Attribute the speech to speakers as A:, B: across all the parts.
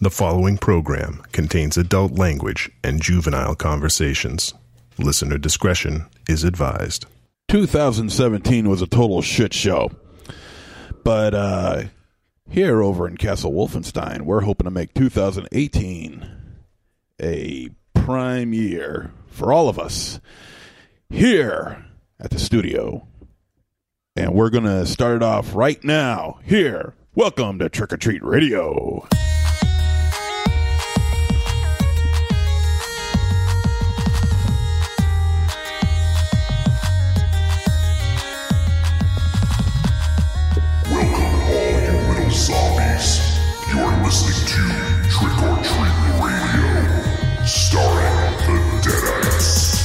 A: The following program contains adult language and juvenile conversations. Listener discretion is advised.
B: 2017 was a total shit show. But uh, here over in Castle Wolfenstein, we're hoping to make 2018 a prime year for all of us here at the studio. And we're going to start it off right now here. Welcome to Trick or Treat Radio.
C: zombies. You're listening to Trick or Treat Radio, starring the Deadites.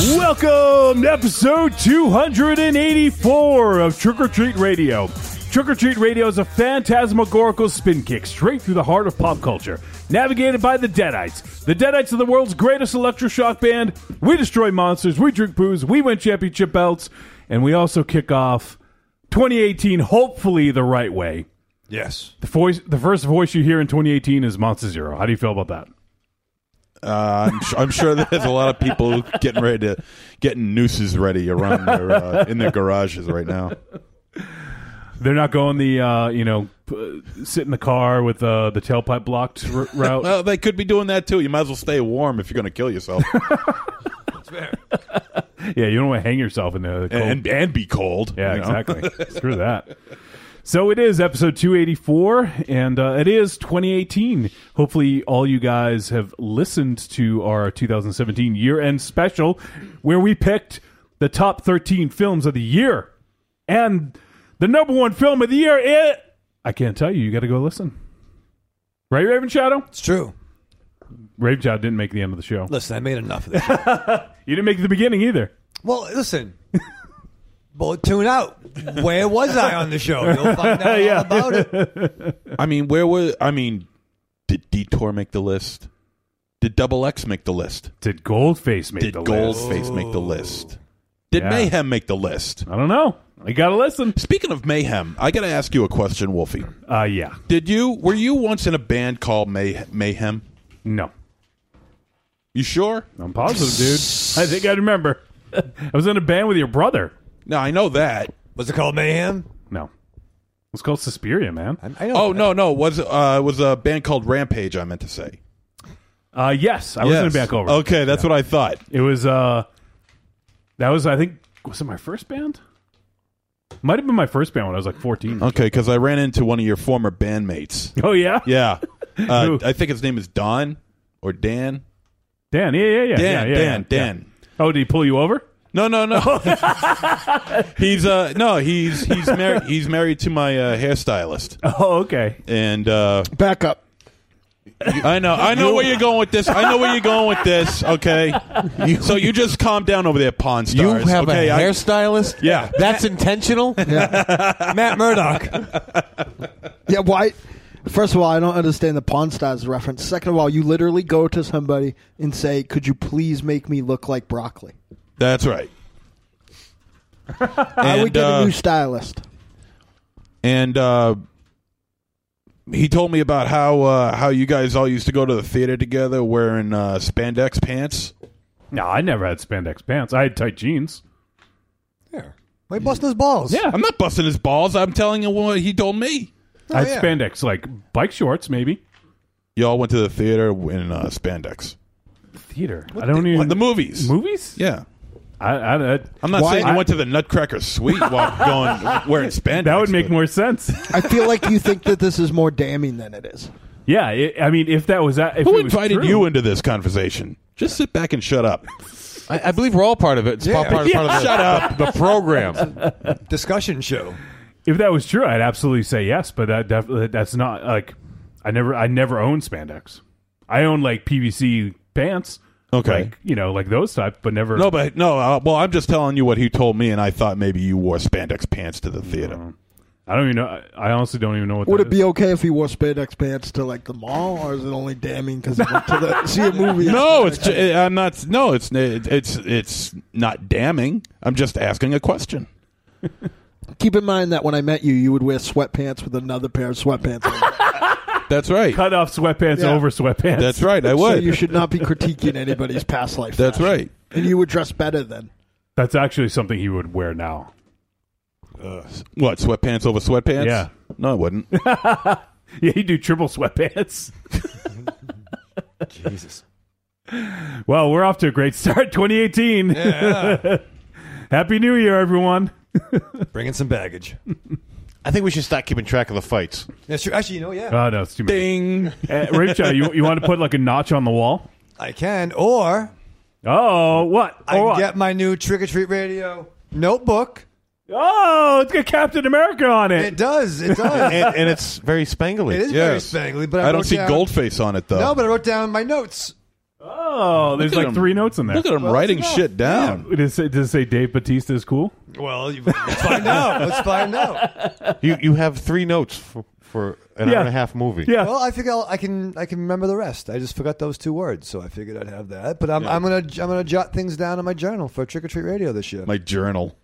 D: Welcome to episode 284 of Trick or Treat Radio. Trick or Treat Radio is a phantasmagorical spin kick straight through the heart of pop culture, navigated by the Deadites. The Deadites are the world's greatest electroshock band. We destroy monsters, we drink booze, we win championship belts, and we also kick off 2018 hopefully the right way.
B: Yes.
D: The voice, the first voice you hear in 2018 is Monster Zero. How do you feel about that?
B: Uh, I'm, su- I'm sure there's a lot of people getting ready to getting nooses ready around their uh, in their garages right now.
D: They're not going the uh, you know p- sit in the car with uh, the tailpipe blocked r- route.
B: Well, they could be doing that too. You might as well stay warm if you're going to kill yourself
D: yeah, you don't want to hang yourself in the cold.
B: and and be cold.
D: yeah,
B: you know?
D: exactly. Screw that. So it is episode 284, and uh, it is 2018. Hopefully, all you guys have listened to our 2017 year end special where we picked the top 13 films of the year. And the number one film of the year, it. I can't tell you. You got to go listen. Right, Raven Shadow?
E: It's true.
D: Raven Shadow didn't make the end of the show.
E: Listen, I made enough of this.
D: You didn't make it the beginning either.
E: well, listen. Bullet tune out. Where was I on the show? You'll find out all about it.
B: I mean, where was I mean? Did Detour make the list? Did Double X make the list?
D: Did Goldface make
B: Did
D: the list?
B: Goldface make the list? Did
D: Yeah.
B: Mayhem make the list?
D: I don't know. You got to listen.
B: Speaking of Mayhem, I got to ask you a question, Wolfie.
D: Uh, yeah.
B: Did you were you once in a band called May- Mayhem?
D: No.
B: You sure?
D: I'm positive, dude. I think I remember. I was in a band with your brother.
B: No, I know that.
E: Was it called Mayhem?
D: No. It's called Suspiria, man.
E: I, I know.
B: Oh no, no, was uh was a band called Rampage? I meant to say.
D: Uh, yes, I was in a
B: Yes.
D: band over.
B: Okay, that's what I thought.
D: It was, uh, that was, I think, was it my first band? Might have been my first band when I was like 14.
B: Okay, because I ran into one of your former bandmates.
D: Oh, yeah?
B: Yeah, uh,
D: Who?
B: I think his name is Don or Dan.
D: Dan, yeah, yeah, yeah.
B: Dan,
D: yeah, yeah,
B: Dan,
D: yeah.
B: Dan.
D: Oh, did he pull you over?
B: No, no, no.
D: Oh.
B: he's uh no, he's he's married. He's married to my uh, hairstylist,
D: Oh, okay.
B: and uh,
F: Back up.
B: I know, I know where you're going with this. I know where you're going with this. Okay, so you just calm down over there, pawn stars.
G: You have
B: okay,
G: a
B: I-
G: hairstylist?
B: Yeah.
G: That's intentional?
E: Matt Murdock.
F: Yeah, why? First of all, I don't understand the Pawn Stars reference. Second of all, you literally go to somebody and say, "Could you please make me look like broccoli?"
B: that's right.
F: I
B: and
F: would get a
B: uh,
F: new stylist.
B: and uh, he told me about how uh, how you guys all used to go to the theater together wearing uh, spandex pants.
D: No, I never had spandex pants. I had tight jeans.
E: There. Why you busting his balls?
D: Yeah.
B: I'm not busting his balls. I'm telling you what he told me.
D: I had
E: yeah.
D: spandex, like bike shorts, maybe.
B: Y'all went to the theater in uh, spandex.
D: Theater. I don't even.
B: The movies.
D: movies?
B: Yeah.
D: I, I, I,
B: I'm not
F: Why-
B: saying I, went to the Nutcracker Suite while going wearing spandex.
D: That would make
B: but-
D: more sense.
F: I feel like you think that this is more damning than it is.
D: Yeah, i I mean, if that was that, if
B: Who
D: it was
B: invited
D: true-
B: you into this conversation? Just sit back and shut up.
G: I, I believe we're all part of it. It's all part, part of the,
B: Shut up.
G: the program.
E: Discussion show.
D: If that was true, I'd absolutely say yes. But that definitely that's not like I never I never owned spandex. I own like PVC pants,
B: Okay.
D: like you know, like those type, but never.
B: no, but no. Uh, well, I'm just telling you what he told me, and I thought maybe you wore spandex pants to the theater.
D: I don't even know. I honestly don't even know what.
F: Would
D: that
F: it be
D: is.
F: okay if he wore spandex pants to like the mall, or is it only damning because he went to the, see a movie? in
B: No, it's
F: spandex?
B: ju- I'm not. No, it's it's it's not damning. I'm just asking a question.
F: Keep in mind that when I met you, you would wear sweatpants with another pair of sweatpants. on.
B: That's right.
D: cut off sweatpants
F: Yeah.
D: over sweatpants?
B: That's right. I
F: so
B: would.
F: you should not be critiquing anybody's past life.
B: That's
F: fashion.
B: right.
F: and you would dress better then.
D: That's actually something he would wear now.
B: What sweatpants over sweatpants?
D: Yeah.
B: No, I wouldn't.
D: Yeah, he'd do triple sweatpants.
H: Jesus.
D: Well, we're off to a great start, 2018. Happy New Year, everyone.
E: Bringing some baggage.
G: I think we should start keeping track of the fights.
E: That's true. Actually, you know, yeah,
D: Oh, no, it's too many.
B: Ding.
D: Uh, Rachel, you, you want to put like a notch on the wall?
E: I can. Or
D: Oh, what?
E: I
D: Or
E: can
D: what?
E: get my new Trick or Treat Radio notebook.
D: Oh, it's got Captain America on it.
E: It does. It does.
G: And, and it's very spangly.
E: it is very
B: Yes.
E: spangly, but I,
B: I don't
E: wrote
B: see
E: down-
B: Goldface on it though.
E: No, but I wrote down my notes.
D: oh, there's
B: Look at
D: like
B: him.
D: three notes in there.
B: Look at him writing shit down.
D: Does it, say, does it say Dave Batista is cool?
E: Well, you, let's find out. Let's find out.
G: You you have three notes for, for an
D: Yeah.
G: hour and a half movie.
D: Yeah.
E: Well, I figure I'll, I can I can remember the rest. I just forgot those two words, so I figured I'd have that. But I'm, I'm gonna I'm gonna jot things down in my journal for Trick or Treat Radio this year.
B: My journal.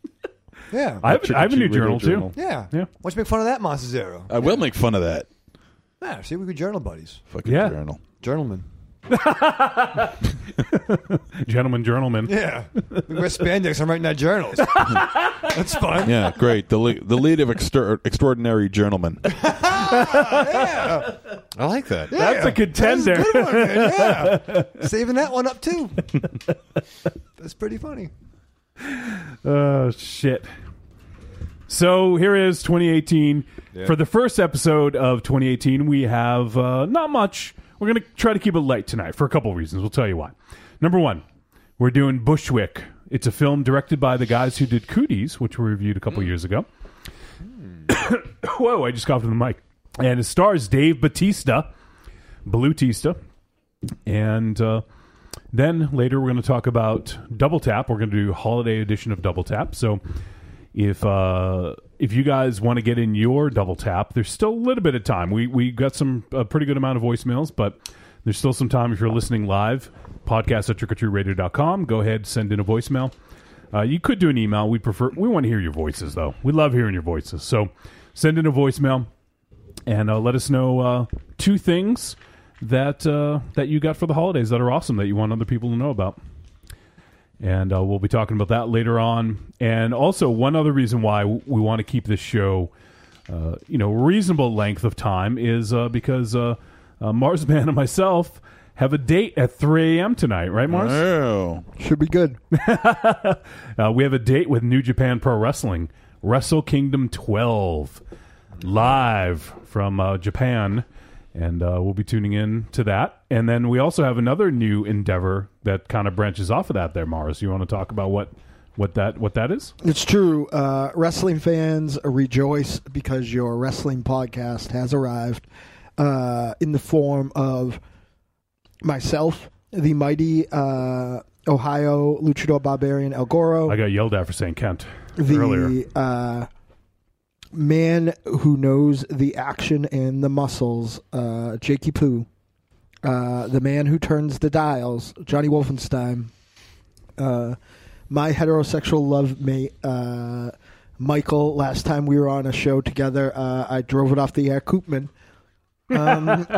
E: yeah,
D: I have, I have a new
B: Trick or Treat Radio
D: journal, too.
B: Journal.
E: yeah,
D: Yeah.
E: Why don't you make fun of that, Monster Zero?
B: I will make fun of that
E: Yeah, see, we could journal buddies,
B: fucking
D: Yeah.
B: journal.
E: journalman.
D: Gentleman, journalman.
E: Yeah, we wear spandex. I'm writing our journals. That's fun.
B: Yeah, great. The le- the lead of extra- extraordinary journalman.
G: I like that.
D: That's a contender.
E: That's a good one, man. Yeah, saving that one up too. That's pretty funny.
D: Oh shit. So here is 2018. For the first episode of 2018, we have uh, not much. We're gonna try to keep it light tonight for a couple reasons. We'll tell you why. Number one, we're doing Bushwick. It's a film directed by the guys who did Cooties, which we reviewed a couple years ago. Whoa! I just coughed in the mic. And it stars Dave Batista, Balutista, and uh, then later we're going to talk about Double Tap. We're going to do holiday edition of Double Tap. So if uh, if you guys want to get in your Double Tap, there's still a little bit of time. We we got some a pretty good amount of voicemails, but there's still some time if you're listening live. Podcast at trickortreatradio.com. Go ahead, send in a voicemail. Uh, you could do an email. We prefer we want to hear your voices though. We love hearing your voices. So send in a voicemail and uh, let us know uh, two things that uh, that you got for the holidays that are awesome that you want other people to know about. And uh, we'll be talking about that later on. And also, one other reason why w- we want to keep this show, uh, you know, reasonable length of time is uh, because uh, uh, Marsman and myself have a date at 3 a.m. tonight, right, Mars?
B: Oh,
F: Should be good.
D: Uh, we have a date with New Japan Pro Wrestling, Wrestle Kingdom 12, live from uh, Japan. And uh, we'll be tuning in to that. And then we also have another new endeavor that kind of branches off of that there, Mars. You want to talk about what, what, that, what that is?
F: It's true. Uh, wrestling fans rejoice because your wrestling podcast has arrived uh, in the form of myself, the mighty uh, Ohio luchador barbarian El Goro,
D: I got yelled at for saying Kent
F: the
D: earlier.
F: Uh, man who knows the action and the muscles, uh, Jakey Poo, uh, the man who turns the dials, Johnny Wolfenstein, uh, my heterosexual love mate, uh, Michael. Last time we were on a show together, uh, I drove it off the air, Koopman. Um,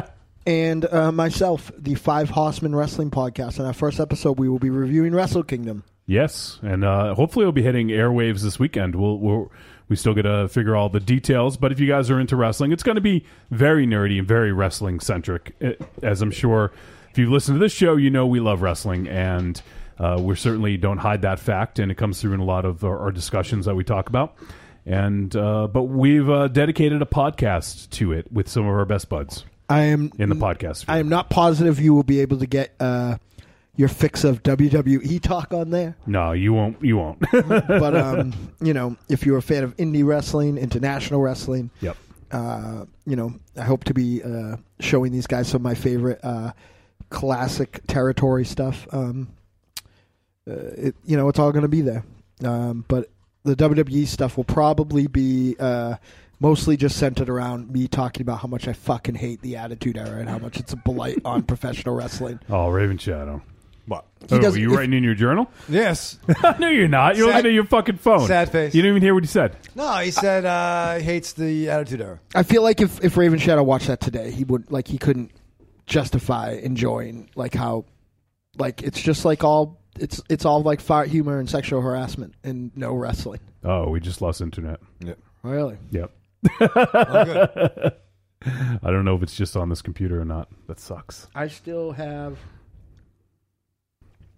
F: and uh, myself, the Five Horsemen Wrestling Podcast. In our first episode, we will be reviewing Wrestle Kingdom.
D: Yes, and uh, hopefully it'll be hitting airwaves this weekend. We'll, we'll we still got to figure all the details, but if you guys are into wrestling, it's going to be very nerdy and very wrestling centric. As I'm sure, if you've listened to this show, you know we love wrestling, and uh, we certainly don't hide that fact, and it comes through in a lot of our, our discussions that we talk about. And uh, but we've uh, dedicated a podcast to it with some of our best buds
F: I am
D: in the podcast.
F: I am not positive you will be able to get uh, your fix of WWE talk on there,
D: No, you won't. You won't.
F: but um, you know, if you're a fan of indie wrestling, international wrestling,
D: yep.
F: uh, you know, I hope to be uh, showing these guys some of my favorite uh, classic territory stuff. Um, uh, it, you E know, it's all going to be there, um, but the WWE stuff will probably be uh, mostly just centered around me talking about how much I fucking hate the Attitude Era and how much it's a blight on professional wrestling.
D: Oh, Raven Shadow.
G: What?
D: Oh,
F: does-
D: were you
F: if-
D: writing in your journal?
E: Yes.
D: no, you're not. You're
E: Sad-
D: looking at your fucking phone.
E: sad face.
D: You didn't even hear what he said.
E: No, he said uh, he hates the Attitude Era.
F: I feel like if, if Raven Shadow watched that today, he would like he couldn't justify enjoying like how like it's just like all it's it's all like fart humor and sexual harassment and no wrestling.
D: Oh, we just lost internet.
F: Really?
D: Yep.
E: I'm good.
D: I don't know if it's just on this computer or not. That sucks.
F: I still have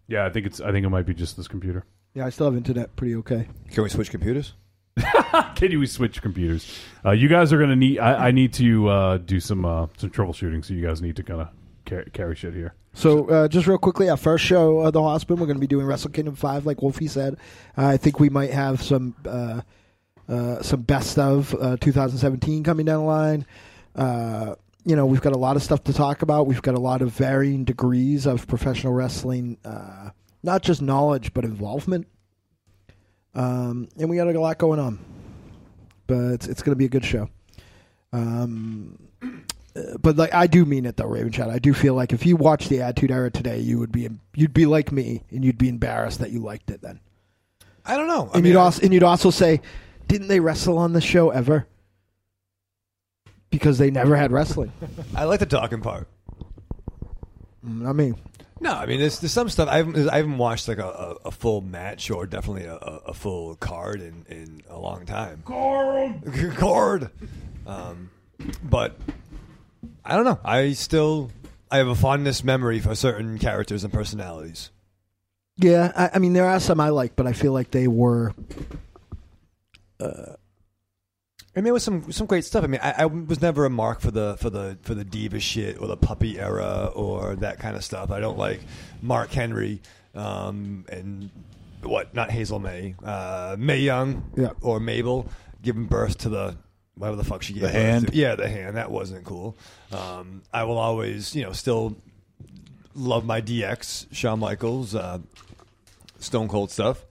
D: Yeah, I think it's. I think it might be just this computer.
F: yeah, I still have internet pretty okay.
E: Can we switch computers?
D: Can we switch computers? Uh, you guys are gonna need. I, I need to uh, do some uh, some troubleshooting. So you guys need to kind of carry, carry shit here.
F: So, uh, just real quickly, our first show of the Hospital, we're going to be doing Wrestle Kingdom Five, like Wolfie said. Uh, I think we might have some uh, uh, some best of uh, 2017 coming down the line. Uh, you know, we've got a lot of stuff to talk about. We've got a lot of varying degrees of professional wrestling, uh, not just knowledge but involvement. Um, and we got a lot going on, but it's, it's going to be a good show. Um, but like I do mean it though, Raven Shadow. I do feel like if you watch the Attitude Era today, you would be you'd be like me, and you'd be embarrassed that you liked it then.
E: I don't know. I
F: And you'd
E: I-
F: also and you'd also say, didn't they wrestle on the show ever? Because they never had wrestling.
E: I like the talking part.
F: Mm, I mean,
E: No, I mean, there's, there's some stuff I haven't, I haven't watched like a, a, a full match or definitely a, a a full card in, in a long time. Card, card. Um, but I don't know. I still I have a fondness memory for certain characters and personalities.
F: yeah, I, I mean there are some I like, but I feel like they were
E: I mean, it was some some great stuff. I mean, I, I was never a mark for the for the for the diva shit or the puppy era or that kind of stuff. I don't like Mark Henry um, and what not Hazel May, uh, May Young,
F: Yeah.
E: or Mabel giving birth to the whatever the fuck she gave
B: The
E: birth
B: hand?
E: To. Yeah, the hand that wasn't cool. Um, I will always, you know, still love my DX Shawn Michaels, uh, Stone Cold stuff.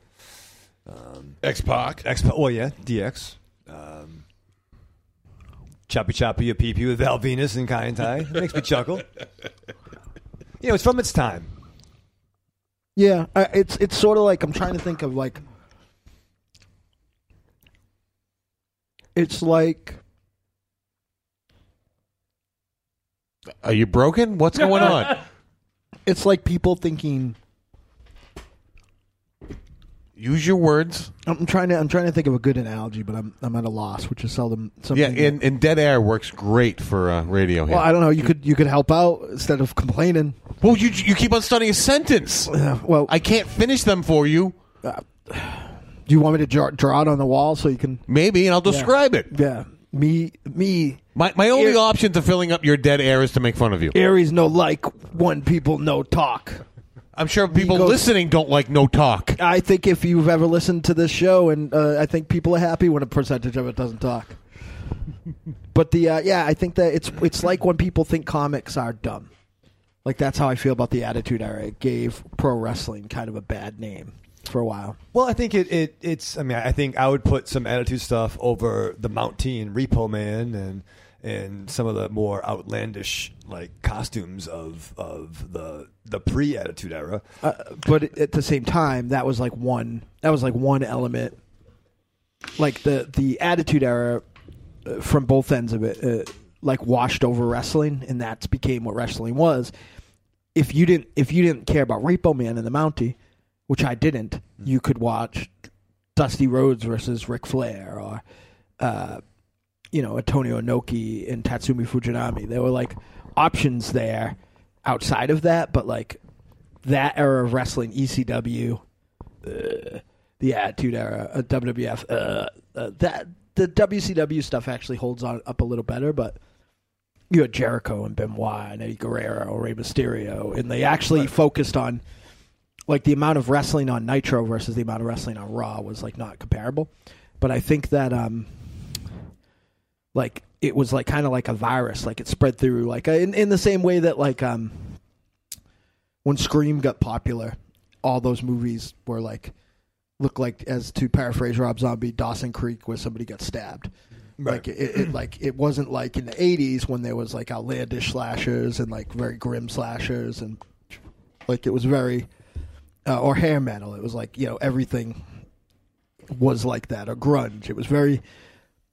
B: X Pac.
E: X. Oh yeah, DX. Um, choppy choppy a pee pee with Val Venus and Kai and Tai. It makes me chuckle. You know, it's from its time.
F: Yeah, I, it's it's sort of like I'm trying to think of like it's like
G: Are you broken? What's going on?
F: it's like people thinking
G: Use your words.
F: I'm trying to I'm trying to think of a good analogy, but I'm I'm at a loss, which is seldom something.
G: Yeah, and, and dead air works great for uh, radio here.
F: well, I don't know. You could you could help out instead of complaining.
G: Well, you you keep on starting a sentence.
F: Well,
G: I can't finish them for you.
F: do you want me to draw, draw it on the wall so you can?
G: Maybe, and I'll describe it.
F: Yeah, me me.
G: My my only
F: Here-
G: option to filling up your dead air is to make fun of you.
F: Aries no like one people no talk.
G: I'm sure people
F: goes-
G: listening don't like no talk.
F: I think if you've ever listened to this show, and uh, I think people are happy when a percentage of it doesn't talk. but the uh, yeah, I think that it's it's like when people think comics are dumb. Like that's how I feel about the Attitude Era. It gave pro wrestling kind of a bad name for a while.
E: Well, I think it, it it's. I mean, I think I would put some attitude stuff over the Mountain Repo Man and and some of the more outlandish like costumes of of the the pre Attitude Era.
F: Uh, but at the same time, that was like one that was like one element. Like the the Attitude Era, uh, from both ends of it, uh, like washed over wrestling, and that's became what wrestling was. If you didn't if you didn't care about Repo Man and the Mountie, which I didn't, you could watch Dusty Rhodes versus Ric Flair or. Uh, you know, Antonio Inoki and Tatsumi Fujinami. There were like options there outside of that, but like that era of wrestling, ECW, uh, the Attitude Era, uh, WWF, uh, uh, that the WCW stuff actually holds on up a little better, but you had Jericho and Benoit and Eddie Guerrero, Rey Mysterio, and they actually focused on like the amount of wrestling on Nitro versus the amount of wrestling on Raw was like not comparable. But I think that um like it was like kind of like a virus, like it spread through like uh, in in the same way that like um when Scream got popular, all those movies were like look like as to paraphrase Rob Zombie, Dawson Creek where somebody got stabbed. Like it, it, like it wasn't like in the '80s when there was like outlandish slashers and like very grim slashers and like it was very uh, or hair metal. It was like you know everything was like that or grunge. It was very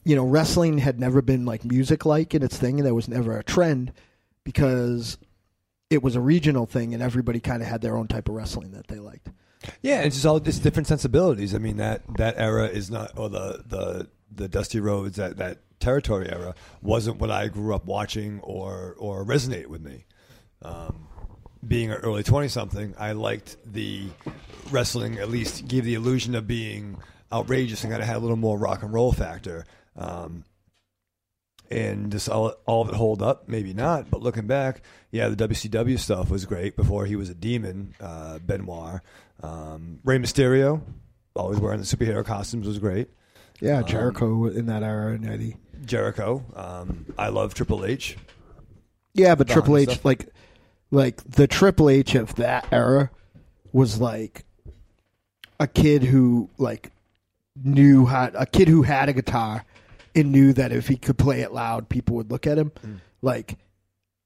F: you know wrestling had never been like music like in its thing, and there was never a trend because it was a regional thing, and everybody kind of had their own type of wrestling that they liked.
E: Yeah, it's just all it's different sensibilities. I mean that that era is not or the the the Dusty Roads that that territory era wasn't what I grew up watching or or resonate with me. Um, being an early twenty something, I liked the wrestling at least gave the illusion of being outrageous and kind of had a little more rock and roll factor. Um, and just all, all of it hold up? Maybe not. But looking back, yeah, the WCW stuff was great before he was a demon. Uh, Benoit, um, Rey Mysterio, always wearing the superhero costumes was great.
F: Yeah, Jericho in that era and Eddie.
E: Jericho, um, I love Triple H.
F: Yeah, but Triple H
E: stuff.
F: like like the Triple H of that era was like a kid who like knew how a kid who had a guitar and knew that if he could play it loud people would look at him like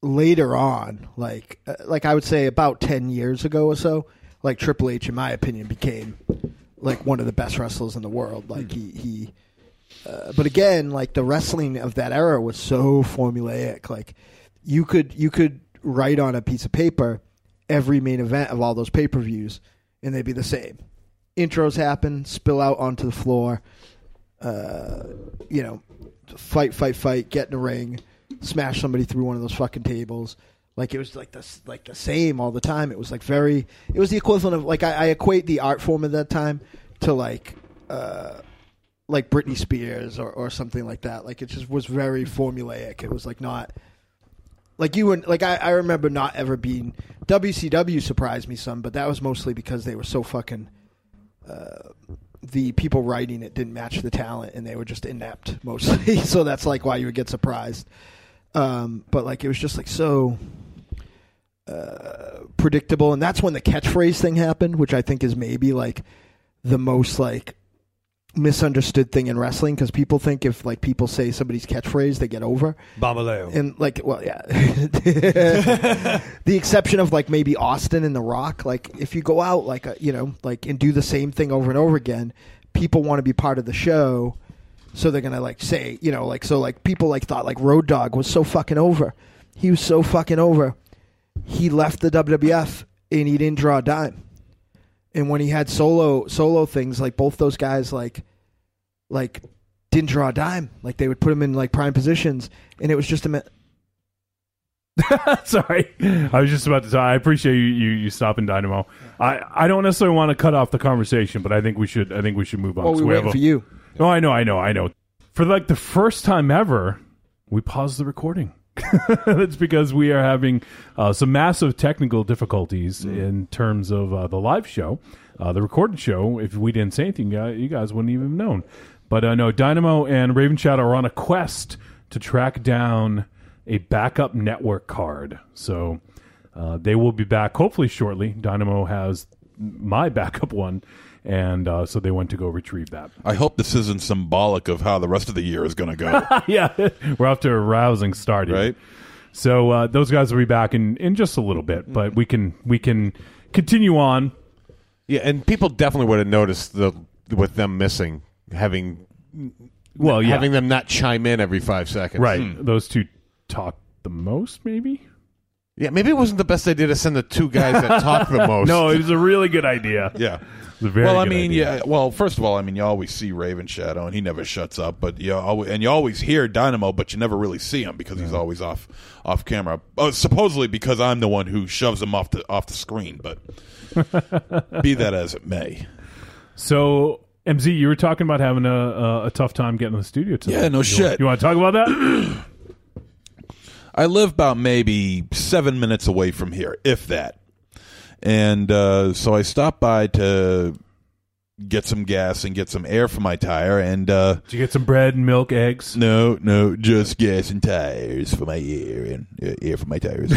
F: later on like uh, like I would say about 10 years ago or so like Triple H in my opinion became like one of the best wrestlers in the world like he he but again, like the wrestling of that era was so formulaic. Like you could you could write on a piece of paper every main event of all those pay per views, and they'd be the same. Intros happen, spill out onto the floor. Uh, you know, fight, fight, fight. Get in the ring, smash somebody through one of those fucking tables. Like it was like the s- like the same all the time. It was like very. It was the equivalent of like I, I equate the art form of that time to like like Britney Spears or, or something like that. Like it just was very formulaic. It was like not like you and like I, I remember not ever being WCW surprised me some, but that was mostly because they were so fucking uh, the people writing it didn't match the talent and they were just inept mostly. so that's like why you would get surprised. Um, but like it was just like so uh, predictable, and that's when the catchphrase thing happened, which I think is maybe like the most like misunderstood thing in wrestling because people think if like people say somebody's catchphrase they get over
E: Bombaleo.
F: and like well yeah the exception of like maybe austin and the rock like if you go out like uh, you know like and do the same thing over and over again people want to be part of the show so they're gonna like say you know like so like people like thought like road dog was so fucking over he was so fucking over he left the wwf and he didn't draw a dime and when he had solo solo things like both those guys like like didn't draw a dime like they would put him in like prime positions and it was just a ma-
D: Sorry, I was just about to. Talk. I appreciate you, you you stopping Dynamo. I I don't necessarily want to cut off the conversation, but I think we should. I think we should move on.
F: oh we
D: So
F: were
D: we have
F: waiting
D: a-
F: for you
D: No, Oh, I know, I know, I know. For like the first time ever, we paused the recording. That's because we are having uh, some massive technical difficulties in terms of uh, the live show, uh, the recorded show. If we didn't say anything, uh, you guys wouldn't even have known. But uh, no, Dynamo and Raven Shadow are on a quest to track down a backup network card. So uh, they will be back hopefully shortly. Dynamo has my backup one, and uh, so they went to go retrieve that.
B: I hope this isn't symbolic of how the rest of the year is going to go,
D: yeah, we're off to a rousing start. here.
B: right?
D: So uh, those guys will be back in, in just a little bit, but we can we can continue on.
G: Yeah, and people definitely would have noticed the with them missing having
D: Well, Oh, yeah,
G: having them not chime in every five seconds.
D: right.
B: Hmm.
D: Those two talk the most, maybe.
G: Yeah, maybe it wasn't the best idea to send the two guys that talk the most.
D: No, it was a really good idea.
B: Yeah.
D: It was a very
B: well, I
D: good
B: mean,
D: idea.
B: yeah. Well, first of all, I mean, you always see Raven Shadow, and he never shuts up. But you always, and you always hear Dynamo, but you never really see him because he's always off off camera. Oh, supposedly because I'm the one who shoves him off the off the screen. But be that as it may,
D: So MZ, you were talking about having a a, a tough time getting in the studio today.
B: Yeah, no
D: You
B: shit.
D: Want, you want to talk about that?
B: I live about maybe seven minutes away from here, if that. And uh, so I stopped by to get some gas and get some air for my tire. And uh,
D: Did you get some bread and milk, eggs?
B: no, no, just gas and tires for my ear and uh, ear for my tires.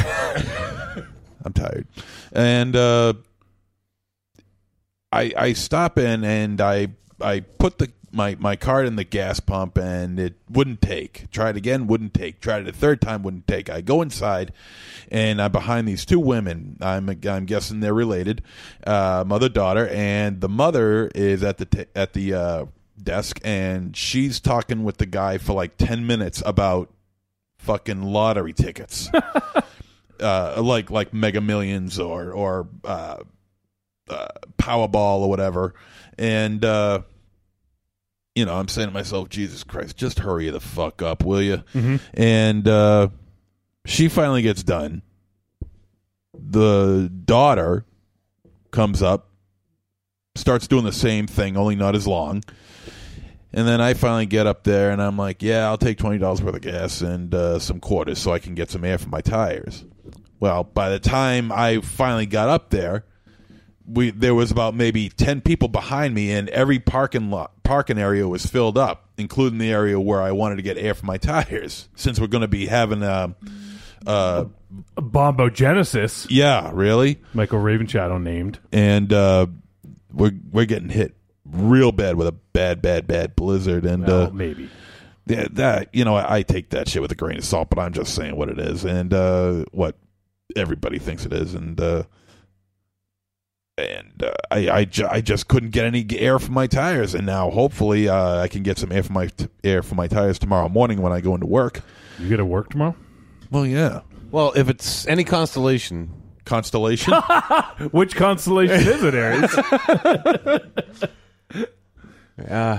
B: I'm tired, and uh, I I stop in and I I put the my my card in the gas pump and it wouldn't take. Tried again, wouldn't take. Tried it a third time, wouldn't take. I go inside, and I'm behind these two women. I'm I'm guessing they're related, uh, mother daughter, and the mother is at the t- at the uh, desk and she's talking with the guy for like ten minutes about fucking lottery tickets. Uh, like like Mega Millions or or uh, uh, Powerball or whatever, and uh, you know, I'm saying to myself, Jesus Christ, just hurry the fuck up, will you?
D: Mm-hmm.
B: And uh, she finally gets done. The daughter comes up, starts doing the same thing, only not as long. And then I finally get up there and I'm like, yeah, I'll take $20 worth of gas and uh, some quarters so I can get some air for my tires. Well, by the time I finally got up there, we there was about maybe 10 people behind me and every parking lot parking area was filled up including the area where i wanted to get air for my tires since we're going to be having a uh
D: Bombo Genesis,
B: yeah really
D: Michael Ravenshadow named.
B: and uh we're we're getting hit real bad with a bad bad bad blizzard and
D: Well,
B: uh
D: maybe.
B: yeah, that you know I, I take that shit with a grain of salt but i'm just saying what it is and uh what everybody thinks it is and uh and uh, I, I, ju- I just couldn't get any air for my tires and now hopefully uh, i can get some air for my t- air for my tires tomorrow morning when i go into work
D: You got to work tomorrow?
B: well yeah
G: Well, if it's any constellation,
B: constellation
D: Which constellation is it, Aries?
G: uh,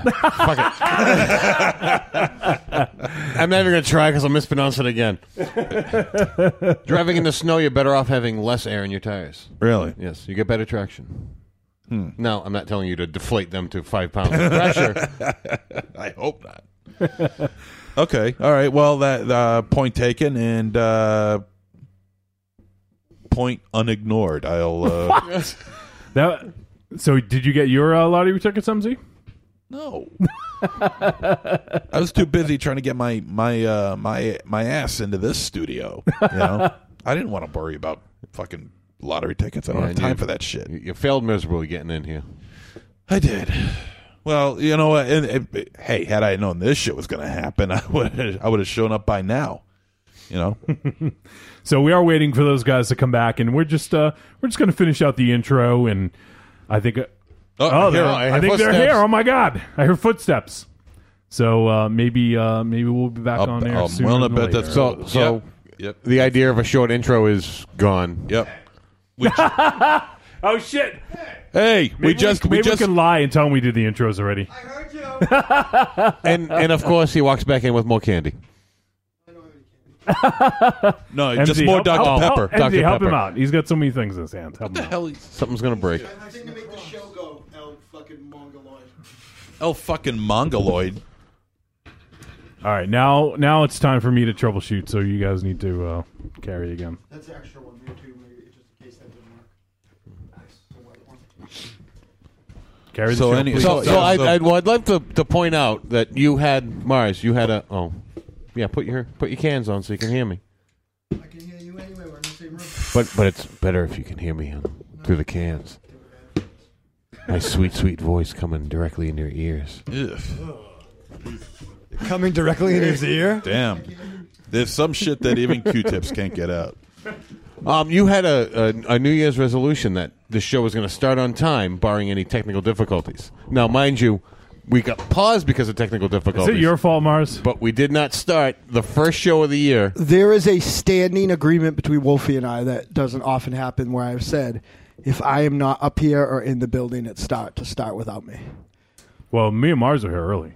G: fuck it. I'm not even going to try because I'll mispronounce it again. Driving in the snow, you're better off having less air in your tires.
B: really
G: Yes, you get better traction. No, I'm not telling you to deflate them to five pounds of pressure.
B: I hope not. okay. All right. Well, that uh, point taken and uh, point unignored. I'll. Uh,
D: That, so, did you get your uh, lottery ticket, Sumsy?
B: no. I was too busy trying to get my my uh, my my ass into this studio. You know, I didn't want to worry about fucking lottery tickets. I don't
G: Yeah,
B: have
G: you-
B: time for that shit.
G: you you failed miserably getting in here.
B: I did. Well, you know, what, and, and- hey, had I known this shit was going to happen, I would I would have shown up by now. You know.
D: So we are waiting for those guys to come back, and we're just uh, we're just going to finish out the intro, and I think uh, oh, they're,
G: here,
D: I,
G: I hear
D: think they're
G: footsteps.
D: here. Oh my god, I hear footsteps. So uh, maybe uh, maybe we'll be back on air soon.
B: willing to bet that's
G: So- so-
B: Yep.
G: The idea of a short intro is gone.
B: Yep.
D: oh shit!
B: Hey, we just
D: maybe
B: we just
D: can lie and tell them we did the intros already.
G: And and of course, he walks back in with more candy.
B: no,
D: MZ,
B: just more
D: help-
B: Dr
D: help-
B: Pepper.
D: help- MZ,
G: Dr.
D: help him
G: Pepper.
D: out. He's got so many things in his hand.
B: oh.
D: Help him out.
B: hell,
G: Something's going to break.
H: thing to make the show go El fucking Mongoloid.
B: oh fucking mongoloid.
D: All right, now now it's time for me to troubleshoot. So you guys need to uh, carry again.
H: That's the extra one here too, maybe just in case that didn't work. Nice. The white one.
D: Carry the
B: So
D: show,
B: any-
D: please.
B: So-
G: So, so I'd,
B: so-
G: I'd, well, I'd like to, to point out that you had Mars. You had a oh, yeah. Put your put your cans on so you can hear me.
H: I can hear you anyway. We're in the same room.
G: But but it's better if you can hear me on, through the cans. My sweet sweet voice coming directly in your ears.
B: Ugh,
E: Coming directly in his ear.
B: damn, there's some shit that even Q-tips can't get out.
G: Um, you had a, a, a New Year's resolution that the show was going to start on time, barring any technical difficulties. Now, mind you, we got paused because of technical
D: Is
G: difficulties.
D: it your fault, Mars?
G: But we did not start the first show of the year.
F: There is a standing agreement between Wolfie and I that doesn't often happen where I've said, if I am not up here or in the building at start, to start without me.
D: Well, me and Mars are here early.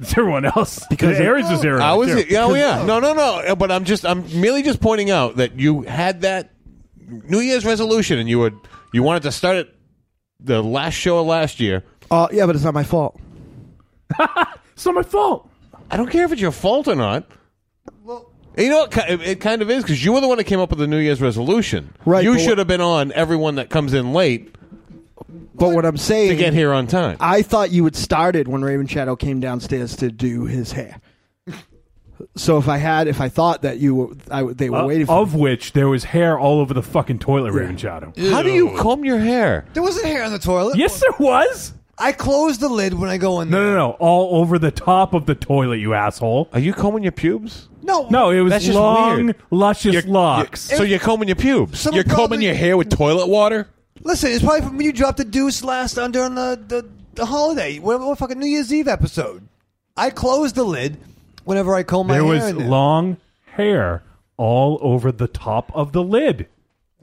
D: Is everyone else? Because Aries is here.
G: I
D: early,
G: was,
D: too.
G: yeah, oh yeah, no, no, no. Uh, But I'm just, I'm merely just pointing out that you had that New Year's resolution, and you would, you wanted to start it the last show of last year.
F: Uh, yeah, but it's not my fault.
D: It's not my fault.
G: I don't care if it's your fault or not.
H: Well,
G: And You know what? ki- It it kind of is because you were the one that came up with the New Year's resolution.
F: Right,
G: You
F: but
G: should
F: what-
G: have been on everyone that comes in late
F: But what I'm saying,
G: to get here on time.
F: I thought you had started when Raven Shadow came downstairs to do his hair. So if I had, if I thought that you, were, I, would- they were
D: Uh,
F: waiting for,
D: of which there was hair all over the fucking toilet, Raven Shadow.
G: How do you comb your hair?
E: There wasn't hair on the toilet.
D: Yes, there was.
E: I close the lid when I go in
D: No,
E: there.
D: no, no. All over the top of the toilet, you asshole.
G: Are you combing your pubes?
E: no,
D: No, it was
G: That's just
D: long,
G: weird.
D: luscious locks.
G: So you're combing your pubes.
E: Some
B: You're combing
E: probably-
B: your hair with toilet water?
E: Listen, it's probably from when you dropped the deuce last on during the the, the holiday, whatever what fucking New Year's Eve episode. I close the lid whenever I comb my
D: there
E: hair.
D: was
E: in there.
D: long hair all over the top of the lid.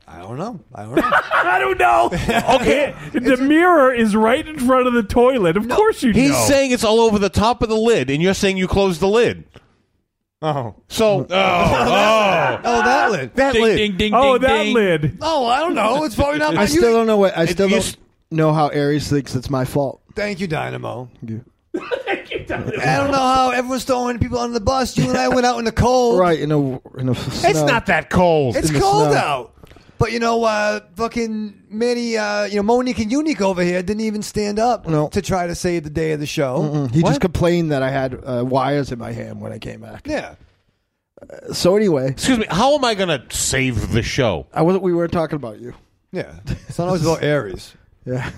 E: I don't know. I don't know.
D: I don't know. Okay, the mirror is right in front of the toilet. Of course you
G: He's
D: know.
G: saying it's all over the top of the lid, and you're saying you closed the lid.
E: oh,
G: So
E: oh, that lid.
G: that lid.
B: ding,
D: oh, that lid.
E: Oh, I don't know. It's probably not.
F: I
E: my
F: still don't know what I still
G: you
F: don't
G: s-
F: know how Aries thinks it's my fault.
E: Thank you, Dynamo. I don't know how everyone's throwing people under the bus. You and I went out in the cold.
F: Right in a in a. Snow.
G: It's not that cold.
E: It's
F: in the
E: cold
F: snow.
E: out. But you know, uh, fucking Manny, uh, you know Monique and Unique over here didn't even stand up
F: No.
E: to try to save the day of the show.
F: He just complained that I had uh, wires in my hand when I came back.
E: Yeah,
F: So anyway,
G: Excuse me. How am I going to save the show?
F: I wasn't. We weren't talking about you.
E: yeah. It's not always about Aries.
F: Yeah.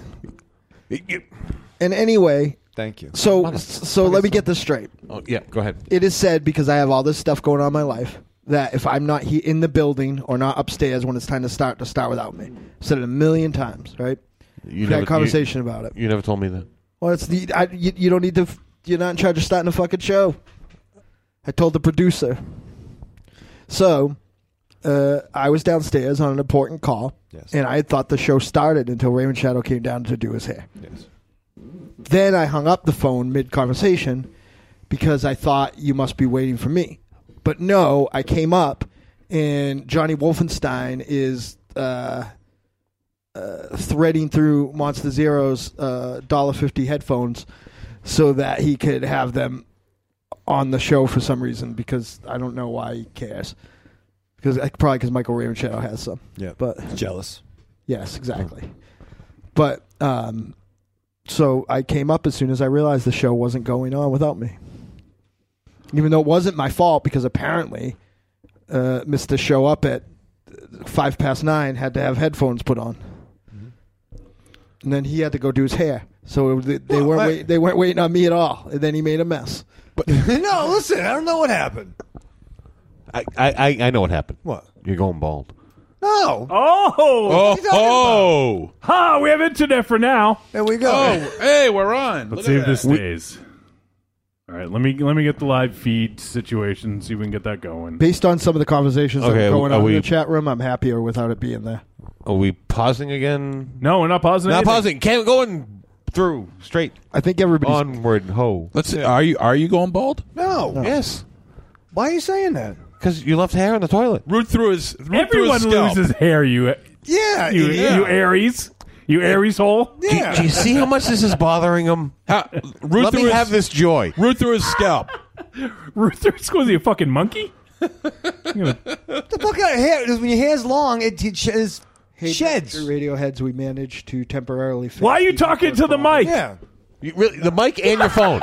F: And anyway,
E: Thank you.
F: so so let me get this straight.
G: Oh, yeah, go ahead.
F: It is said because I have all this stuff going on in my life that if I'm not he- in the building or not upstairs when it's time to start, to start without me. Said it a million times, right?
G: You
F: We had a conversation about it.
G: You, never told me that.
F: Well, it's the I, you, you don't need to. f- You're not in charge of starting a fucking show. I told the producer. So, uh, I was downstairs on an important call,
E: Yes.
F: and I had thought the show started until Raymond Shadow came down to do his hair.
E: Yes.
F: Then I hung up the phone mid conversation because I thought you must be waiting for me. But no, I came up, and Johnny Wolfenstein is. Uh, threading through Monster Zero's uh, dollar fifty headphones so that he could have them on the show for some reason because I don't know why he cares. Because probably because Michael Raymond Shadow has some.
E: Yeah.
F: But
E: Jealous.
F: yes, exactly. But um, so I came up as soon as I realized the show wasn't going on without me, even though it wasn't my fault because apparently uh, Mister Show Up at five past nine had to have headphones put on, and then he had to go do his hair. So they,
E: Mm-hmm.
F: they
E: Well,
F: weren't
E: I-
F: wait, they weren't waiting on me at all, and then he made a mess.
E: no, listen. I don't know what happened.
G: I, I, I- I know what happened.
E: What?
G: You're going bald.
E: No.
D: Oh,
B: Oh,
E: you talking
B: oh.
D: ha! We have internet for now.
E: There we go.
B: oh, hey, we're on.
D: Let's
B: Look
D: see
B: at
D: if
B: that.
D: this stays. All right, let me let me get the live feed situation. See if we can get that going.
F: Based on some of the conversations that
G: Okay,
F: are going
G: are
F: on
G: we-
F: in the chat room, I'm happier without it being there.
G: Are we pausing again?
D: No, we're not pausing.
G: Not
D: anything.
G: pausing. Can't going through straight
F: I think everybody's
G: onward. Ho.
B: Let's see. Are you are you going bald?
E: no.
G: Yes,
E: Why are you saying that?
G: because you left hair in the toilet.
B: Root through his root through
D: Everyone
B: his scalp.
D: loses hair. You
E: Yeah.
D: you,
E: idiot.
D: you Aries. You Aries hole.
E: yeah.
G: Do you see how much this is bothering him?
B: Ha- root
G: Let
B: through
G: me
B: his,
G: have this joy.
B: root through his scalp.
D: Ruther was he a fucking monkey?
E: the fuck out of hair. When your hair's long, it, it sheds. sheds.
F: Hey, radio heads we managed to temporarily fix.
D: Why are you
F: the-
D: talking to the mic?
E: Yeah.
G: You really, the mic and your phone.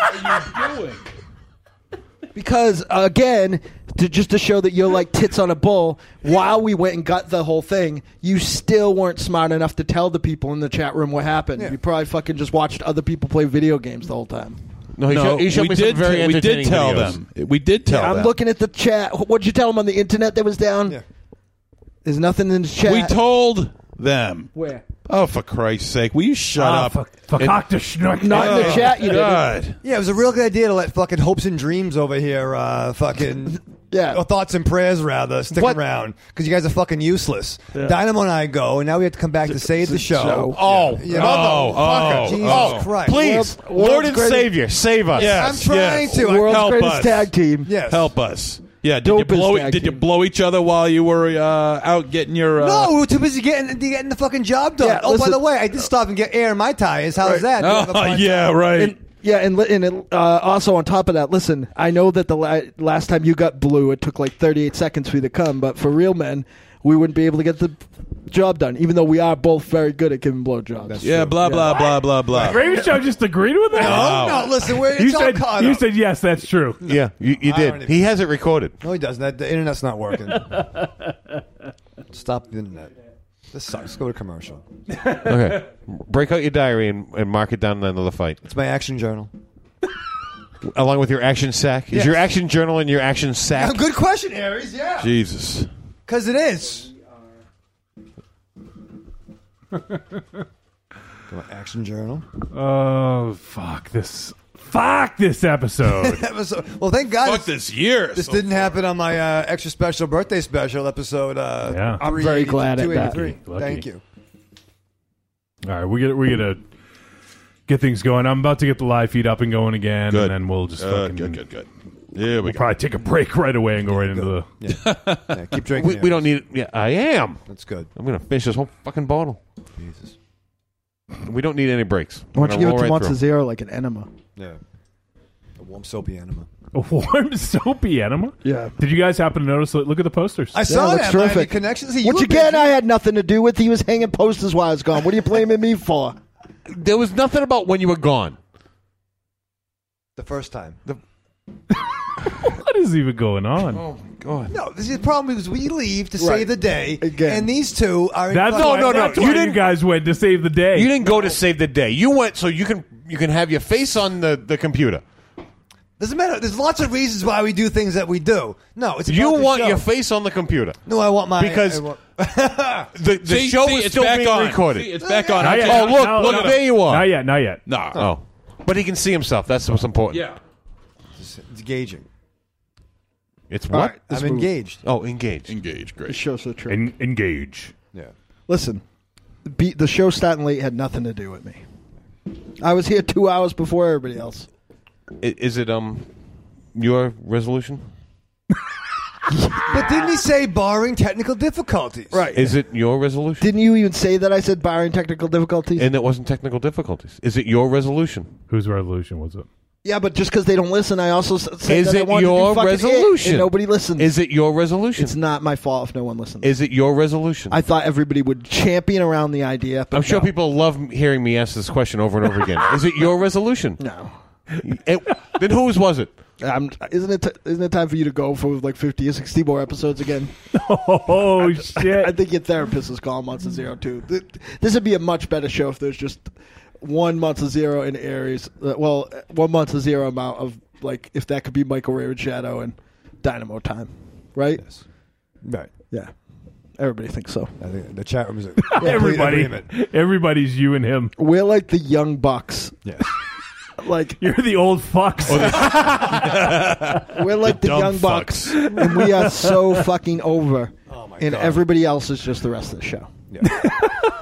F: Because again, to, just to show that you're like tits on a bull, while we went and got the whole thing, you still weren't smart enough to tell the people in the chat room what happened.
E: Yeah.
F: You probably fucking just watched other people play video games the whole time.
G: No, he showed, he showed
B: we
G: me
B: did.
G: some very
B: we did
G: entertaining
B: tell
G: videos.
B: them. We did tell
F: I'm
B: them.
F: looking at the chat. Wh- What'd you tell them on the internet that was down?
E: Yeah.
F: There's nothing in the chat.
B: We told them.
F: where
B: Oh, for Christ's sake! Will you shut
D: Ah,
B: up?
D: fuck- fuck,
B: And-
D: cock to schnook.
F: not in the chat. You did.
B: God.
E: Yeah, it was a real good idea to let fucking hopes and dreams over here, uh, fucking
F: Yeah.
E: or thoughts and prayers rather, stick
G: What?
E: around because you guys are fucking useless. Dynamo and I go, and now we have to come back to save the show.
G: Oh,
E: Yeah.
G: oh,
E: Motherfucker.
G: oh,
E: Jesus
G: oh.
E: Christ.
G: Please,
F: World- world's
G: Lord and
F: greatest-
G: Savior, save us.
B: Yes,
E: I'm trying
B: yes.
E: to. I-
F: World's
B: Help
F: greatest
B: us.
F: tag team.
E: yes.
B: Help us. Yeah. Did
F: Dopest
B: you blow?
F: tag
B: Did you
F: team.
B: blow each other while you were uh, out getting your? Uh,
E: No, we were too busy getting getting the fucking job done.
F: Yeah,
E: oh, by
F: listen-
E: the way, I did stop and get air in my tires. How's that? Do you have a
B: Oh,
E: punch?
B: yeah. Right.
F: And, yeah, and li- and it, uh, also on top of that, listen. I know that the la- last time you got blue, it took like 38 seconds for you to come, but for real men, we wouldn't be able to get the job done, even though we are both very good at giving blowjobs.
B: Yeah, blah, blah, blah, blah, blah.
D: Raven Show just agreed with that.
E: Oh, no, listen, we're, it's
D: you
E: all
D: said
E: caught
D: you
E: up.
D: said yes. That's true.
G: Yeah, you, you
E: I
G: did.
E: already-
G: He has it recorded.
E: no, he doesn't. That- The internet's not working. Stop the internet. This sucks. Go to commercial.
G: Okay. Break out your diary and, and mark it down in another fight,
E: It's my action journal.
G: along with your action sack. Is
E: Yes.
G: your action journal and your action sack?
E: good question, Aries. Yeah,
B: Jesus.
E: because it is. Come on, action journal.
D: Oh fuck this! Fuck this episode.
E: Episode. Well, thank God.
B: Fuck this year.
E: This didn't happen on my uh, extra special birthday special episode. Uh,
D: Yeah.
F: I'm very glad at that.
E: 283.
D: Lucky.
E: Thank you.
D: All right, we get we gonna get things going. I'm about to get the live feed up and going again,
B: Good.
D: and then we'll just
B: Uh,
D: fucking
B: good, good, good. There we go.
D: probably take a break right away and go right into the.
E: Yeah, keep drinking.
G: we, we don't need it. Yeah, I am.
E: That's good.
G: I'm going to finish this whole fucking bottle.
E: Jesus.
G: We don't need any breaks.
F: Why don't you
G: We're
F: give it to
G: gonna roll
F: Monte
G: right
F: Zero like an enema?
E: Yeah. A warm soapy enema.
D: A warm soapy enema.
F: Yeah.
D: Did you guys happen to notice? Look at the posters.
E: I saw that.
F: that's
E: but I had
F: terrific.
E: Connections. See,
F: Which
E: were
F: again,
E: busy.
F: I had nothing to do with. He was hanging posters while I was gone. What are you blaming me for?
G: through. There was nothing about when you were gone.
E: the first time.
D: what is even going on?
G: Oh, my God.
E: No, this is the problem is we leave to
F: Right.
E: save the day,
F: Again.
E: and these two are. in
D: That's
E: fucking-
D: why, That's why you guys went to save the day.
G: You didn't go to save the day. You went so you can you can have your face on the, the computer.
E: Doesn't matter. There's lots of reasons why we do things that we do. No, it's
G: You
E: about the
G: want
E: show.
G: your face on the computer.
E: No, I want my
G: Because-
E: I want-
G: The, the
I: See,
G: show
I: see,
G: is
I: it's
G: still
I: back
G: being
I: on.
G: recorded.
I: See, it's back on.
D: Not
I: I
D: yet.
I: can't-
G: Oh, look,
D: No,
G: look,
D: no, no.
G: there you are.
D: Not yet. Not yet.
I: Nah.
G: Oh, but he can see himself. That's what's important.
I: Yeah.
E: it's engaging.
G: it's what
E: I'm engaged.
G: Oh, engaged.
B: Engage. Great.
F: Show's so true.
D: En- engage.
E: Yeah.
F: Listen, the be- the show starting late had nothing to do with me. I was here two hours before everybody else.
G: I- Is it um your resolution?
E: But didn't he say barring technical difficulties?
F: Right.
G: Is it your resolution?
F: Didn't you even say that I said barring technical difficulties?
G: and it wasn't technical difficulties. Is it your resolution?
D: Whose resolution was it?
F: yeah, but just because they don't listen, I also s- said
G: Is
F: that I
G: it
F: wanted to do
G: your
F: fucking
G: resolution?
F: It, and nobody listens.
G: Is it your resolution?
F: it's not my fault if no one listens.
G: Is it your resolution?
F: I thought everybody would champion around the idea, but
G: am sure
F: no.
G: people love hearing me ask this question over and over again. Is it your resolution?
F: No.
G: It- then whose was it?
F: I'm, isn't it? T- isn't it time for you to go for like fifty or sixty more episodes again?
D: Oh
F: I
D: shit!
F: think your therapist is calling Months of Zero too. Th- This would be a much better show if there's just one Months of Zero in Aries. uh, Well, uh, one Months of Zero amount of like if that could be Michael Ray with Shadow and Dynamo Time, right?
E: Right.
F: Yeah, everybody thinks so.
E: I think the chat room is
D: Everybody, everybody's you and him.
F: We're like the young bucks.
E: Yes.
F: Like
D: You're the old fucks.
F: we're like the,
B: dumb
F: young bucks, and we are so fucking over.
E: Oh my
F: and
E: God.
F: everybody else is just the rest of the show.
E: Yeah.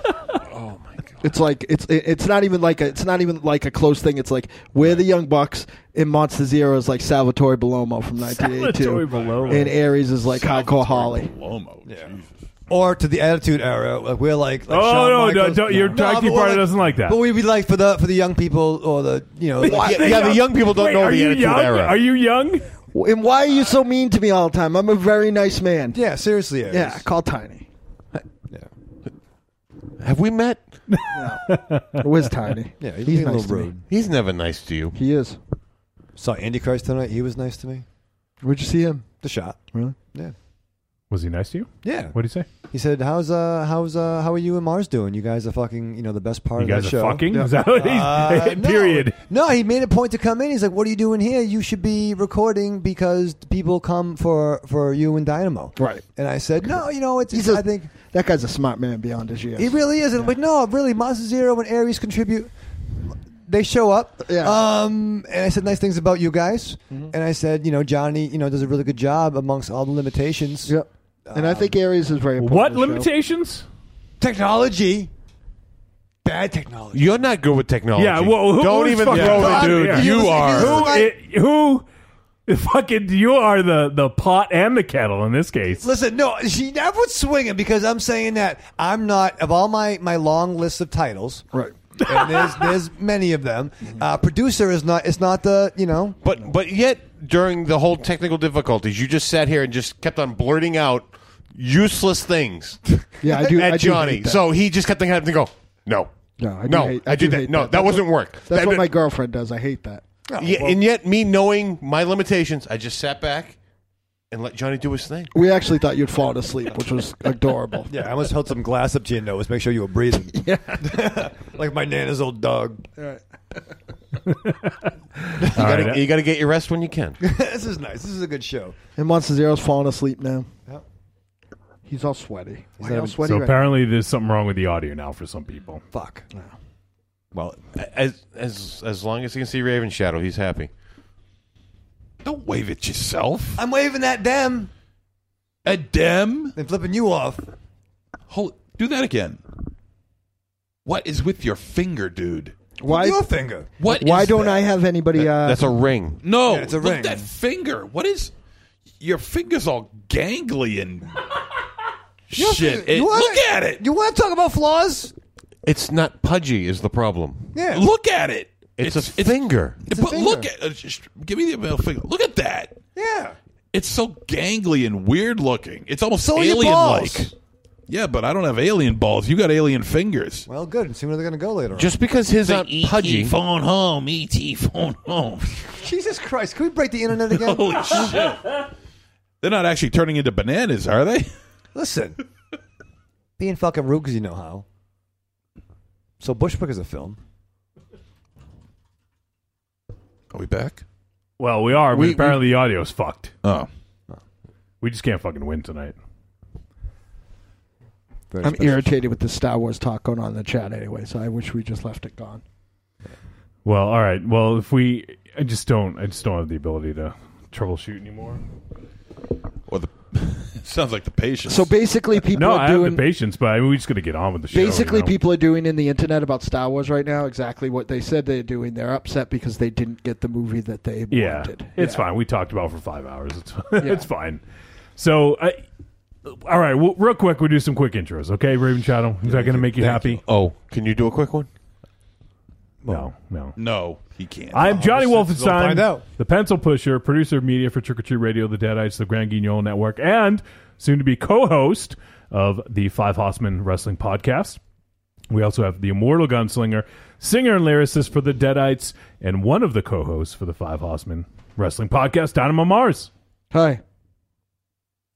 E: Oh
F: It's like it's it- it's not even like a, it's not even like a close thing. It's like we're the Young Bucks and Monster Zero is like Salvatore Bellomo from 1982,
D: Salvatore Bellomo.
F: and Aries is like Hardcore Holly.
B: Lomo.
E: Yeah.
B: Jesus.
E: Or to the Attitude Era, like we're like. like
D: Oh,
E: Shawn
D: no, no,
E: Michaels.
D: don't- your tag
E: but
D: team
E: we're
D: partner doesn't like that.
E: But we'd be like for the for the young people or the you know.
G: Why-
E: Like,
G: yeah, yeah, the young people don't
D: Wait,
G: know
D: are
G: the
D: you
G: attitude
D: young?
G: era.
D: Are you young?
F: And why are you so mean to me all the time? I'm a very nice man.
E: yeah, seriously. Aries.
F: Yeah, call Tiny.
E: yeah,
G: Have we met?
F: Where's Tiny?
E: yeah. He's,
F: he's
E: being a
F: nice to
E: little
F: me.
E: rude.
G: He's never nice to you.
F: He is.
E: Saw Andy Christ tonight. He was nice to me.
F: Where'd you see him?
E: The shot.
F: Really?
E: Yeah.
D: Was he nice to you?
E: Yeah.
D: What did he say?
E: He said, "How's uh, how's uh, how are you and Mars doing? You guys are fucking, you know, the best part
D: You
E: of
D: guys
E: that
D: are
E: show."
D: fucking. Is that what he?
E: Uh, no.
D: period.
E: No, he made a point to come in. He's like, "What are you doing here? You should be recording because people come for for you and Dynamo."
F: Right.
E: And I said, "No, you know, it's, it's
F: He's a-
E: I think
F: That guy's a smart man beyond his years.
E: it really is." And But no, really, Mazda Zero and Aries contribute. They show up.
F: Yeah. Mm-hmm.
E: Um, and I said nice things about you guys. And I said, you know, Johnny, you know, does a really good job amongst all the limitations.
F: Yep. and I
E: Um,
F: think Aries is very important.
D: What
F: to the show.
D: limitations?
E: Technology. Bad technology.
G: You're not good with technology.
D: Yeah, well, who-
G: don't
D: who's
G: even
D: fucking
G: throw the
D: fucking
G: dude.
D: here?
G: You
E: Who's-
G: are.
E: who's-
D: Who?
E: Like-
D: It, who? Fucking, you are the the pot and the kettle in this case.
E: Listen, no, she that would swing it because I'm saying that I'm not of all my my long list of titles.
F: Right.
E: and there's there's many of them. Uh, producer is not it's not the you know
G: But but yet during the whole technical difficulties, you just sat here and just kept on blurting out useless things
F: Yeah, I do. I
G: at
F: do hate
G: Johnny.
F: that.
G: So he just kept thinking and go, no.
F: No, I do
G: no,
F: hate-
G: I,
F: I do
G: did that.
F: hate
G: No,
F: that.
G: that,
F: That's
G: wasn't work.
F: that's
G: That-
F: what my girlfriend does. I hate that.
G: yeah, and yet me knowing my limitations, I just sat back and let Johnny do his thing.
F: We actually thought you'd fallen asleep, which was adorable.
E: Yeah, I almost held some glass up to your nose, make sure you were breathing. Yeah, like my nana's old dog.
G: You
D: All
G: gotta,
D: right. uh,
G: you gotta get your rest when you can.
E: this is nice. This is a good show.
F: And Monster Zero's falling asleep now.
E: Yep.
F: He's all sweaty. He's
E: having-
F: all sweaty.
D: So
F: right
D: apparently, there's something wrong with the audio now for some people.
E: Fuck.
G: Well, as as as long as he can see Raven Shadow, he's happy.
B: Don't wave at yourself.
E: I'm waving that damn
B: A dem?
E: and flipping you off.
B: Hold, do that again. What is with your finger, dude?
F: now. why?
E: your finger.
B: What?
F: Why
B: is
F: don't
B: that?
F: I have anybody? Uh,
G: That's a ring.
B: No,
E: Yeah, it's a
B: look
E: ring.
B: at that finger. What is your fingers all gangly and shit? It-
E: You wanna-
B: look at it.
E: You want to talk about flaws?
G: It's not pudgy is the problem.
E: Yeah.
B: Look at it.
G: It's, a finger.
B: but look at. Uh, sh- give me the middle finger. Look at that.
E: Yeah.
B: It's so gangly and weird looking. It's almost
E: So are your
B: alien-like.
E: balls.
B: Yeah, but I don't have alien balls. You got alien fingers.
E: Well, E good. And see where they're gonna go later.
G: Just because his aren't pudgy.
B: E phone home.
E: E
B: ET phone home.
E: on. Jesus Christ! Can we break the internet again?
B: Holy shit! They're not actually turning into bananas, are they?
E: Listen, being fucking rude because you know how. So Bushwick is a film.
B: Are we back?
D: Well, we are, but
G: We- we-
D: apparently the audio's fucked.
B: Oh,
D: We just can't fucking win tonight.
E: Very
F: I'm
E: special.
F: irritated with the Star Wars talk going on in the chat anyway. So I wish we just left it gone.
D: Well, all right. Well, if we, I just don't, I just don't have the ability to troubleshoot anymore.
B: or the sounds like the patient.
F: So basically, people
D: No,
F: are
D: I have
F: doing
D: the patience, but I mean, we're just gonna get on with the show. you
F: Basically,
D: know?
F: people are doing in the internet about Star Wars right now exactly what they said they're doing. They're upset because they didn't get the movie that they
D: Yeah,
F: wanted.
D: it's
F: Yeah.
D: fine. We talked about it for five hours. It's it's fine. So, I, all right. Well, real quick, we will do some quick intros, okay? Raven Shadow, is that gonna make you happy?
G: Oh, can you do a quick one?
D: No, no.
B: no, he can't.
F: Oh,
D: I'm Johnny Wolfenstein,
E: find out.
D: the pencil pusher, producer of media for Trick or Treat Radio, the Deadites, the Grand Guignol Network, and soon to be co-host of the Five Hossman Wrestling Podcast. We also have the immortal gunslinger, singer and lyricist for the Deadites, and one of the co-hosts for the Five Hossman Wrestling Podcast, Dynamo Mars.
F: Hi.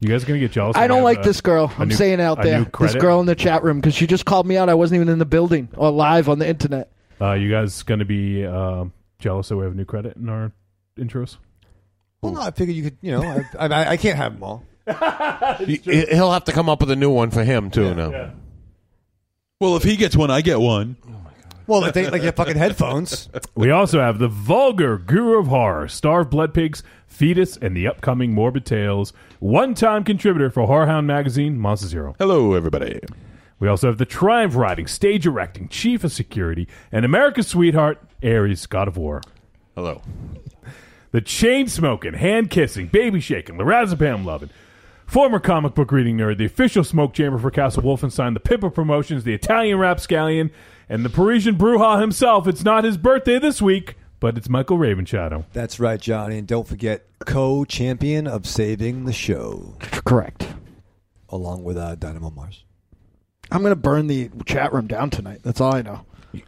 D: You guys are gonna get jealous?
F: I
D: when
F: don't
D: have
F: like
D: a-
F: this girl.
D: a
F: I'm
D: new-
F: saying out
D: a
F: there.
D: new
F: This
D: credit.
F: girl in the chat room because she just called me out. I wasn't even in the building or live on the internet.
D: Uh, you guys gonna be uh, jealous that we have a new credit in our intros?
E: Well, no, I figured you could. You know, I, I, I can't have them all.
G: He- He'll have to come up with a new one for him too now.
B: Well, if he gets one, I get one.
E: Well, if they like your fucking headphones.
D: We also have the vulgar guru of horror, star of Blood Pigs, Fetus, and the upcoming Morbid Tales, one-time contributor for Horrorhound magazine, Monster Zero.
B: Hello, everybody.
D: We also have the triumph riding, stage erecting, chief of security, and America's sweetheart, Ares, God of War.
B: Hello.
D: The chain smoking, hand kissing, baby shaking, lorazepam loving, former comic book reading nerd, the official smoke chamber for Castle Wolfenstein, the Pippa Promotions, the Italian rapscallion, and the Parisian Bruja himself. It's not his birthday this week, but it's Michael Ravenshadow.
E: That's right, Johnny. And don't forget, co-champion of saving the show,
F: Correct.
E: along with uh, Dynamo Mars.
F: I'm going to burn the chat room down tonight. That's all I know.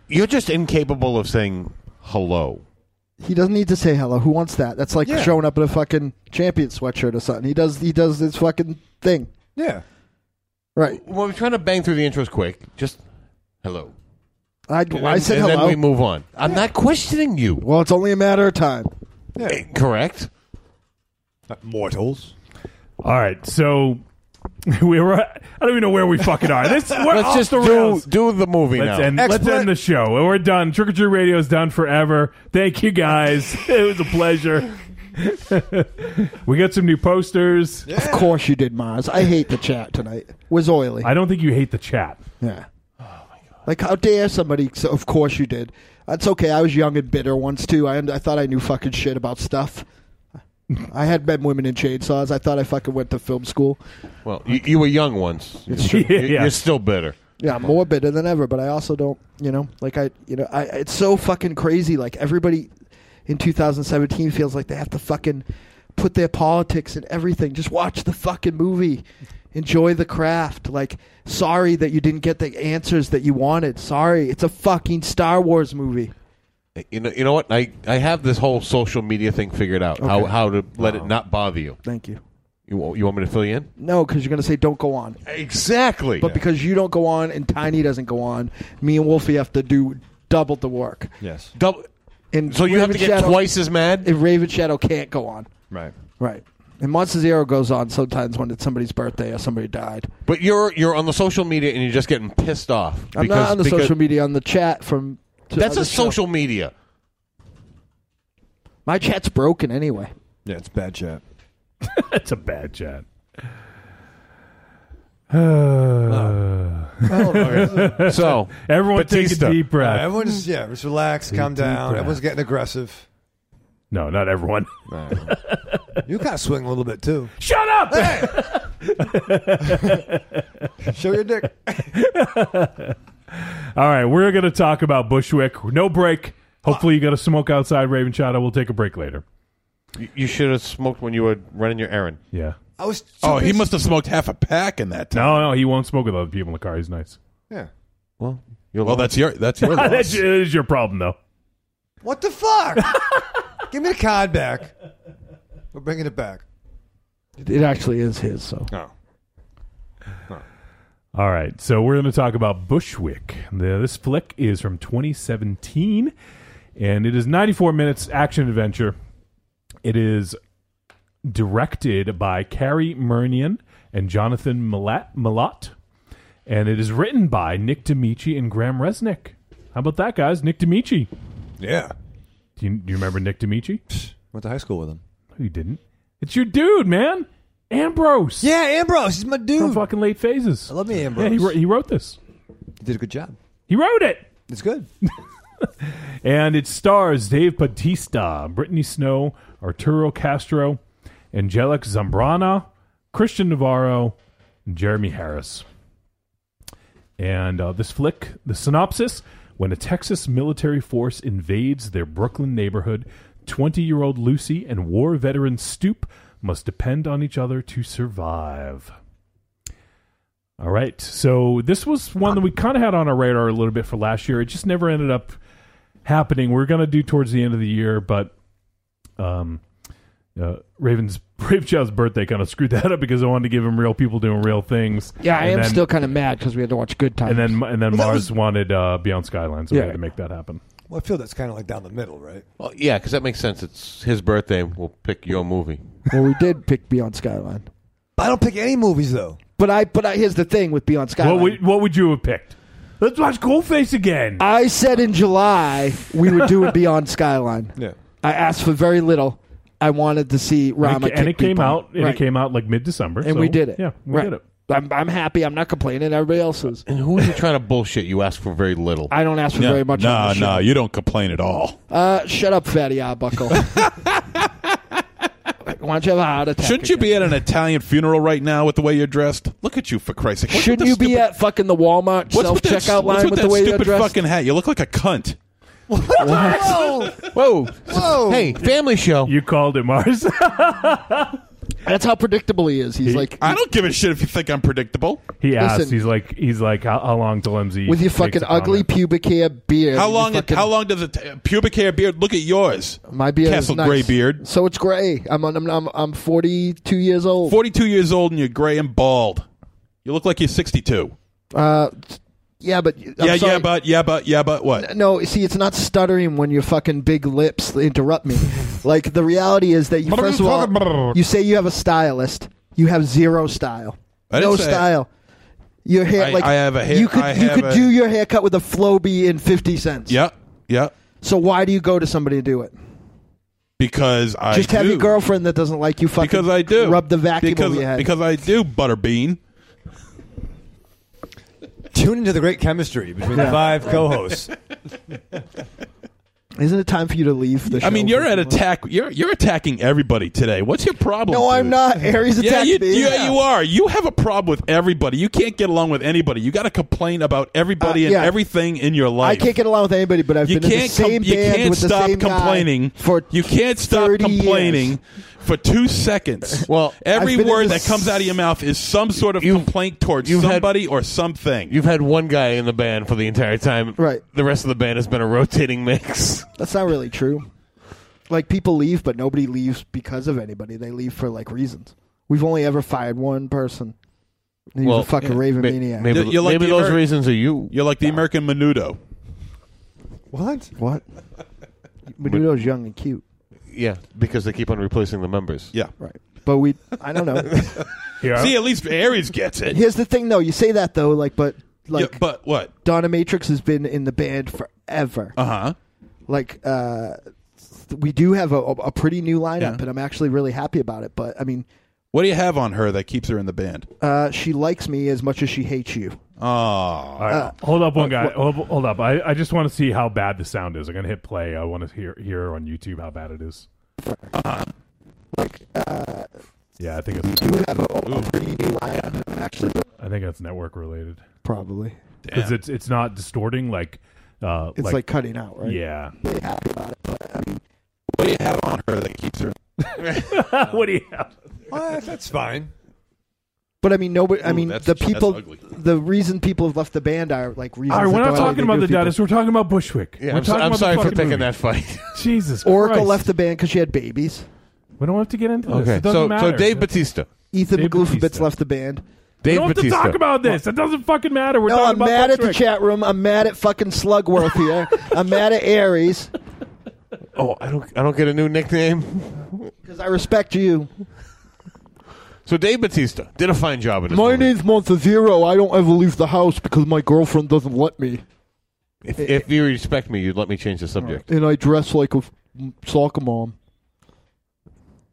G: You're just incapable of saying hello.
F: He doesn't need to say hello. Who wants that? That's like
E: Yeah.
F: showing up in a fucking champion sweatshirt or something. He does. He does his fucking thing.
E: Yeah.
F: Right.
G: Well, we're trying to bang through the intros quick. Just hello.
F: I, I said
G: and
F: hello.
G: then we move on. I'm not questioning you.
F: well, it's only a matter of time.
G: Eh, Correct.
E: Mortals.
D: All right, so we were. I don't even know where we fucking are. This we're
G: Let's
D: off
G: just
D: the
G: do,
D: rails.
G: do the movie
D: Let's
G: now.
D: end, let's
E: Expla-
D: end the show. We're done. Trick or Treat Radio is done forever. Thank you guys. It was a pleasure. we got some new posters.
F: Of course you did, Mars. I hate the chat tonight. It was oily.
D: I don't think you hate the chat.
F: Yeah. Like, how dare somebody? So of course you did. That's okay. I was young and bitter once too. I, I thought I knew fucking shit about stuff. I had men, women, and chainsaws. I thought I fucking went to film school.
G: Well, you, you were young once.
D: true.
G: You're,
D: Yeah.
G: you're still bitter.
F: Yeah, I'm more bitter than ever. But I also don't, you know, like I, you know, I. It's so fucking crazy. Like everybody in 2017 feels like they have to fucking put their politics and everything. Just watch the fucking movie. Enjoy the craft. Like, sorry that you didn't get the answers that you wanted. Sorry, it's a fucking Star Wars movie.
G: You know, you know what? I, I have this whole social media thing figured out. How
F: Okay.
G: how to let it not bother you.
F: Thank you.
G: You wa- you want me to fill you in?
F: No, because you're gonna say don't go on.
G: Exactly.
F: But because you don't go on and Tiny doesn't go on, me and Wolfie have to do double the work.
I: Yes.
G: Double,
F: And
G: so you have to
F: Raven
G: get
F: Shadow-
G: twice as mad.
F: And Raven Shadow can't go on.
I: Right.
F: Right. And Monster Zero goes on sometimes when it's somebody's birthday or somebody died.
G: But you're you're on the social media and you're just getting pissed off.
F: I'm not on the social media on the chat from. to
G: That's
F: other
G: a
F: show.
G: social media.
F: My chat's broken anyway.
I: Yeah, it's bad chat.
D: That's a bad chat. Uh,
E: Oh,
G: So
D: everyone
G: Batista.
D: take a deep
E: Uh,
D: breath.
E: everyone just yeah, just relax, calm down. Everyone's getting aggressive.
D: no, not everyone.
E: You kind of swing a little bit too.
D: Shut up!
E: Show your dick.
D: All right, we're going to talk about Bushwick. No break. Hopefully, you got a smoke outside, Raven Shadow. We'll take a break later.
G: you, you should have smoked when you were running your errand.
D: Yeah.
E: I was.
B: Oh, he
E: busy.
B: must have smoked half a pack in that time.
D: No, no, he won't smoke with other people in the car. He's nice.
E: Yeah.
G: Well, you're
B: Well, that's your that's your
D: that
B: loss.
D: is your problem, though.
E: What the fuck? Give me the card back. We're bringing it back.
F: It actually is his, so.
G: Oh.
D: All right, so we're going to talk about Bushwick. The, this flick is from 2017, and it is 94 minutes action adventure. It is directed by Carrie Murnian and Jonathan Malat, Malat, and it is written by Nick D'Amici and Graham Resnick. How about that, guys? Nick D'Amici.
B: Yeah.
D: Do you, do you remember Nick D'Amici?
I: Went to high school with him.
D: No, you didn't. It's your dude, man, Ambrose.
E: Yeah, Ambrose, he's my
D: from
E: dude.
D: fucking late phases.
E: I love me, Ambrose.
D: yeah, he, wrote- he wrote this.
E: He did a good job.
D: He wrote it.
E: It's good.
D: And it stars Dave Bautista, Brittany Snow, Arturo Castro, Angelic Zambrana, Christian Navarro, and Jeremy Harris. And uh, this flick, the synopsis when a Texas military force invades their Brooklyn neighborhood, 20 year old Lucy and war veteran Stoop must depend on each other to survive. All right. So this was one that we kind of had on our radar a little bit for last year. It just never ended up happening. We're going to do towards the end of the year, but um, uh, Raven's Brave Child's birthday kind of screwed that up because I wanted to give him real people doing real things.
F: Yeah, I
D: And
F: am
D: then-
F: still kind of mad because we had to watch Good Times.
D: And then and then
E: Well, that
D: Mars
E: was-
D: wanted uh, Beyond Skyline, so we
F: Yeah.
D: had to make that happen.
E: Well, I feel that's kind of like down the middle, right?
G: Well, yeah, because that makes sense. It's his birthday. We'll pick your movie.
F: well, we did pick Beyond Skyline.
E: I don't pick any movies though.
F: But I, but I, here's the thing with Beyond Skyline.
D: What would what would you have picked? Let's watch Coolface again.
F: I said in July we were doing Beyond Skyline.
E: Yeah.
F: I asked for very little. I wanted to see
D: and
F: Rama.
D: it, and
F: kick
D: it came
F: people.
D: out and
F: Right.
D: it came out like mid December,
F: and we did it.
D: Yeah, we
F: Right.
D: did it.
F: I'm, I'm happy. I'm not complaining. Everybody else is.
G: And who are you trying to bullshit? You ask for very little.
F: I don't ask for
B: No,
F: very much. on
B: no,
F: this show.
B: no, you don't complain at all.
F: Uh, shut up, fatty Arbuckle. Why don't you have a heart attack?
B: Shouldn't you
F: again?
B: be at an Italian funeral right now with the way you're dressed? Look at you, for Christ's sake! What's with
F: Shouldn't
B: that
F: you be
B: stupid-
F: at fucking the Walmart
B: what's
F: self
B: with that-
F: checkout
B: what's
F: line with,
B: with
F: the
B: that
F: way you're
B: stupid
F: dressed?
B: fucking hat? You look like a cunt.
E: Oh,
G: Whoa, whoa! Hey, family show.
D: You called it Mars.
F: That's how predictable he is. He's like,
B: I don't give a shit if you think I'm predictable.
D: he asked.
F: Listen.
D: he's like, he's like, how, how long till MZ
F: with your
D: makes
F: fucking
D: a
F: ugly
D: comment?"
F: pubic hair beard.
B: How
F: your
B: long?
F: fucking-
B: how long does a t- pubic hair beard? Look at yours.
F: My beard
B: Castle
F: is nice.
B: gray beard.
F: So it's gray. I'm I'm I'm, I'm 42 years old.
B: Forty-two years old and you're gray and bald. You look like you're sixty-two.
F: Uh, yeah, but I'm
B: yeah,
F: sorry.
B: yeah, but yeah, but yeah, but what?
F: No, see, it's not stuttering when your fucking big lips interrupt me. like the reality is that you, first of all, you say you have a stylist. You have zero style.
B: I didn't
F: no
B: say-
F: style. Your hair,
B: I-
F: like
B: I have a hair-
F: You could
B: I
F: you
B: have
F: could
B: a-
F: do your haircut with a Flowbee in fifty cents.
B: Yeah, yeah.
F: So why do you go to somebody to do it?
B: Because I
F: Just have
B: do.
F: your girlfriend that doesn't like you fucking.
B: Because I do.
F: Rub the vacuum
B: Because,
F: over your head.
B: because I do. Butterbean.
E: tune into the great chemistry between the five co-hosts.
F: Isn't it time for you to leave the show?
B: I mean, you're
F: for
B: at
F: a moment?
B: attack. You're you're attacking everybody today. What's your problem?
F: No, I'm
B: dude?
F: not. Aries
B: Yeah,
F: attacked
B: you,
F: me.
B: yeah, you are. You have a problem with everybody. You can't get along with anybody. You got to complain about everybody
F: Uh,
B: and
F: yeah.
B: everything in your
F: I
B: life.
F: can't get along with anybody, but I've
B: you
F: been in the
B: can't. com-
F: same
B: you
F: band
B: can't
F: with
B: stop
F: the same guy
B: complaining.
F: for
B: you can't stop
F: 30 years.
B: complaining for two seconds.
G: Well,
B: every
F: I've been in
B: word that
F: this-
B: comes out of your mouth is some sort of complaint towards
G: you've had-
B: somebody or something.
G: You've had one guy in the band for the entire time.
F: Right.
G: The rest of the band has been a rotating mix.
F: That's not really true. Like people leave, but nobody leaves because of anybody. They leave for like reasons. We've only ever fired one person. And he
G: Well,
F: was a fucking raven
G: May-
F: maniac.
G: Maybe,
B: You're like
G: maybe
B: the
G: those
B: Ameri-
G: reasons are you.
B: You're like the American Menudo.
E: What?
F: What? Menudo's young and cute,
G: Yeah, because they keep on replacing the members.
B: Yeah.
F: right? But we, I don't know.
D: Yeah.
B: See, at least Aries gets it.
F: Here's the thing, though. You say that though, like, but like
B: yeah, but what?
F: Donna Matrix has been in the band forever.
B: Uh huh.
F: like uh, we do have a, a pretty new lineup,
B: Yeah.
F: and I'm actually really happy about it. But I mean,
B: What do you have on her that keeps her in the band?
F: uh, she likes me as much as she hates you.
B: Oh,
D: All right.
F: Uh,
D: hold up, one guy. hold, hold up. I, I just want to see how bad the sound is. I'm gonna hit play. I want to hear hear on YouTube how bad it is. Like, uh, yeah, I think it's. I think that's network related
F: Probably,
D: because it's it's not distorting like. Uh,
F: it's like, cutting out, right?
D: yeah.
B: what do you have on her that keeps her?
D: what do you have?
E: Well, that's- that's fine.
F: But I mean, nobody. I
B: Ooh,
F: mean,
B: that's-
F: the
B: that's
F: people.
B: ugly.
F: The reason people have left the band are like reasons.
D: All right, we're
F: that
D: not
F: don't
D: talking
F: have
D: about the
F: anything to do with
D: Dennis. We're talking about Bushwick.
G: Yeah,
D: we're
G: I'm, so-
D: talking
G: I'm
D: about
G: sorry
D: the
G: for
D: fucking
G: picking
D: movie.
G: that fight.
D: Jesus
F: people. Oracle
D: Christ.
F: left the band because she had babies.
D: We don't have to get into this. It doesn't
G: so
D: matter.
G: so Dave Batista.
F: Ethan
D: Dave
F: McGloofenbitz
D: Bautista.
F: left the band.
D: We
G: Dave
D: don't have to
G: Batista.
D: talk about this. It doesn't fucking matter. We're
F: No,
D: talking
F: I'm
D: about
F: mad at the
D: Bushwick.
F: chat room. I'm mad at fucking Slugworth here. I'm mad at Aries
G: Oh, I don't. I don't get a new nickname.
F: because I respect you.
G: So Dave Batista did a fine job in this
F: My
G: movie.
F: name's Montezero. I don't ever leave the house because my girlfriend doesn't let me,
G: If, if you respect me, you'd let me change the subject.
F: and I dress like a f- soccer mom.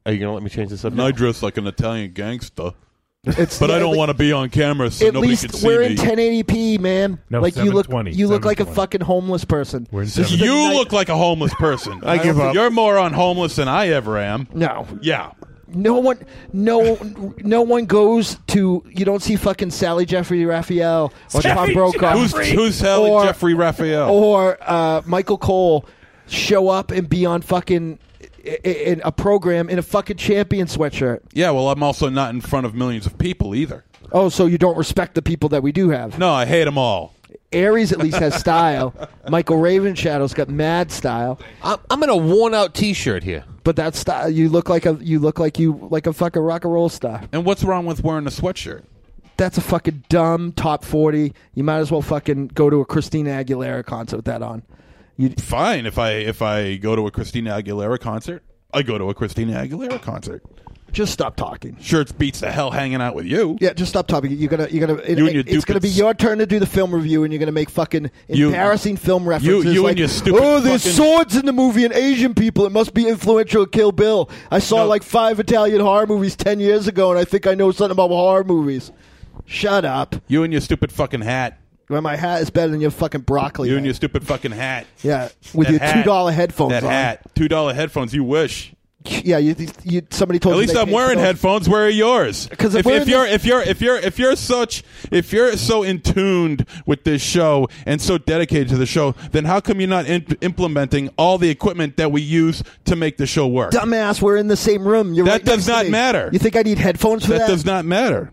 G: Are you gonna let me change the subject?
B: And I dress like an Italian gangster,
F: It's
B: but I don't want to be on camera so
F: At
B: nobody
F: least
B: can see
F: we're
B: me.
F: in 1080p, man.
D: No,
F: like you look,
D: 720,
F: you look like a
D: 720.
F: fucking homeless person.
D: We're in
F: This is
D: seven-
F: the
B: you
F: night-
B: look like a homeless person. I
G: give up.
B: You're more on homeless than I ever am.
F: No,
B: Yeah.
F: no one, no, no one goes to. You don't see fucking Sally Jeffrey Raphael or Tom
D: Sally
F: Brokaw.
D: Jeffrey.
B: Who's who's Sally
F: Or-
B: Jeffrey Raphael?
F: or uh, Michael Cole show up and be on fucking i- i- in a program in a fucking champion sweatshirt.
B: Yeah. Well, I'm also not in front of millions of people either.
F: Oh, so you don't respect the people that we do have.
B: No, I hate them all.
F: Aries at least has style. Michael Ravenshadow's got mad style,
G: I'm, I'm in a worn-out T-shirt here.
F: but that style you look like a you look like you like a fucking rock and roll star.
B: And what's wrong with wearing a sweatshirt?
F: That's a fucking dumb top forty. You might as well fucking go to a Christina Aguilera concert with that on. You,
B: Fine. If I if I go to a Christina Aguilera concert, I go to a Christina Aguilera concert.
F: just stop talking.
B: Shirts beats the hell hanging out with you.
F: Yeah, just stop talking. You're gonna, you're gonna. It,
B: You and your
F: it's gonna be
B: dupids.
F: your turn to do the film review, and you're gonna make fucking
B: You-
F: embarrassing film references.
B: you and
F: like,
B: your stupid
F: Oh, there's
B: fucking-
F: swords in the movie and Asian people. It must be influential. at Kill Bill. I saw
B: No.
F: like five Italian horror movies ten years ago, and I think I know something about horror movies. Shut up.
B: You and your stupid fucking hat.
F: Well, my hat is better than your fucking broccoli.
B: You and your
F: hat.
B: stupid fucking hat.
F: yeah, with
B: That
F: your
B: hat.
F: two dollar headphones.
B: That
F: on.
B: hat. Two dollar headphones. You wish.
F: Yeah, you, you. Somebody told
B: At
F: you
B: least
F: they
B: I'm
F: paid for
B: wearing
F: those.
B: headphones. Where are yours?
F: 'Cause if
B: if,
F: we're
B: if
F: in
B: you're
F: this-
B: if you're if you're if you're such if you're so in tuned with this show and so dedicated to the show, then how come you're not imp- implementing all the equipment that we use to make the show work?
F: Dumbass, we're in the same room. You're
B: That
F: right next
B: does
F: to
B: not
F: me.
B: matter.
F: You think I need headphones for
B: that
F: that?
B: does not matter.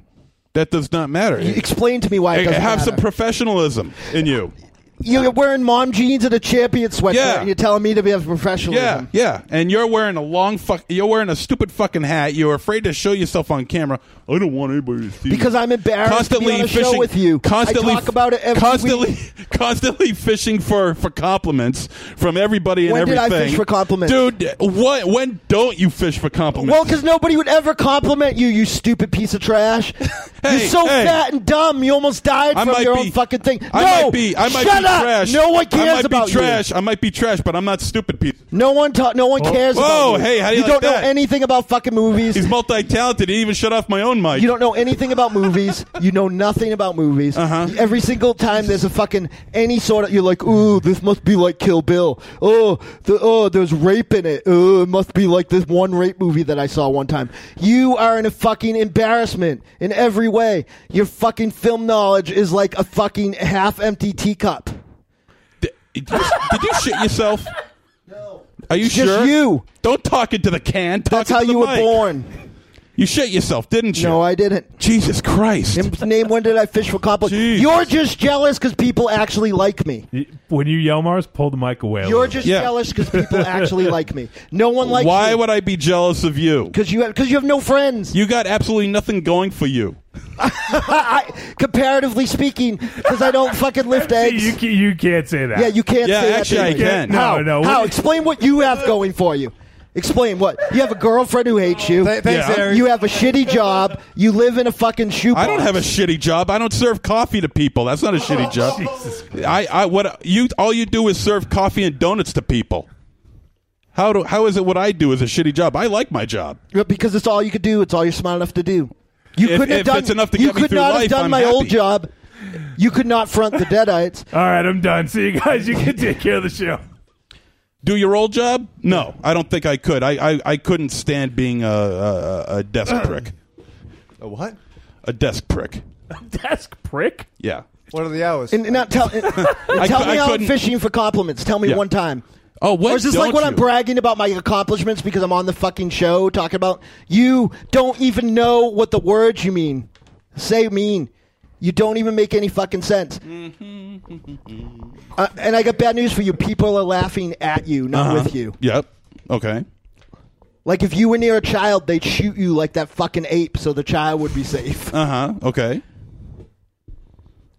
B: That does not matter.
F: You Explain to me why it
B: Hey,
F: doesn't
B: have
F: matter.
B: some professionalism in you.
F: You're wearing mom jeans and a champion sweatshirt.
B: Yeah.
F: And you're telling me to be a professional.
B: Yeah, yeah. And you're wearing a long fuck. You're wearing a stupid fucking hat. You're afraid to show yourself on camera. I don't want anybody to see me.
F: Because I'm embarrassed to
B: Constantly
F: be on a show
B: fishing
F: with you. I
B: Constantly
F: talk about it every
B: constantly, constantly fishing for for compliments from everybody and
F: When did I
B: everything.
F: fish for compliments?
B: dude? What? When don't you fish for compliments?
F: Well, because nobody would ever compliment you, you stupid piece of trash.
B: Hey,
F: you're so
B: hey.
F: fat and dumb. You almost died
B: I
F: from
B: might
F: your
B: be-
F: own fucking thing.
B: I
F: no,
B: might be- I might
F: shut
B: be be
F: Yeah,
B: trash.
F: no one
B: I
F: cares
B: might
F: about
B: be
F: you.
B: trash. I might be trash, but I'm not stupid. Piece.
F: No one ta- No one cares.
B: Whoa,
F: about you.
B: hey, how do you like
F: don't
B: that?
F: know anything about fucking movies.
B: He's multi-talented. He even shut off my own mic.
F: You don't know anything about movies. You know nothing about movies.
B: Uh-huh.
F: Every single time there's a fucking any sort of you're like, ooh, this must be like Kill Bill. Oh, the, oh, there's rape in it. Oh, it must be like this one rape movie that I saw one time. You are in a fucking embarrassment in every way. Your fucking film knowledge is like a fucking half-empty teacup.
B: Did, did you, did you shit yourself? No. Are you
F: Just
B: sure?
F: you.
B: Don't talk into the can. Talk
F: That's how
B: into the
F: you were
B: mic.
F: born.
B: You shit yourself, didn't you?
F: No, I didn't.
B: Jesus Christ.
F: Name- Name when did I fish for compliments?
B: Jeez.
F: You're just jealous because people actually like me.
D: Y- When you yell Mars, pull the mic away. a
F: You're
D: little
F: just
B: Yeah.
F: jealous because people actually like me. No one likes
B: Why would I be jealous of you?
F: Because you because you have no friends.
B: You got absolutely nothing going for you.
F: I, comparatively speaking, because I don't fucking lift
D: bit.
F: eggs.
D: you, ca- you can't say that.
F: yeah, you can't.
B: Yeah,
F: say
B: actually,
F: that
B: I
F: to me.
B: can.
F: How?
D: No, no.
F: How?
D: What-
F: Explain what you have going for you. Explain what you have a girlfriend who hates you.
E: Th- thanks,
B: Yeah.
E: Eric.
F: You have a shitty job. You live in a fucking shoe.
B: I don't have a shitty job. I don't serve coffee to people. That's not a
F: Oh,
B: shitty job. I, I what you all you do is serve coffee and donuts to people. How do how is it what I do is a shitty job? I like my job.
F: because it's all you could do. It's all you're smart enough to do. You
B: If-
F: couldn't
B: if
F: have done.
B: it's enough to
F: you
B: get me
F: could
B: through
F: not
B: life,
F: have done
B: I'm
F: my old
B: happy.
F: job. You could not front the Deadites.
D: All right, I'm done. See you guys. You can take care of the show.
B: Do your old job? No, I don't think I could. I I, I couldn't stand being a a, a- a desk prick.
E: A what?
B: A desk prick.
D: Desk prick.
B: Yeah.
E: What are the hours?
F: And, and not tell, and tell
B: cou-
F: me
B: I
F: how I'm
B: couldn't-
F: fishing for compliments. Tell me
B: Yeah.
F: one time.
B: Oh, what?
F: Or is this like
B: don't
F: when
B: you?
F: I'm bragging about my accomplishments because I'm on the fucking show talking about you don't even know what the words you mean say mean. You don't even make any fucking sense.
B: Mm-hmm.
F: uh, and I got bad news for you. People are laughing at you, not
B: Uh-huh.
F: with you.
B: Yep. Okay.
F: Like if you were near a child, they'd shoot you like that fucking ape, so the child would be safe.
B: Uh huh. Okay.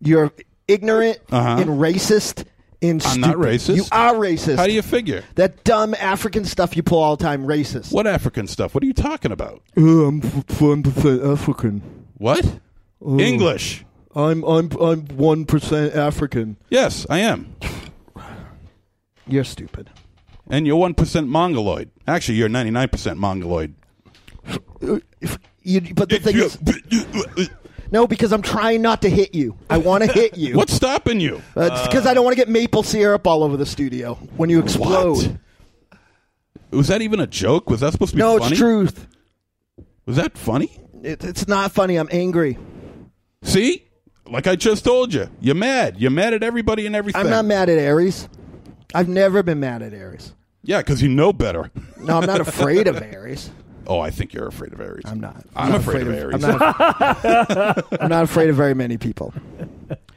F: You're ignorant
B: Uh-huh.
F: and racist. And
B: I'm not
F: stupid.
B: racist.
F: You are racist.
B: How do you figure?
F: That dumb African stuff you pull all the time, racist.
B: What African stuff? What are you talking about?
F: I'm one percent African.
B: What? English.
F: I'm I'm I'm one percent African.
B: Yes, I am.
F: You're stupid.
B: And you're one percent mongoloid. Actually, you're ninety nine percent mongoloid.
F: If you, but the thing is, no, because I'm trying not to hit you. I want to hit you.
B: What's stopping you?
F: Because I don't want to get maple syrup all over the studio when you explode.
B: What? Was that even a joke? Was that supposed to be
F: No,
B: funny?
F: it's truth.
B: Was that funny?
F: It, it's not funny. I'm angry.
B: See? Like I just told you. You're mad. You're mad at everybody and everything.
F: I'm not mad at Aries. I've never been mad at Aries.
B: Yeah, because you know better.
F: No, I'm not afraid of Aries.
B: Oh, I think you're afraid of Aries.
F: I'm not.
B: I'm,
F: not
B: afraid, of Aries.
F: I'm not, I'm not afraid of very many people.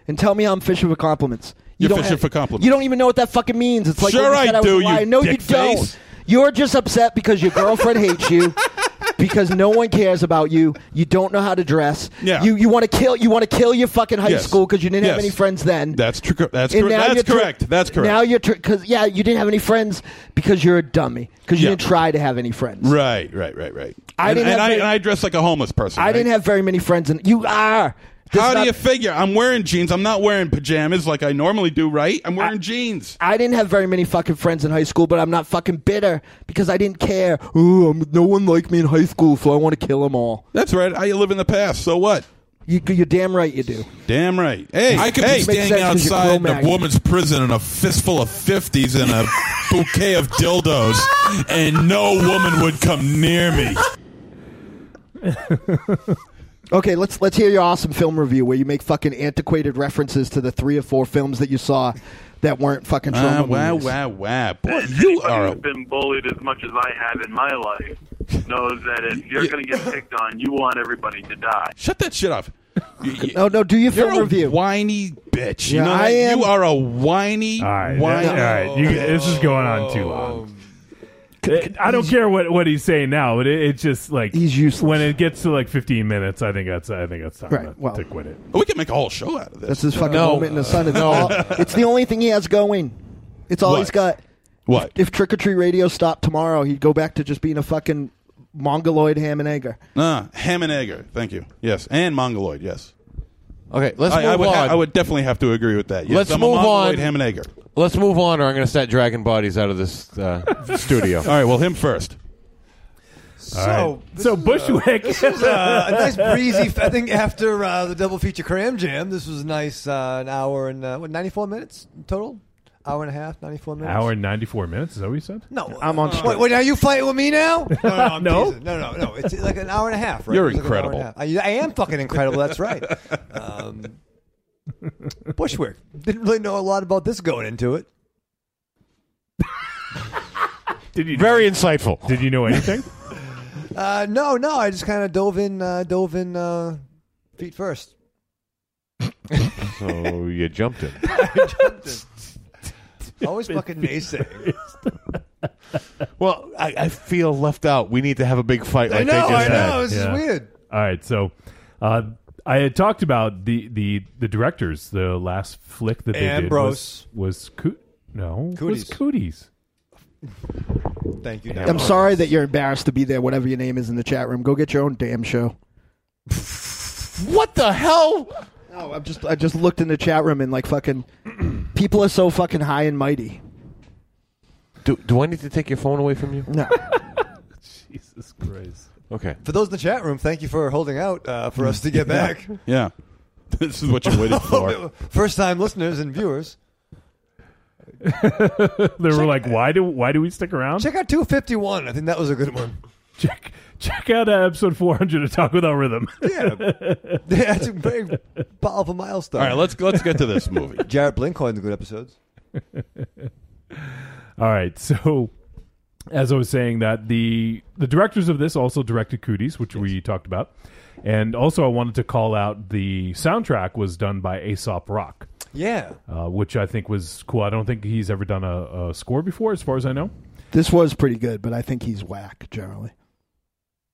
F: And tell me how I'm fishing for compliments. You
B: You're fishing for compliments.
F: You don't even know what that fucking means. It's like
B: Sure
F: when you said
B: I
F: was a
B: do, you
F: liar. No, you
B: dick face.
F: don't. You're just upset because your girlfriend hates you. Because no one cares about you. You don't know how to dress.
B: Yeah.
F: You you want to kill you want to kill your fucking high
B: Yes.
F: school because you didn't have
B: Yes.
F: any friends then.
B: That's true. That's,
F: And
B: cor-
F: now
B: that's
F: you're tr-
B: correct. that's correct.
F: Now you're because yeah, you didn't have any friends because you're a dummy because you
B: Yeah.
F: didn't try to have any friends.
B: Right, right, right, right.
F: I
B: and,
F: didn't
B: and
F: have
B: I,
F: very-
B: and I dress like a homeless person.
F: I
B: right?
F: didn't have very many friends, and you are. This
B: How
F: is
B: do
F: not-
B: you figure? I'm wearing jeans. I'm not wearing pajamas like I normally do, right? I'm wearing jeans.
F: I didn't have very many fucking friends in high school, but I'm not fucking bitter because I didn't care. Ooh, I'm, no one liked me in high school, so I want to kill them all.
B: That's right. I live in the past. So what?
F: You, you're damn right you do.
B: Damn right. Hey,
J: I could
B: hey,
J: be
F: makes
J: standing
F: sense 'cause you're
J: outside
F: Cro-Mag.
J: a woman's prison in a fistful of 50s and a bouquet of dildos, and no woman would come near me.
F: Okay, let's let's hear your awesome film review where you make fucking antiquated references to the three or four films that you saw that weren't fucking trauma
B: Ah, wow,
F: movies.
B: wow, wow. Boy, you
K: Anybody
B: are.
K: who's
B: A,
K: been bullied as much as I have in my life knows that if you're going to get picked on, you want everybody to die.
B: shut that shit off. You, you,
F: No, no, do your
B: you're
F: film
B: a
F: review.
B: whiny bitch.
F: Yeah,
B: you know that?
F: I am-
B: You are a whiny,
D: All right,
B: whiny.
D: all right. You, this is going on too long.
G: Um,
D: I don't care what, what he's saying now, but it, it's just like
F: He's useless.
D: When it gets to like 15 minutes, I think that's I think that's time
F: Right,
D: to,
F: well.
D: to quit it.
B: We can make a whole show out of this.
F: That's his fucking
L: No.
F: moment in the sun. It's, all, it's the only thing he has going. It's all
B: What?
F: he's got.
B: what?
F: If Trick or Treat Radio stopped tomorrow, he'd go back to just being a fucking mongoloid ham and egger.
B: Uh, Ah, ham and egger. Thank you. Yes, and mongoloid. Yes.
G: Okay, let's
B: I, I
G: move
B: would ha-
G: on.
B: I would definitely have to agree with that. Yes,
G: Let's
B: I'm a
G: move
B: Mongoloid
G: on.
B: Ham and Egger.
G: Let's move on, or I'm going to start dragging bodies out of this uh, studio. All
B: right, well, him first.
E: So, this
D: so
E: is, uh,
D: Bushwick.
E: this was uh, a nice breezy. I think after uh, the double feature cram jam, this was a nice uh, an hour and uh, what ninety four minutes total, hour and a half, ninety four minutes.
D: Hour and 94 minutes. Is that what you said?
E: No,
D: I'm on
E: Wait, wait, are you fighting with me now? No, no, I'm
D: No?
E: teasing. no, no, no. It's like an hour and a half. Right?
D: You're
E: It's like an hour and a
D: incredible.
E: half. I, I am fucking incredible. That's right. Um, Bushwick didn't really know a lot about this going into it.
D: Did you
G: Very insightful.
D: Did you know anything?
E: Uh, no, no. I just kind of dove in, uh, dove in uh, feet first.
G: So you jumped it.
E: Always fucking naysaying.
G: Well, I, I feel left out. We need to have a big fight. Like they just had.
D: Yeah. All right, so uh, I had talked about the the the directors. The last flick that they
E: Ambrose.
D: did was was coo- no was
E: Cooties.
D: cooties.
E: Thank you.
D: Yeah.
F: I'm sorry that you're embarrassed to be there, whatever your name is in the chat room. Go get your own damn show.
G: What the hell?
F: No, I'm just I just looked in the chat room and like fucking people are so fucking high and mighty.
G: Do, do I need to take your phone away from you?
F: No.
D: Jesus Christ.
G: Okay.
E: For those in the chat room, thank you for holding out uh, for us to get
B: Yeah.
E: back.
B: Yeah. This is what you're waiting for.
E: First time listeners and viewers.
D: They were like, why do why do we stick around?
E: Check out 251. I think that was a good one.
D: Check check out uh, episode 400 of Talk Without Rhythm.
E: Yeah. That's a very powerful milestone.
B: All right, let's let's get to this movie.
E: Jarrett Blinkhorn, the good episodes.
D: All right. So, as I was saying, that the the directors of this also directed Cooties, which we talked about, and also I wanted to call out the soundtrack was done by Aesop Rock,
E: Yeah.
D: uh, which I think was cool. I don't think he's ever done a, a score before, as far as I know.
F: This was pretty good, but I think he's whack generally.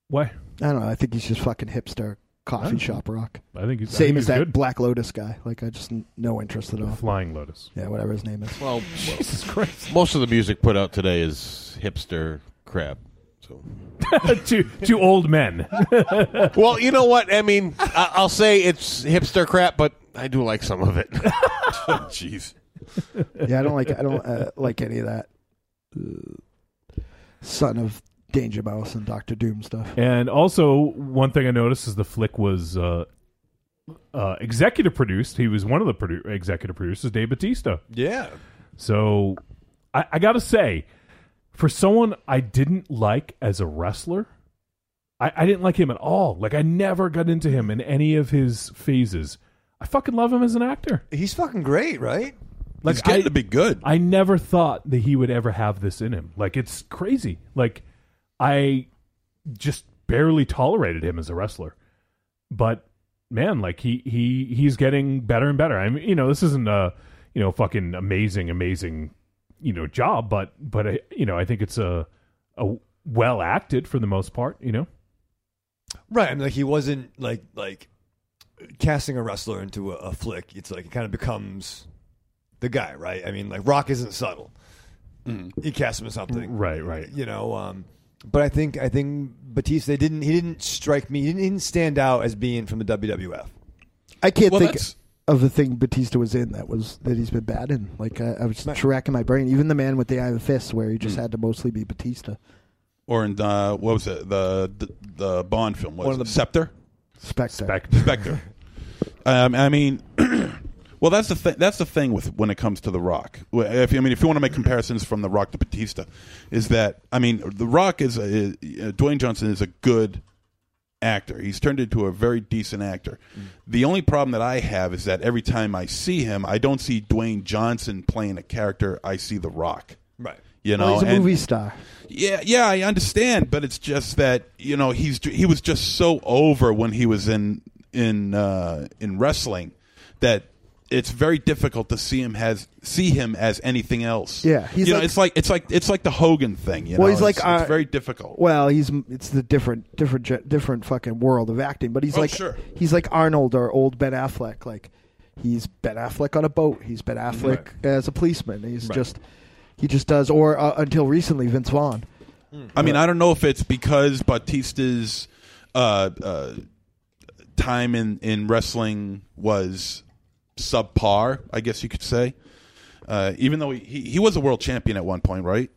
D: Why?
F: I don't know. I think he's just fucking hipster coffee
D: Oh.
F: shop rock.
D: I think he's I
F: same
D: think
F: as
D: he's
F: that
D: good.
F: Black Lotus guy. Like I just n- no interest at all.
D: Flying Lotus.
F: Yeah, whatever his name is.
G: Well,
D: Jesus Christ.
G: Most of the music put out today is hipster crap. So.
D: to to old men.
G: well, you know what? I mean, I, I'll say it's hipster crap, but I do like some of it.
B: Jeez.
F: yeah, I don't like I don't uh, like any of that. uh, son of Danger Mouse and Doctor Doom stuff.
D: And also, one thing I noticed is the flick was uh, uh, executive produced. He was one of the produ- executive producers, Dave Batista.
E: Yeah.
D: So I, I got to say, for someone I didn't like as a wrestler, I, I didn't like him at all. Like, I never got into him in any of his phases. I fucking love him as an actor.
E: He's fucking great, right?
D: Like,
B: He's getting
D: I-
B: to be good.
D: I never thought that he would ever have this in him. Like it's crazy. Like I just barely tolerated him as a wrestler. But man, like he he he's getting better and better. I mean, you know, this isn't a, you know, fucking amazing amazing, you know, job, but but I, you know, I think it's a a well acted for the most part, you know.
E: Right. I mean, like he wasn't like like casting a wrestler into a, a flick. It's like it kind of becomes the guy, right? I mean, like Rock isn't subtle. He casts him in something,
D: Right, Mm-hmm. right.
E: You know, um, but I think I think Batista they didn't he didn't strike me. He didn't, he didn't stand out as being from the WWF.
F: I can't
E: Well,
F: think
E: that's-
F: of the thing Batista was in that was that he's been bad in. Like uh, I, I was just racking my brain. Even the man with the eye of the fist, where he
E: Hmm.
F: just had to mostly be Batista.
B: Or in uh, what was it? The the, the Bond film was
F: One of
B: it?
F: the-
B: Scepter.
F: Spectre.
B: Spectre. um, I mean, well, that's the thing. That's the thing with when it comes to The Rock. Well, If I mean, if you want to make comparisons from The Rock to Batista, is that I mean, The Rock is, a, is uh, Dwayne Johnson is a good actor. He's turned into a very decent actor. The only problem that I have is that every time I see him, I don't see Dwayne Johnson playing a character. I see The Rock.
E: Right.
B: You know,
F: Well, he's a
B: and-
F: movie star.
B: yeah, yeah, I understand, but it's just that you know he's he was just so over when he was in in uh, in wrestling that it's very difficult to see him as see him as anything else.
F: Yeah, he's
B: you know,
F: like-
B: it's like it's like it's like the Hogan thing. You
F: well,
B: know,
F: he's like
B: it's,
F: uh,
B: it's very difficult.
F: Well, he's it's the different different ge- different fucking world of acting, but he's
B: Oh,
F: like
B: sure.
F: he's like Arnold or old Ben Affleck. Like he's Ben Affleck on a boat. He's Ben Affleck as a policeman. He's
B: Right.
F: just he just does. Or uh, until recently, Vince Vaughn.
B: I mean, I don't know if it's because Batista's uh, uh, time in, in wrestling was subpar, I guess you could say. Uh, even though he, he, he was a world champion at one point, right?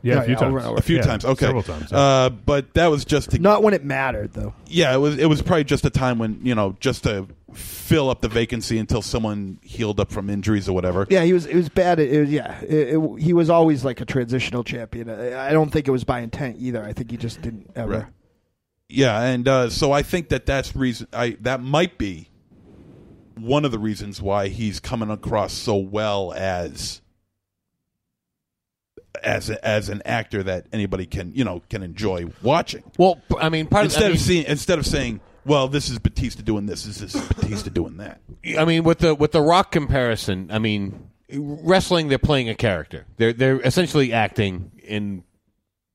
D: Yeah, a few Yeah, yeah, times. over-
B: A few
D: yeah,
B: times. Okay,
D: several times, yeah.
B: Uh, but that was just to
F: Not when it mattered, though.
B: yeah, it was it was probably just a time when you know just to fill up the vacancy until someone healed up from injuries or whatever.
F: Yeah, he was. It was bad. At, it was, yeah, it, it- he was always like a transitional champion. I, I don't think it was by intent either. I think he just didn't ever.
B: Right. Yeah, and uh, so I think that that's reason. I that might be one of the reasons why he's coming across so well as as a, as an actor that anybody can you know can enjoy watching.
G: Well, I mean, part of-
B: instead
G: I
B: of
G: mean-
B: seeing instead of saying, well, this is Batista doing this, this is Batista doing that.
G: I mean, with the with the Rock comparison, I mean, wrestling they're playing a character. They're they're essentially acting in,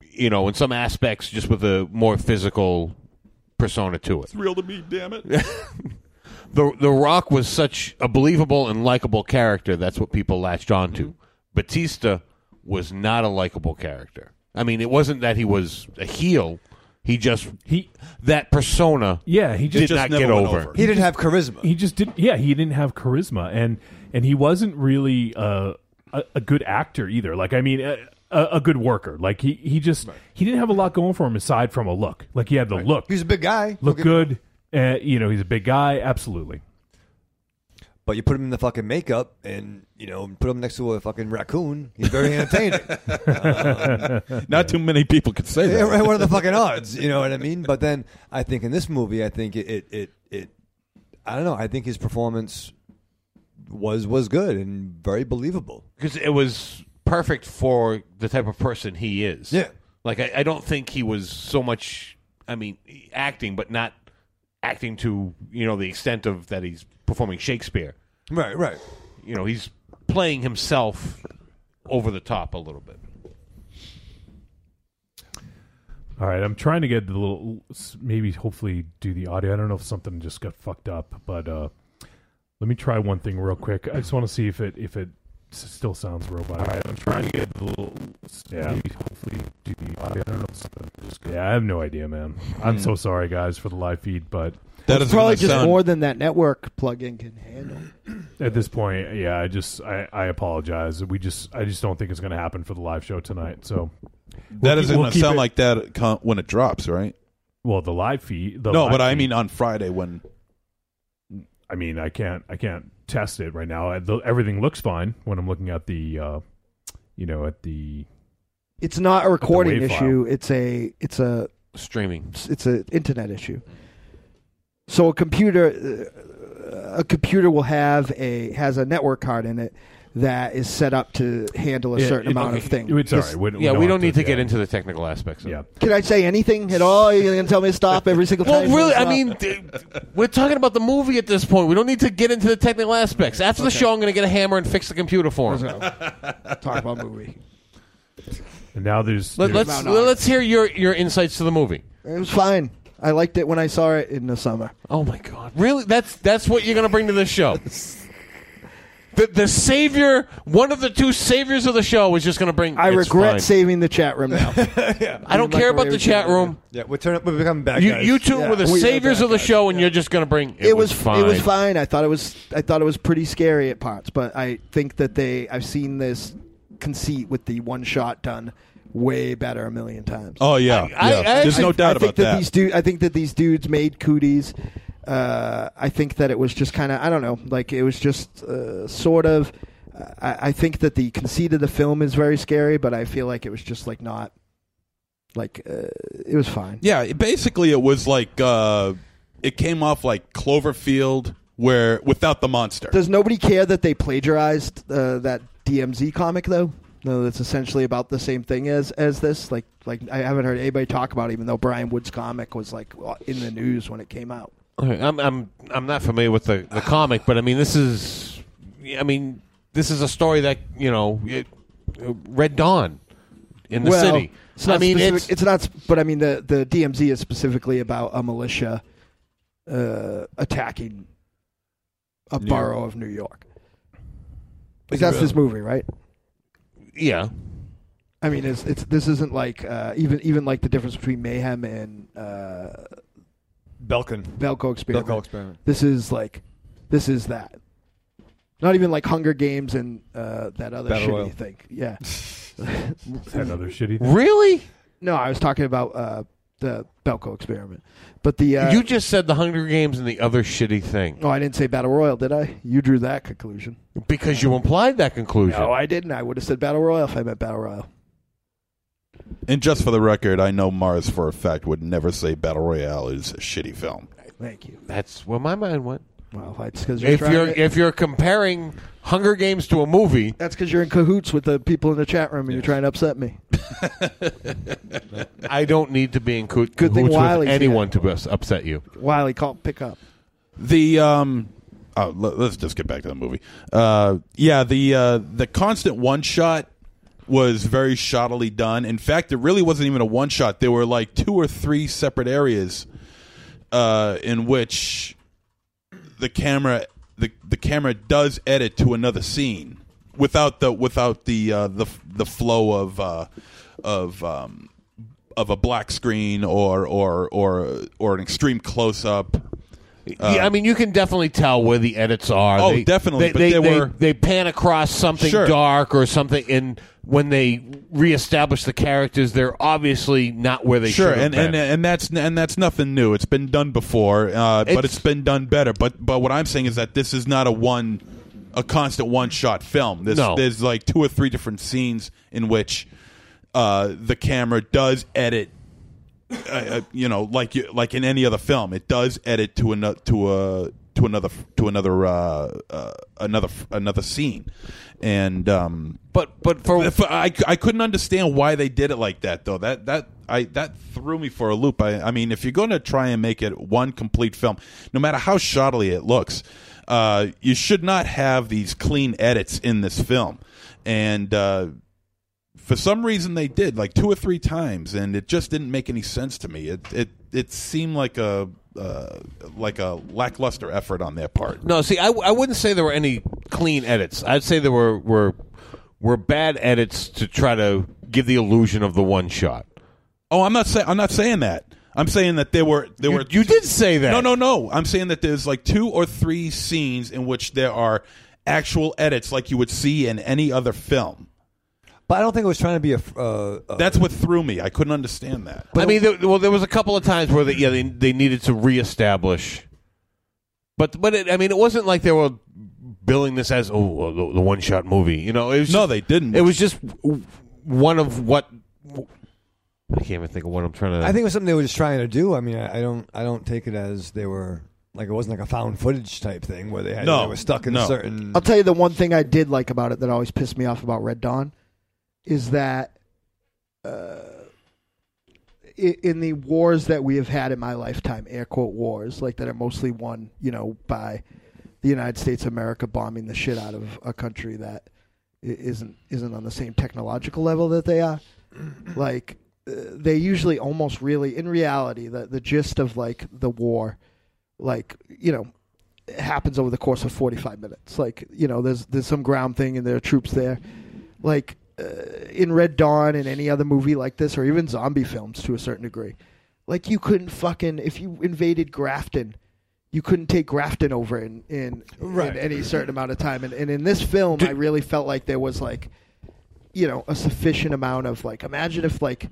G: you know, in some aspects, just with a more physical persona to it.
B: real to me, damn it.
G: The The Rock was such a believable and likable character. That's what people latched onto. Batista was not a likable character. I mean, it wasn't that he was a heel. He just he that persona.
D: Yeah, he just,
G: did not get over.
D: charisma. He just didn't. Yeah, he didn't have charisma, and and he wasn't really uh, a, a good actor either. Like, I mean, a, a, a good worker. Like he he just he didn't have a lot going for him aside from a look. Like he had the look.
E: He's a big guy.
D: Look
E: Look at-
D: good. Uh, you know, he's a big guy. Absolutely.
E: But you put him in the fucking makeup and, you know, put him next to a fucking raccoon. He's very entertaining. Um,
B: Not too many people could say that.
E: Yeah, right. What are the fucking odds? You know what I mean? But then I think in this movie, I think it, it, it, it I don't know. I think his performance was was good and very believable.
G: because it was perfect for the type of person he is.
E: Yeah.
G: like I, I don't think he was so much. I mean, acting, but not acting to you know the extent of that he's performing Shakespeare.
E: Right, right.
G: You know, he's playing himself over the top a little bit.
D: All right, I'm trying to get the little maybe hopefully do the audio. I don't know if something just got fucked up, but uh let me try one thing real quick. I just want to see if it if it s- still sounds robot. All right, I'm trying to get the little yeah. Maybe hopefully do the audio. I don't know if something just got Hmm. yeah. I have no idea, man. I'm so sorry, guys, for the live feed, but
F: That is probably just more than that network plugin can handle.
D: at this point, yeah, I just I, I apologize. We just I just don't think it's going to happen for the live show tonight. So
B: That
D: We'll keep-
B: doesn't
D: we'll keep
B: sound
D: it-
B: like that con- when it drops, right?
D: well the live feed. The
B: no,
D: live
B: but I
D: feed-
B: mean on Friday when
D: I mean, I can't, I can't test it right now. I, the, everything looks fine when I'm looking at the, uh, you know, at the.
F: It's not a recording
D: WAV file.
F: issue. It's a it's a
G: streaming.
F: It's an internet issue. So a computer uh, a computer will have a has a network card in it that is set up to handle a
D: Yeah,
F: certain
D: it-
F: amount
D: okay.
F: of things.
D: It's all right.
F: Just-
D: We-
G: yeah, we
D: have
G: don't
D: to-
G: need to
D: yeah.
G: get into the technical aspects. Of yeah.
F: Can I say anything at all? You're gonna tell me to stop every single
G: Well,
F: time.
G: really,
F: Stop.
G: I mean, d- we're talking about the movie at this point. We don't need to get into the technical aspects. After the show, I'm going to get a hammer and fix the computer for him.
F: Talk about movie.
D: And now there's.
G: Let,
D: there's-
G: us let's hear your your insights to the movie.
F: it was fine. I liked it when I saw it in the summer.
G: Oh my god! Really? That's that's what you're going to bring to this show. The, the savior, one of the two saviors of the show, is just going to bring.
F: I
G: it's
F: regret
G: fine.
F: saving the chat room now.
G: I don't care about the chat room.
E: Yeah, we're turning. We're becoming bad
G: You,
E: guys.
G: you two were the
E: We are
G: saviors
E: bad
G: of the
E: guys.
G: show, and you're just going to bring. It,
F: it was
G: fine.
F: it was fine. I thought it was I thought it was pretty scary at parts, but I think that they I've seen this conceit with the one shot done way better a million times.
B: Oh, yeah. I- Yeah. I There's no actually- doubt
F: I think
B: about that.
F: These dude, I think that these dudes made cooties. Uh, I think that it was just kind of I don't know, like it was just uh, sort of. I, I think that the conceit of the film is very scary, but I feel like it was just like not like uh, it was fine.
B: Yeah, it- basically it was like uh it came off like Cloverfield where without the monster.
F: Does nobody care that they plagiarized uh, that DMZ comic though? No, that's essentially about the same thing as as this. Like like I haven't heard anybody talk about it, even though Brian Wood's comic was like uh, in the news when it came out.
G: Okay, I'm I'm I'm not familiar with the, the comic, but I mean this is, I mean this is a story that you know, it, Red Dawn, in the
F: well,
G: city.
F: It's not
G: I mean
F: specific-
G: it's
F: it's not, s- but I mean the the DMZ is specifically about a militia uh, attacking a
G: New-
F: borough of New York. Like
G: Is it
F: that's this
G: really?
F: movie, right?
G: yeah.
F: I mean, it's it's this isn't like uh, even even like the difference between Mayhem and uh,
E: Belkin.
F: Belko experiment.
E: Belko experiment.
F: This is like, this is that. Not even like Hunger Games and uh, that other
E: Battle
F: shitty
E: Royale.
F: thing. Yeah.
D: That other shitty.
G: Really?
F: No, I was talking about uh, the Belko experiment. But the uh,
G: you just said the Hunger Games and the other shitty thing
F: no, I didn't say Battle Royale, did I? You drew that conclusion.
G: because you implied that conclusion.
F: No, I didn't. I would have said Battle Royale if I meant Battle Royale.
B: And just for the record, I know Mars for a fact would never say Battle Royale is a shitty film.
F: Thank you.
G: That's where my mind went.
F: Well, it's because
G: if you're if you're comparing Hunger Games to a movie,
F: that's because you're in cahoots with the people in the chat room and you're trying to upset me.
G: I don't need to be in coo-
F: Good thing
G: cahoots with
F: Wiley's
G: anyone to bus- upset you.
F: Wiley, call pick up.
B: The um, oh, le- let's just get back to the movie. Uh, yeah, the uh, the constant one shot was very shoddily done. In fact, it really wasn't even a one shot. There were like two or three separate areas uh, in which the camera the the camera does edit to another scene without the without the uh, the the flow of uh, of um, of a black screen or or or or an extreme close up.
F: Uh,
G: yeah, I mean, you can definitely tell where the edits are.
B: Oh,
G: They-
B: definitely,
G: They,
B: but
G: they,
B: there
G: they-
B: were-
G: they pan across something
B: Sure.
G: dark or something, and when they reestablish the characters, they're obviously not where they
B: sure,
G: should have
B: and, and
G: been.
B: and that's and that's nothing new. It's been done before, uh, but
G: It's-
B: it's been done better. But but what I'm saying is that this is not a one, a constant one shot film. There's
G: No.
B: there's like two or three different scenes in which uh, the camera does edit. Uh, uh, you know, like you, like in any other film, it does edit to another to a to another to another uh, uh, another another scene, and um,
G: but but for,
B: I, I couldn't understand why they did it like that though. That that I that threw me for a loop. I I mean, if you're going to try and make it one complete film, no matter how shoddily it looks, uh, you should not have these clean edits in this film, and. Uh, for some reason they did like two or three times and it just didn't make any sense to me it it it seemed like a uh, like a lackluster effort on their part
G: No, see, I, I wouldn't say there were any clean edits. I'd say there were were were bad edits to try to give the illusion of the one shot.
B: Oh, I'm not saying I'm not saying that. I'm saying that there were there
G: You-
B: were
G: you did say that.
B: No, no, no. I'm saying that there's like two or three scenes in which there are actual edits like you would see in any other film.
E: But I don't think it was trying to be a. Uh, uh,
B: That's what threw me. I couldn't understand that.
G: I mean, there, well, there was a couple of times where they, yeah, they they needed to reestablish, but but it, I mean, it wasn't like they were billing this as oh well, the, the one shot movie. You know, it was
B: No,
G: just-
B: they didn't.
G: It was just w- one of what I can't even think of what I'm trying to.
E: I think it was something they were just trying to do. I mean, I, I don't, I don't take it as they were like it wasn't like a found footage type thing where they had
B: No,
E: they were stuck in
B: no.
E: a certain.
F: I'll tell you the one thing I did like about it that always pissed me off about Red Dawn is that uh, i- in the wars that we have had in my lifetime, air quote wars, like that are mostly won, you know, by the United States of America bombing the shit out of a country that i- isn't isn't on the same technological level that they are. Like uh, they usually almost really in reality the the gist of like the war, like you know, it happens over the course of 45 minutes. Like, you know, there's there's some ground thing and there are troops there. Like uh, in Red Dawn and any other movie like this or even zombie films to a certain degree. Like you couldn't fucking if you invaded Grafton, you couldn't take Grafton over in in, in any certain amount of time. And, and in this film, I really felt like there was like you know, a sufficient amount of like imagine if like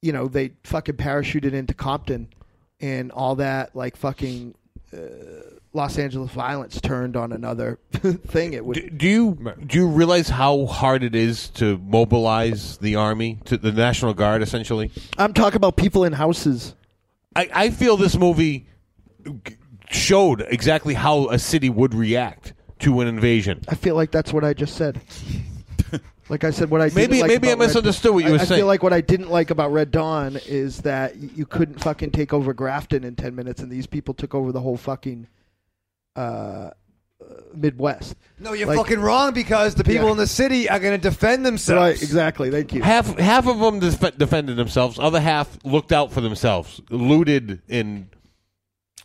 F: you know, they fucking parachuted into Compton and all that like fucking uh, Los Angeles violence turned on another thing. It would
G: do you do you realize how hard it is to mobilize the army to the National Guard essentially?
F: I'm talking about people in houses.
G: I, I feel this movie g- showed exactly how a city would react to an invasion.
F: I feel like that's what I just said. like I said, what I didn't
G: Maybe-
F: like
G: maybe I
F: about Red-
G: misunderstood what you
F: I-
G: were
F: I
G: saying.
F: feel like what I didn't like about Red Dawn is that y- you couldn't fucking take over Grafton in ten minutes, and these people took over the whole fucking uh, uh, Midwest.
E: no, you're
F: Like-
E: fucking wrong because the people
F: Yeah.
E: in the city are going to defend themselves.
F: Right, exactly. Thank you.
G: Half half of them def- defended themselves. Other half looked out for themselves, looted, and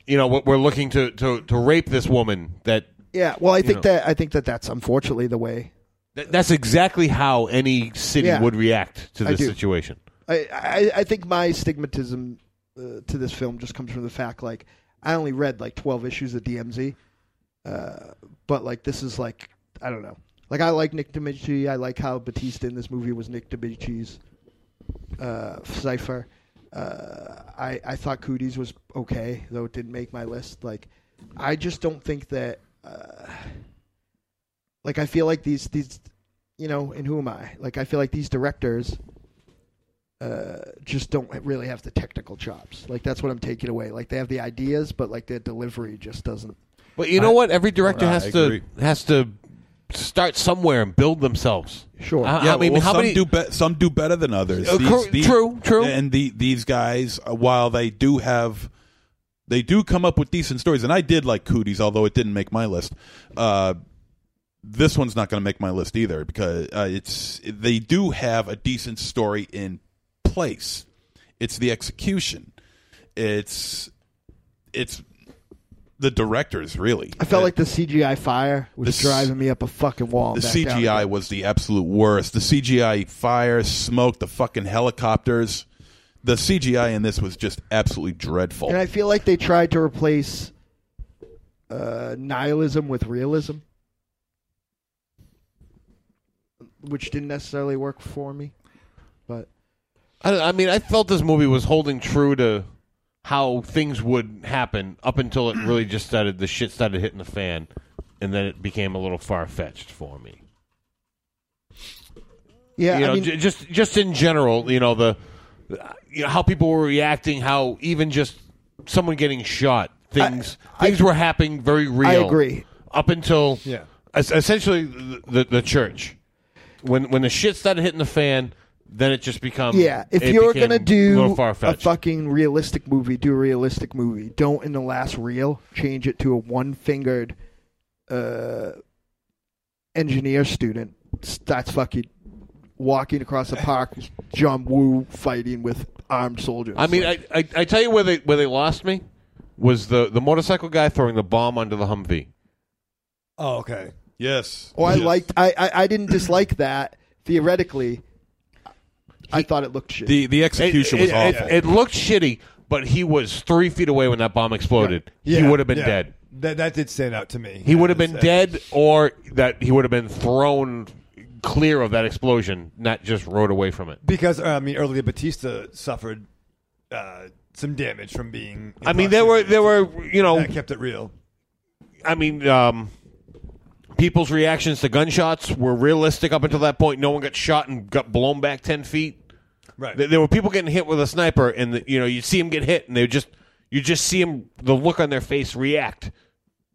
G: you know we're- we're looking to, to, to rape this woman. That
F: Yeah, well, I
G: you
F: think
G: know,
F: that I think that that's unfortunately the way.
G: that- that's exactly how any city
F: Yeah.
G: would react to
F: I
G: this
F: do.
G: situation.
F: I, I I think my stigmatism uh, to this film just comes from the fact like I only read like 12 issues of DMZ, uh, but like this is like I don't know. Like I like Nick DiMici. I like how Batista in this movie was Nick DiMici's uh, cipher. Uh, I I thought Cooties was okay, though it didn't make my list. Like I just don't think that. Uh, like I feel like these these, you know, and who am I? Like I feel like these directors. Uh, just don't really have the technical chops. Like that's what I'm taking away. Like they have the ideas, but like their delivery just doesn't.
G: But you know what? Every director
F: I-
G: has
F: I
G: to
F: agree.
G: has to start somewhere and build themselves.
F: Sure.
G: I,
B: yeah,
G: I mean,
B: well,
G: how
B: some
G: many?
B: do be- some do better than others.
G: Uh, cor- true, true.
B: And the, these guys, uh, while they do have, they do come up with decent stories. And I did like Cooties, although it didn't make my list. Uh, this one's not going to make my list either because uh, it's they do have a decent story in place. It's the execution. It's it's the directors really. Uh,
F: I felt like the CGI fire was
B: This-
F: driving me up a fucking wall. and
B: The
F: back down
B: CGI
F: again.
B: was the absolute worst. The CGI fire, smoke, the fucking helicopters. The CGI in this was just absolutely dreadful.
F: And I feel like they tried to replace uh, nihilism with realism, which didn't necessarily work for me. But
G: I, I mean, I felt this movie was holding true to how things would happen up until it really just started. The shit started hitting the fan, and then it became a little far fetched for me.
F: yeah,
G: you know,
F: I mean,
G: ju- just just in general, you know the, you know, how people were reacting, how even just someone getting shot, things things were happening very real.
F: I agree.
G: Up until
F: Yeah.
G: es- essentially the, the the church, when when the shit started hitting the fan, then it just becomes
F: yeah. If you're gonna do
G: far
F: a
G: fetched.
F: fucking realistic movie, do a realistic movie. Don't in the last reel change it to a one-fingered uh, engineer student. That's fucking walking across the park, John Woo fighting with armed soldiers.
G: I mean, I, I I tell you where they where they lost me was the the motorcycle guy throwing the bomb under the Humvee.
E: Oh, okay.
B: Yes.
F: Oh, I liked. I, I I didn't dislike that theoretically. I thought it looked shit.
B: the the execution
G: it,
B: was
G: it-
B: awful.
G: It, it looked shitty, but he was three feet away when that bomb exploded. he would have been
E: yeah.
G: dead.
E: That that did stand out to me.
G: He would have been
E: That-
G: dead, or that he would have been thrown clear of that explosion, not just rode away from it.
E: because uh, I mean earlier Batista suffered uh, some damage from being.
G: I mean, there were there were you know
E: that kept it real.
G: I mean, um, people's reactions to gunshots were realistic up until that point. No one got shot and got blown back ten feet.
E: Right.
G: There, there were people getting hit with a sniper, and the, you know you see them get hit, and they just you just see them the look on their face react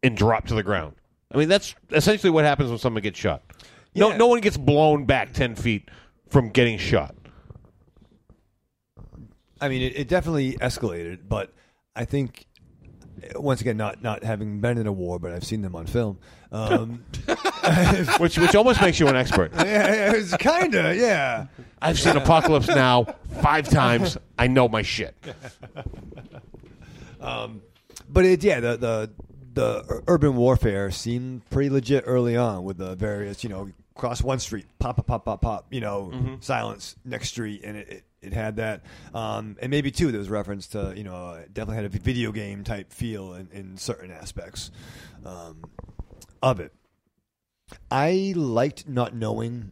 G: and drop to the ground. I mean, that's essentially what happens when someone gets shot. No, no one gets blown back ten feet from getting shot.
E: I mean, it, it definitely escalated, but I think uh, once again, not not having been in a war, but I've seen them on film. Um,
G: which which almost makes you an expert.
E: yeah, it's kinda yeah.
G: I've seen Apocalypse Now five times. I know my shit.
E: Um, but it, yeah, the the the ur- urban warfare seemed pretty legit early on with the various, you know, cross one street, pop, pop, pop, pop, pop, you know,
G: Mm-hmm.
E: silence next street, and it, it, it had that, um, and maybe too there was reference to, you know, it definitely had a video game type feel in, in certain aspects um, of it. I liked not knowing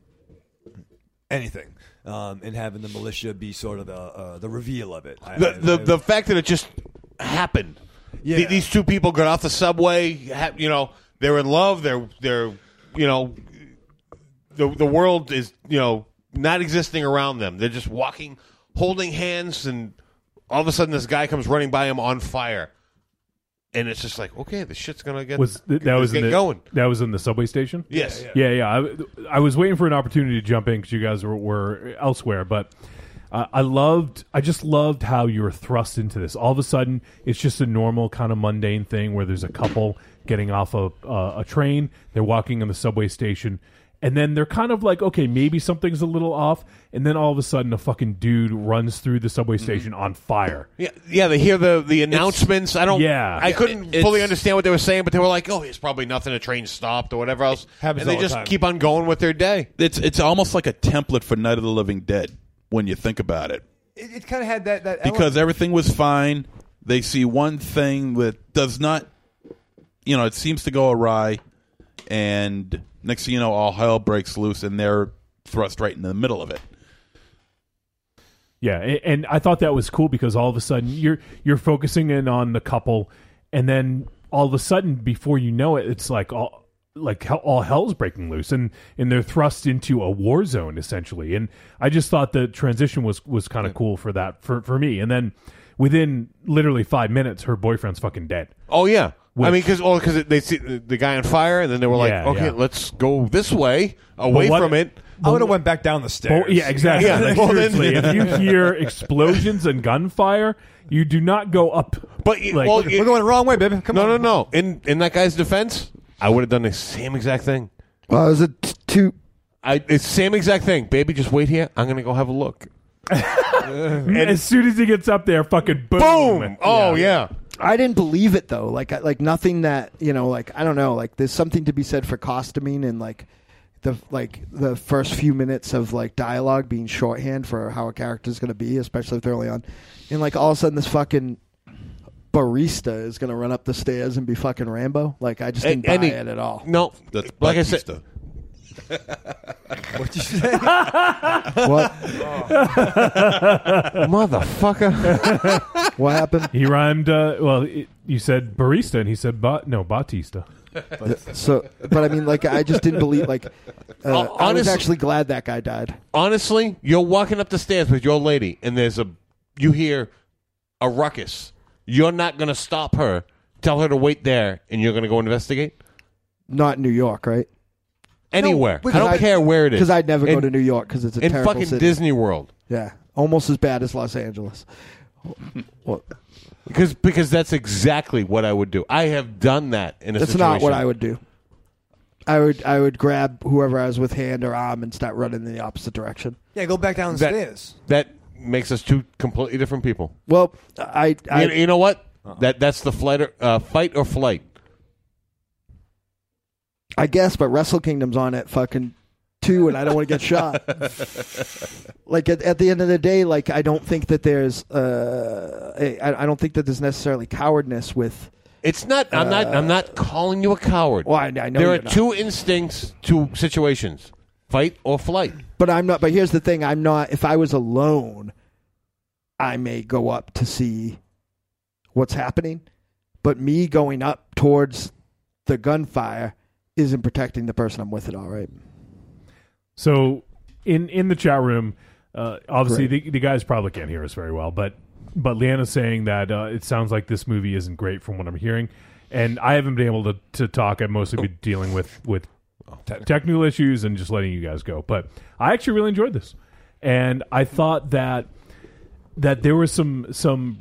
E: anything. Um, and having the militia be sort of the uh, the reveal of it. I-
G: the
E: I-
G: the,
E: I-
G: the fact that it just happened.
E: Yeah.
G: Th- these two people got off the subway. Ha- you know, they're in love. They're they're you know, the the world is you know not existing around them. They're just walking, holding hands, and all of a sudden this guy comes running by him on fire, and it's just like okay, the shit's gonna get
D: was th- that was in
G: get
D: the,
G: going.
D: That was in the subway station.
G: Yes.
D: Yeah, yeah. I, I was waiting for an opportunity to jump in because you guys were, were elsewhere, but uh, I loved. I just loved how you were thrust into this. All of a sudden, it's just a normal kind of mundane thing where there's a couple getting off a uh, a train. They're walking in the subway station. And then they're kind of like, okay, maybe something's a little off. And then all of a sudden, a fucking dude runs through the subway station on fire.
G: Yeah, yeah. They hear the the announcements. I don't.
D: Yeah.
G: I couldn't
D: It's-
G: fully understand what they were saying, but they were like, "Oh, it's probably nothing. A train stopped or whatever else." And
B: happens
G: they
B: all the
G: just
B: time.
G: keep on going with their day.
B: It's it's almost like a template for Night of the Living Dead when you think about it.
E: it, it kind of had that that
B: because
E: element.
B: everything was fine. They see one thing that does not, you know, it seems to go awry, and next thing you know, all hell breaks loose, and they're thrust right into the middle of it.
D: Yeah, a- and I thought that was cool because all of a sudden you're you're focusing in on the couple, and then all of a sudden, before you know it, it's like all like hell, all hell's breaking loose, and and they're thrust into a war zone essentially. And I just thought the transition was was kind of cool for that for for me. And then within literally five minutes, her boyfriend's fucking dead.
G: Oh yeah. I
D: Which-
G: mean, because because they see the the guy on fire, and then they were like,
D: Yeah,
G: "Okay,
D: yeah.
G: let's go this way, away
D: But what-
G: from it."
E: I would have went back down the stairs.
D: Bo- yeah, exactly.
G: Yeah.
D: Like,
G: Well, then-
D: seriously, if you hear explosions and gunfire, you do not go up.
G: But
E: the wrong way, baby. Come
G: no, on. no, no. In in that guy's defense, I would have done the same exact thing.
F: Well, is it t- too?
G: I it's same exact thing, baby. Just wait here. I'm gonna go have a look.
D: as soon as he gets up there, fucking boom!
G: Boom! Oh yeah.
F: I didn't believe it though. Like I- like nothing that you know. Like I don't know. Like there's something to be said for costuming and like the like the first few minutes of like dialogue being shorthand for how a character's going to be, especially if they're early on. And like all of a sudden, this fucking barista is going to run up the stairs and be fucking Rambo. Like I just didn't
G: A- any-
F: buy it at all.
G: No,
B: That's
G: like I said,
E: What'd you say?
F: What?
G: motherfucker.
F: what happened?
D: He rhymed. Uh, well, it, you said barista, and he said ba- no Batista.
F: so, but I mean, like I just didn't believe. Like uh, I was
G: honest-
F: actually glad that guy died.
G: honestly, you're walking up the stairs with your lady, and there's a you hear a ruckus. You're not gonna stop her. Tell her to wait there, and you're gonna go investigate
F: Not in New York, right?
G: anywhere. I don't care where it is
F: Because I'd never go
G: And-
F: to New York because it's a
G: in
F: terrible
G: fucking
F: city.
G: Disney World.
F: Yeah, almost as bad as Los Angeles. Well,
G: Because because that's exactly what I would do. I have done that in a
F: that's
G: situation.
F: not what I would do. I would I would grab whoever I was with hand or arm and start running in the opposite direction.
E: Yeah, go back down the stairs.
G: That makes us two completely different people.
F: Well, I, I Uh-uh.
G: you, you know what? That that's the flight or, uh, fight or flight.
F: I guess, but Wrestle Kingdom's on at fucking two, and I don't want to get shot. Like at, at the end of the day, like I don't think that there's uh a- I, I don't think that there's necessarily cowardness with.
G: It's not. I'm not. I'm not calling you a coward.
F: Well, I, I know
G: there
F: you're
G: are
F: not.
G: two instincts, two situations: fight or flight.
F: But I'm not. But here's the thing: I'm not. If I was alone, I may go up to see what's happening. But me going up towards the gunfire isn't protecting the person I'm with at all, right?
D: So in in the chat room, uh, obviously the, the guys probably can't hear us very well, but but Leanna's saying that uh, it sounds like this movie isn't great from what I'm hearing, and I haven't been able to, to talk. I've mostly been dealing with with technical issues and just letting you guys go. But I actually really enjoyed this, and I thought that that there were some some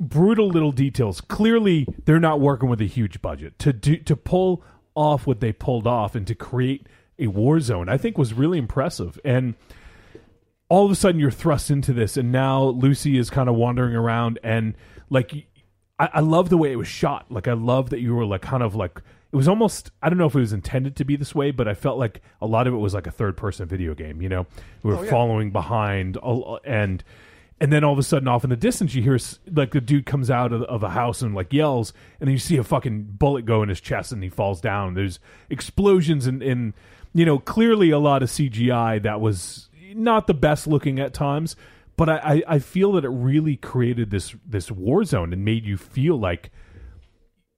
D: brutal little details. Clearly, they're not working with a huge budget to do to pull off what they pulled off and to create a war zone. I think was really impressive and. All of a sudden, you're thrust into this, and now Lucy is kind of wandering around, and like, I, I love the way it was shot. Like, I love that you were like kind of like it was almost. I don't know if it was intended to be this way, but I felt like a lot of it was like a third person video game. You know, we were
M: Oh, yeah.
D: following behind, a- and and then all of a sudden, off in the distance, you hear s- like the dude comes out of, of a house and like yells, and then you see a fucking bullet go in his chest, and he falls down. There's explosions and and you know clearly a lot of CGI that was not the best looking at times, but I, I, I feel that it really created this this war zone and made you feel like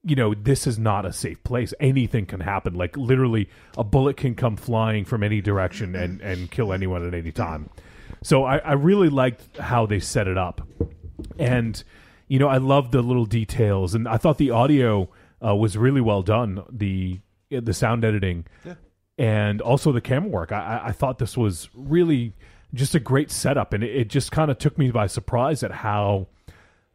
D: you know this is not a safe place anything can happen like literally a bullet can come flying from any direction and and kill anyone at any time so i i really liked how they set it up and you know i love the little details and i thought the audio uh, was really well done the the sound editing and also the camera work i I- i thought this was really just a great setup and it, it just kind of took me by surprise at how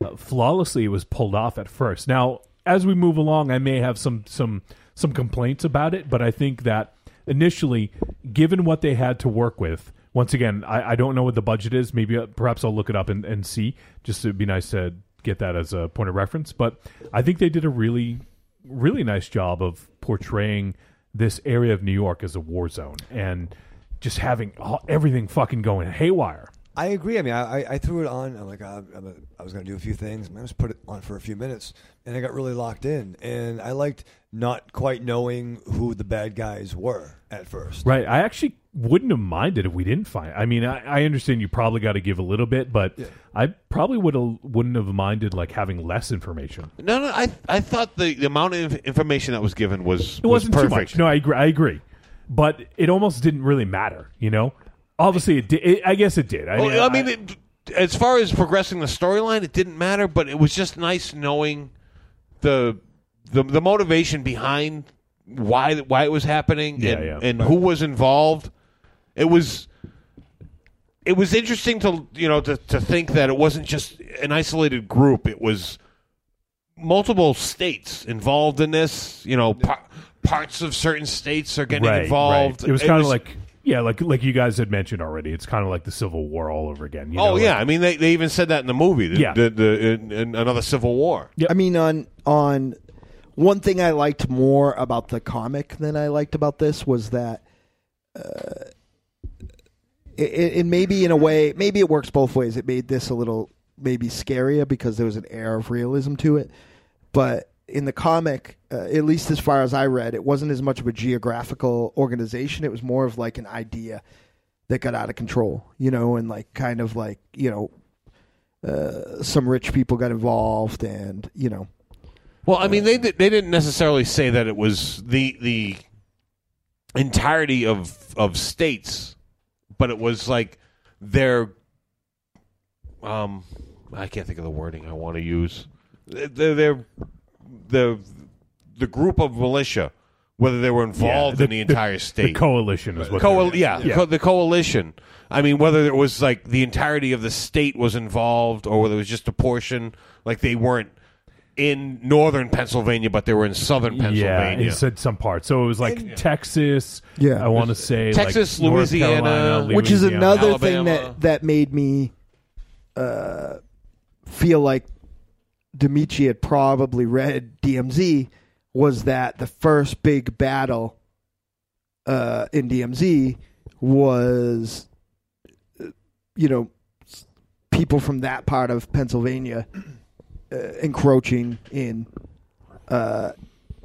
D: uh, flawlessly it was pulled off at first. Now, as we move along, I may have some some some complaints about it, but I think that initially, given what they had to work with, once again, I, I don't know what the budget is. Maybe uh, perhaps I'll look it up and, and see. Just it'd be nice to get that as a point of reference. But I think they did a really really nice job of portraying this area of New York as a war zone and just having all, everything fucking going haywire.
E: I agree. I mean, I, I- I threw it on. I'm like, uh, I'm a, I was going to do a few things. I just put it on for a few minutes, and I got really locked in. And I liked not quite knowing who the bad guys were at first.
D: Right. I actually wouldn't have minded if we didn't find. I mean, I, I understand you probably got to give a little bit, but I probably would have wouldn't have minded like having less information.
G: No, no, I I thought the, the amount of information that was given was
D: It wasn't
G: was
D: too
G: perfect.
D: much. No, I agree. I agree. But it almost didn't really matter, you know. Obviously, it did. It, I guess it did. I
G: Well,
D: mean,
G: I mean, it, as far as progressing the storyline, it didn't matter, but it was just nice knowing the the, the motivation behind why why it was happening
D: Yeah,
G: and,
D: yeah.
G: and who was involved. It was it was interesting to you know to, to think that it wasn't just an isolated group. It was multiple states involved in this. You know, par- parts of certain states are getting
D: right,
G: involved.
D: right. It was kind of like yeah, like like you guys had mentioned already. It's kind of like the Civil War all over again. You
G: oh
D: know,
G: yeah, I mean they, they even said that in the movie. The,
D: Yeah.
G: the, the- in, in another Civil War.
F: I mean, on on one thing I liked more about the comic than I liked about this was that, uh, it, it maybe in a way, maybe it works both ways. It made this a little maybe scarier because there was an air of realism to it, but in the comic, uh, at least as far as I read, it wasn't as much of a geographical organization. It was more of like an idea that got out of control, you know, and like kind of like you know uh, some rich people got involved, and you know,
G: Well, I mean they di- they didn't necessarily say that it was the the entirety of of states, but it was like their um I can't think of the wording I want to use. They're, they're the the group of militia, whether they were involved
D: the-
G: in the entire state.
D: the coalition is what.
G: Coal-
D: they're-
G: yeah, Co- the coalition. I mean, whether it was like the entirety of the state was involved, or whether it was just a portion, like they weren't in northern Pennsylvania, but they were in southern
D: Yeah,
G: Pennsylvania.
D: it said some parts. So it was like Texas.
F: Yeah.
D: I want to say
G: Texas,
D: like North
G: Louisiana,
D: Carolina,
F: which is
D: Louisiana.
F: another thing that that made me uh, feel like Dimitri had probably read DMZ was that the first big battle uh, in DMZ was, uh, you know, s- people from that part of Pennsylvania uh, encroaching in, uh,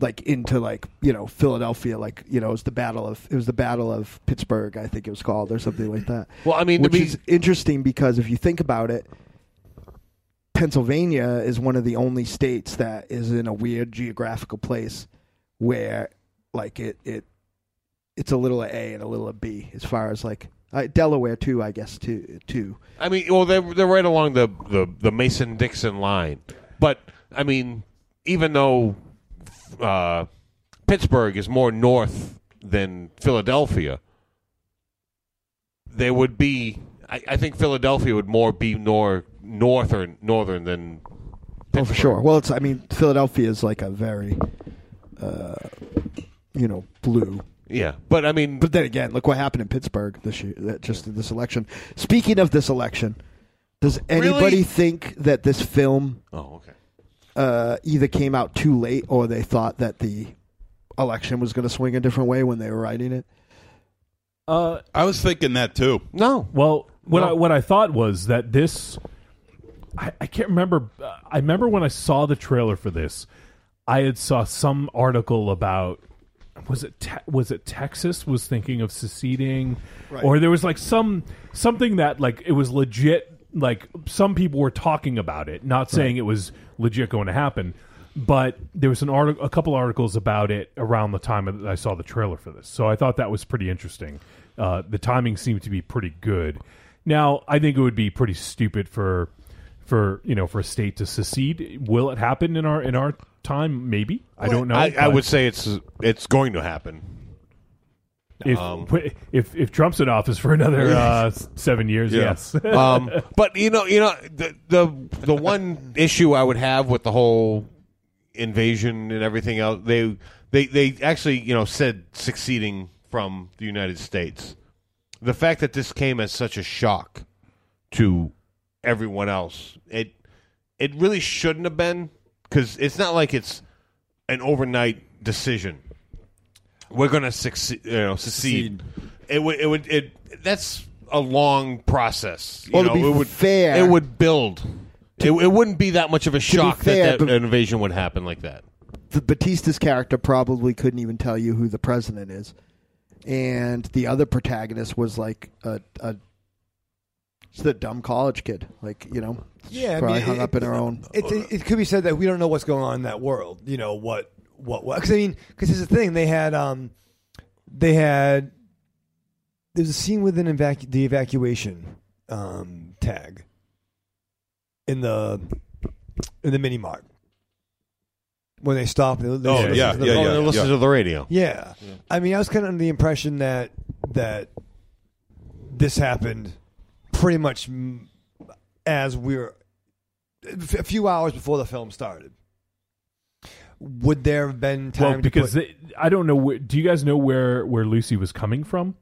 F: like into like you know Philadelphia, like you know it was the battle of it was the battle of Pittsburgh, I think it was called or something like that.
G: Well, I mean, to
F: which
G: be-
F: is interesting because if you think about it, Pennsylvania is one of the only states that is in a weird geographical place where like it it it's a little of A and a little of B as far as like uh, Delaware too, I guess too too.
G: I mean, well, they're they're right along the the, the Mason Dixon line, but I mean, even though uh, Pittsburgh is more north than Philadelphia, there would be. I, I think Philadelphia would more be more northern northern than
F: Oh, for sure. Well, it's I mean Philadelphia is like a very uh, you know blue.
G: yeah. But I mean,
F: But then again, look what happened in Pittsburgh this year, that just this election. Speaking of this election, does anybody
G: Really?
F: think that this film
G: Oh, okay.
F: uh, either came out too late or they thought that the election was going to swing a different way when they were writing it?
D: Uh,
N: I was thinking that too.
G: No.
D: Well, what
N: No.
D: I, what I thought was that this, I, I can't remember. uh, I remember when I saw the trailer for this, I had saw some article about was it te- was it Texas was thinking of seceding,
O: Right.
D: or there was like some something that like it was legit. Like some people were talking about it, not saying it was legit going to happen. But there was an article, a couple articles about it around the time that I saw the trailer for this, so I thought that was pretty interesting. Uh, the timing seemed to be pretty good. Now, I think it would be pretty stupid for for you know for a state to secede. Will it happen in our in our time? Maybe I don't know.
G: I, I
D: but
G: would say it's it's going to happen.
D: if, if if Trump's in office for another uh, s- seven years, yes.
G: um, but you know, you know, the, the the one issue I would have with the whole invasion and everything else, they they they actually you know said succeeding from the United States. The fact that this came as such a shock to everyone else, it it really shouldn't have been because it's not like it's an overnight decision. We're gonna succeed, you know, secede. It would, it would, it. That's a long process. You
F: Well, to
G: know,
F: be
G: it would
F: fair-
G: It would build. it, it wouldn't be that much of a
F: be
G: shock
F: fair,
G: that,
F: but-
G: that an invasion would happen like that.
F: the Batista's character probably couldn't even tell you who the president is, and the other protagonist was like a, a just a dumb college kid, like you know,
E: Yeah, I
F: probably
E: mean,
F: hung
E: it-
F: up in her own.
E: It, it, it could be said that we don't know what's going on in that world. You know what what what? Because I mean, because here's the thing: they had um, they had there's a scene within evac- the evacuation um tag in the in the mini mart when they stop. They, they
G: Oh,
E: listen
G: yeah,
E: to the-
G: yeah, yeah, Oh, they yeah. listen to the radio.
E: Yeah. I mean, I was kind of under the impression that that this happened pretty much mm, as we were a few hours before the film started. Would there have been time?
D: well, because
E: to put,
D: they, I don't know. Where, do you guys know where where Lucy was coming from?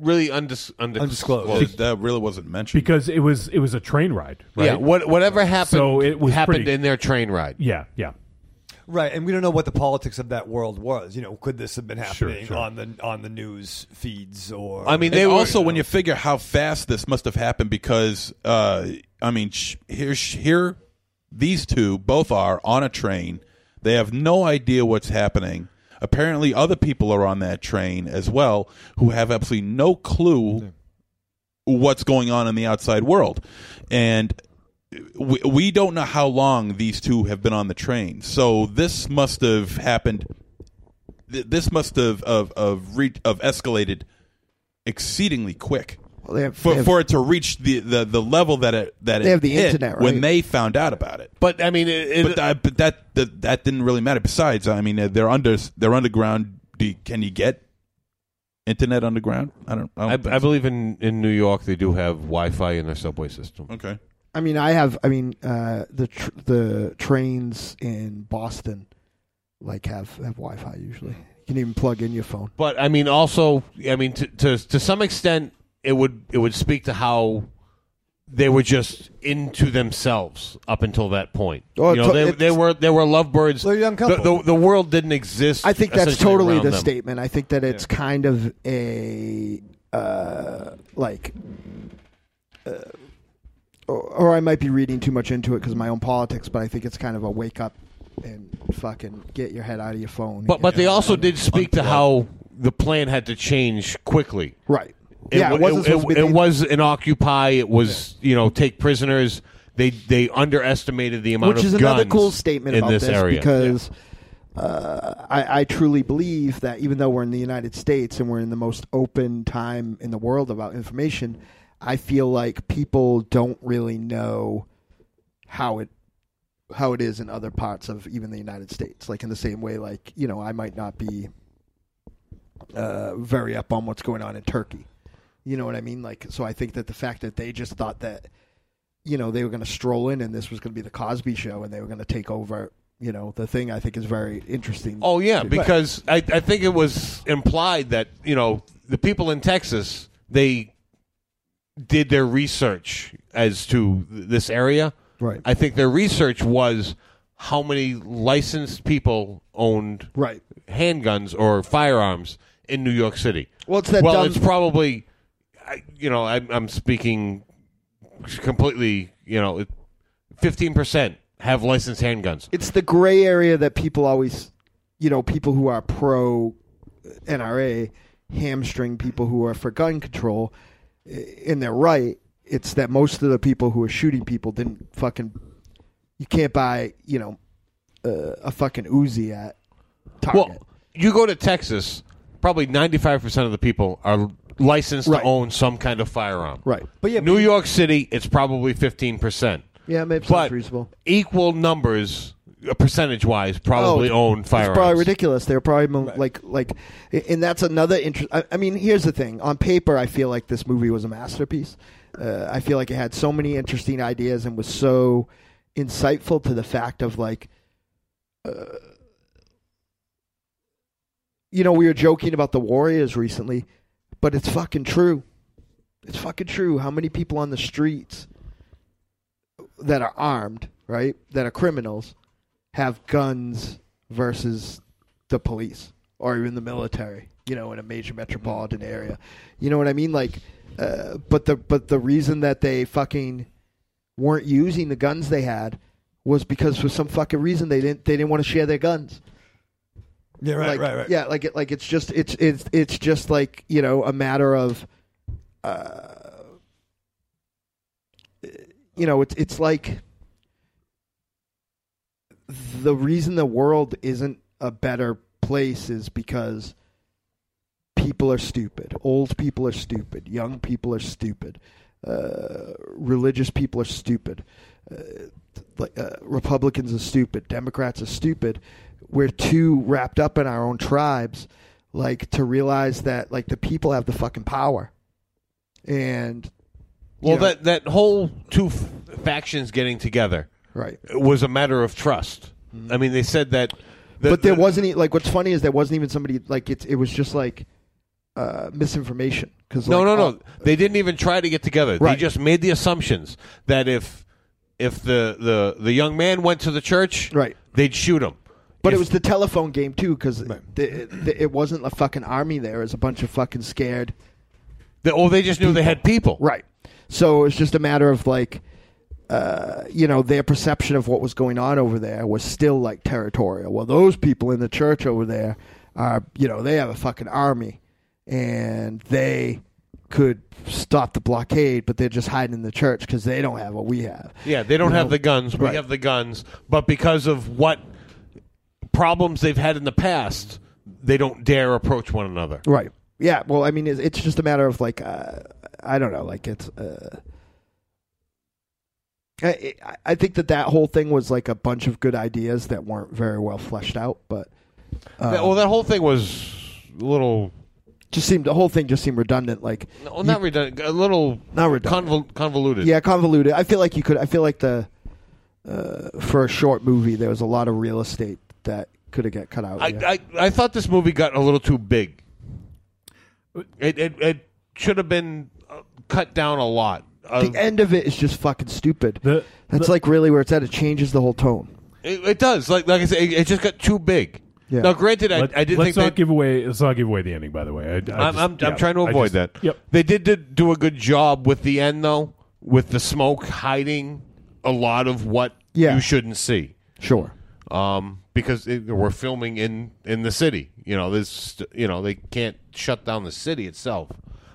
G: Really undis- undisclosed.
B: Well, that really wasn't mentioned.
D: Because it was it was a train ride. Right?
G: Yeah, what, whatever happened
D: So it was
G: happened
D: pretty-
G: in their train ride.
D: Yeah, yeah.
E: right, and we don't know what the politics of that world was. You know, could this have been
B: Sure,
E: happening
B: sure.
E: on the on the news feeds or?
B: I mean, they also when you figure how fast this must have happened, because uh, I mean, sh- here, sh- here, these two both are on a train. They have no idea what's happening. Apparently, other people are on that train as well who have absolutely no clue what's going on in the outside world, and we, we don't know how long these two have been on the train. So this must have happened. th- This must have of of re- of escalated exceedingly quick.
F: Well, they have-
B: for,
F: they have-
B: for it to reach the, the, the level that it that
F: They
B: it
F: have the
B: hit
F: internet,
B: when
F: right?
B: they found out about it.
G: But I mean, it,
B: but, that, but that, that that didn't really matter. Besides, I mean, uh, they're under they're underground. Do you- can you get internet underground? I don't. I, don't
G: I,
B: think
G: I
B: so.
G: believe in, in New York they do have Wi-Fi in their subway system.
B: Okay.
F: I mean, I have. I mean, uh, the tr- the trains in Boston like have have Wi-Fi usually. You can even plug in your phone.
G: But I mean, also, I mean, to, to to some extent, it would it would speak to how they were just into themselves up until that point.
F: Oh,
G: you know,
F: to-
G: they,
F: it's-
G: they were they were lovebirds.
F: young
G: the,
F: couple.
G: the, the world didn't exist.
F: I think that's
G: essentially
F: totally
G: around
F: the
G: them.
F: statement. I think that it's kind of a uh, like, uh, or, or I might be reading too much into it because of my own politics. But I think it's kind of a wake up and fucking get your head out of your phone.
G: But but they
F: Yeah.
G: also did speak to how the plan had to change quickly.
F: Right.
G: It,
F: Yeah, it
G: wa-
F: wasn't
G: it,
F: supposed to be
G: it
F: the-
G: was an occupy. It was you know take prisoners. They they underestimated the amount
F: which
G: of
F: is another
G: guns
F: cool statement
G: in
F: about this,
G: area.
F: because uh, I, I truly believe that even though we're in the United States and we're in the most open time in the world about information, I feel like people don't really know how it how it is in other parts of even the United States. Like in the same way, like you know, I might not be uh, very up on what's going on in Turkey. You know what I mean? Like, so I think that the fact that they just thought that, you know, they were going to stroll in and this was going to be the Cosby Show and they were going to take over, you know, the thing. I think is very interesting.
G: Oh yeah,
F: But-
G: because I, I think it was implied that you know the people in Texas they did their research as to th- this area.
F: Right.
G: I think their research was how many licensed people owned
F: right
G: handguns or firearms in New York City.
F: Well, it's that
G: well,
F: dumb-
G: it's probably I- you know I'm, I'm speaking completely you know fifteen percent have licensed handguns.
F: it's the gray area that people always, you know, people who are pro NRA hamstring people who are for gun control, and they're right. It's that most of the people who are shooting people didn't fucking. You can't buy, you know, uh, a fucking Uzi at Target.
G: Well, you go to Texas, probably 95% of the people are licensed
F: Right.
G: to own some kind of firearm.
F: Right.
E: But yeah,
G: New York City, it's probably 15%.
F: yeah, maybe sounds reasonable.
G: Equal numbers, percentage wise, probably
F: Oh,
G: own firearms.
F: It's probably ridiculous. They're probably mo- like like, and that's another interest. I, I mean, here's the thing. On paper, I feel like this movie was a masterpiece. Uh, I feel like it had so many interesting ideas and was so insightful to the fact of like, uh, you know, we were joking about the Warriors recently, but it's fucking true. It's fucking true. How many people on the streets that are armed, right, that are criminals, have guns versus the police or even the military, you know, in a major metropolitan area. You know what I mean? Like, Uh, but the but the reason that they fucking weren't using the guns they had was because for some fucking reason they didn't they didn't want to share their guns.
E: Yeah, right,
F: Like-
E: right, right.
F: Yeah, like it like it's just it's it's it's just like you know a matter of, uh, you know it's it's like the reason the world isn't a better place is because people are stupid. Old people are stupid. Young people are stupid. Uh, religious people are stupid. Uh, like, uh, Republicans are stupid. Democrats are stupid. We're too wrapped up in our own tribes, like to realize that like the people have the fucking power, and
G: Well,
F: you know,
G: that that whole two f- factions getting together,
F: right,
G: was a matter of trust. I mean, they said that. that
F: Mm-hmm. but there wasn't e- like what's funny is there wasn't even somebody like it's it was just like uh, misinformation because
G: no, no, no. they didn't even try to get together.
F: uh, Right.
G: They just made the assumptions that if if the the the young man went to the church,
F: right,
G: they'd shoot him.
F: But it was the telephone game too, because it wasn't a fucking army there. It was a bunch of fucking scared.
G: They, oh, they just knew they had people,
F: right? So it's just a matter of like, uh, you know, their perception of what was going on over there was still like territorial. Well, those people in the church over there are, you know, they have a fucking army, and they could stop the blockade, but they're just hiding in the church because they don't have what we have.
G: Yeah, they don't
F: You
G: have
F: know,
G: the guns. We
F: right.
G: have the guns, but because of what problems they've had in the past, they don't dare approach one another.
F: Right. Yeah. Well, I mean, it's, it's just a matter of like, uh, I don't know, like it's. Uh, I, I- I think that that whole thing was like a bunch of good ideas that weren't very well fleshed out, but um,
G: That- well, that whole thing was a little.
F: just seemed the whole thing just seemed redundant. Like,
G: Well, not redundant. A little
F: Not redundant.
G: convol- convoluted.
F: yeah, convoluted. I feel like you could. I feel like the uh, for a short movie, there was a lot of real estate that could have got cut out.
G: I,
F: yeah.
G: I I thought this movie got a little too big. It it, it should have been uh, cut down a lot. Uh,
F: the e end of it is just fucking stupid. That's like really where it's at. It changes the whole tone.
G: it, it does. Like like I said, it, it just got too big. Now, granted, I,
D: Let-
G: I did
D: let's
G: think
D: not
G: that
D: give away. Let's not give away the ending. By the way, I, I
G: I'm,
D: just-
G: I'm,
D: yeah,
G: I'm trying to
D: I
G: avoid
D: just-
G: that. They did, did do a good job with the end, though, with the smoke hiding a lot of what
F: Yeah.
G: you shouldn't see.
F: Sure.
G: Um, because it, we're filming in, in the city. You know, this. You know, they can't shut down the city itself,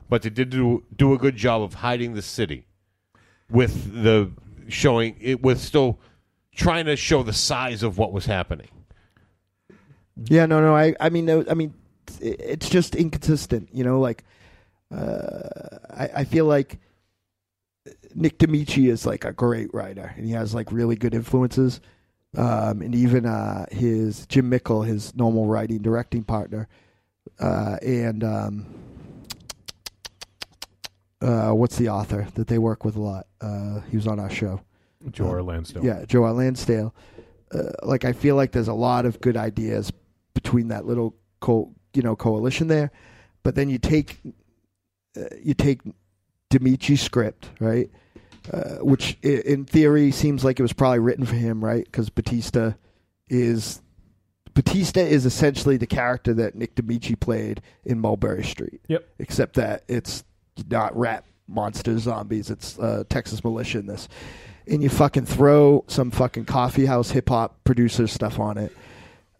G: but they did do do a good job of hiding the city with the showing it with still trying to show the size of what was happening.
F: Yeah, no, no. I, I mean, no, I mean, it- it's just inconsistent. You know, like, uh, I, I feel like Nick D'Amici is like a great writer, and he has like really good influences. Um, and even uh, his Jim Mickle, his normal writing directing partner, uh, and um, uh, what's the author that they work with a lot? Uh, he was on our show.
D: Joe R.
F: Um,
D: Lansdale.
F: Yeah, Joe R. Lansdale. Uh, like I feel like there's a lot of good ideas between that little co- you know coalition there, but then you take uh, you take Dimitri's script right, uh, which i- in theory seems like it was probably written for him right because Batista is Batista is essentially the character that Nick Dimitri played in Mulberry Street.
D: Yep.
F: Except that it's not rat monster zombies, it's uh, Texas militia in this. And you fucking throw some fucking coffee house hip hop producer stuff on it.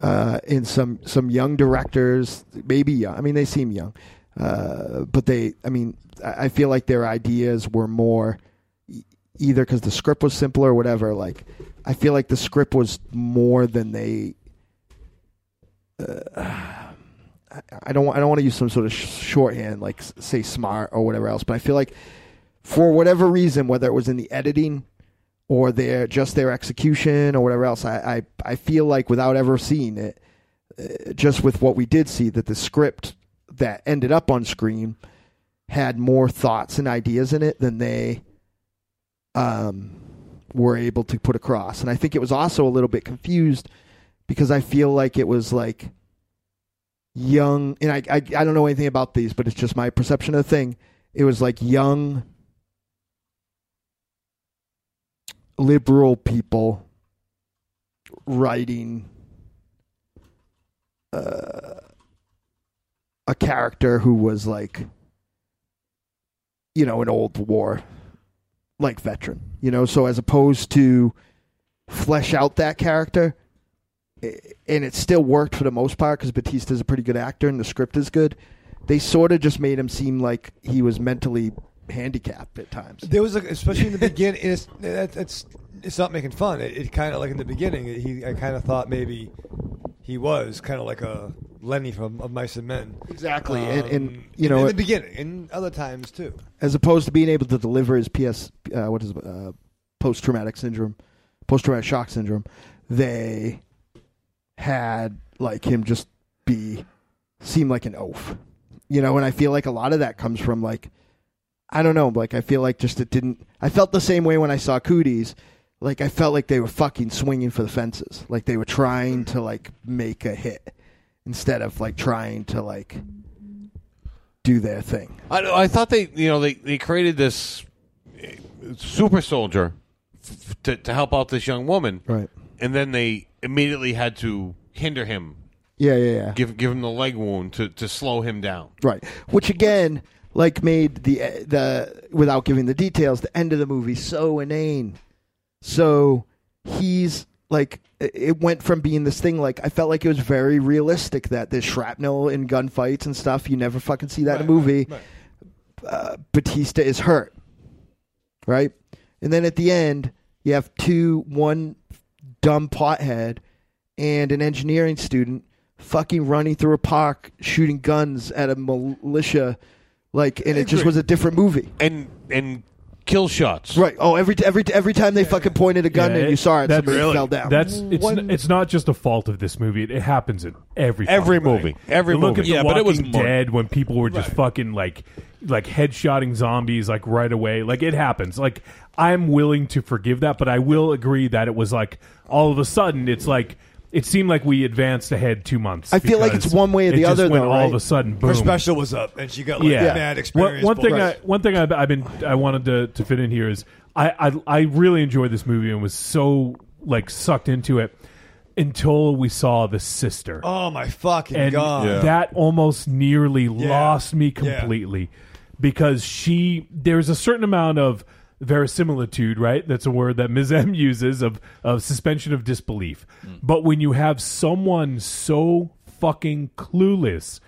F: Uh, and some, some young directors, maybe young. I mean, they seem young. Uh, but they, I mean, I I feel like their ideas were more e, either because the script was simpler or whatever. Like, I feel like the script was more than they. Uh, I- I don't. wa- I don't want to use some sort of sh- shorthand, like s- say smart or whatever else. But I feel like, for whatever reason, whether it was in the editing or their just their execution or whatever else, I I, I feel like without ever seeing it, uh, just with what we did see, that the script that ended up on screen had more thoughts and ideas in it than they um, were able to put across. And I think it was also a little bit confused because I feel like it was like young, and I, I, I don't know anything about these, but it's just my perception of the thing. It was like young liberal people writing uh, a character who was like you know, an old war like veteran, you know, so as opposed to flesh out that character i- and it still worked for the most part because Batista's a pretty good actor and the script is good. They sort of just made him seem like he was mentally handicapped at times.
E: There was, a, especially in the beginning, and it's that, that's it's not making fun. It, it kind of like in the beginning, he I kind of thought maybe he was kind of like a Lenny from of Mice and Men, Um,
F: Exactly, and- and, you know,
E: in the
F: it-
E: beginning, and other times too.
F: as opposed to being able to deliver his PS, uh, what is it, uh, post traumatic syndrome, post traumatic shock syndrome, they had like him just be seem like an oaf, you know. And I feel like a lot of that comes from like I don't know, like I feel like just it didn't. I felt the same way when I saw Cooties. Like I felt like they were fucking swinging for the fences, like they were trying to like make a hit instead of like trying to like do their thing.
G: I, I thought they, you know, they, they created this eh, super soldier f- to, to help out this young woman.
F: Right.
G: And then they immediately had to hinder him,
F: Yeah, yeah, yeah.
G: give give him the leg wound to, to slow him down.
F: Right. Which again, like made the eh, the without giving the details, the end of the movie so inane. So he's like it- it went from being this thing like I felt like it was very realistic that there's shrapnel and gunfights and stuff. You never fucking see that in a movie. Uh, Batista is hurt. Right? And then at the end, you have two one dumb pothead and an engineering student fucking running through a park shooting guns at a militia like and it just was a different movie.
G: And and kill shots.
F: Right. Oh, every every every time they fucking pointed a gun and you saw it
D: that's-
F: somebody fell down.
D: That's it's it's not just a fault of this movie. It, it happens in every
G: Every
D: fucking
G: movie.
D: thing.
G: Every
D: You look
G: movie.
D: At
G: Yeah,
D: the
G: but it was
D: Walking
G: more-
D: dead when people were just fucking like like headshotting zombies like right away. Like it happens. Like I'm willing to forgive that, but I will agree that it was like all of a sudden it's like. It seemed like we advanced ahead two months.
F: I feel like it's
D: because
F: one way or
D: it
F: the
D: just
F: other,
D: went
F: though,
D: all of
F: right?
D: a sudden, boom.
E: Her special was up, and she got like mad experience.
D: One, one thing,
E: bullets.
D: I, one thing I've, I've been, I wanted to, to fit in here is I, I, I really enjoyed this movie and was so like sucked into it until we saw the sister,
E: oh my fucking
D: and
E: god,
D: that almost nearly lost me completely because she, there's a certain amount of verisimilitude, right? That's a word that Ms. M uses of of suspension of disbelief.
G: Hmm.
D: But when you have someone so fucking clueless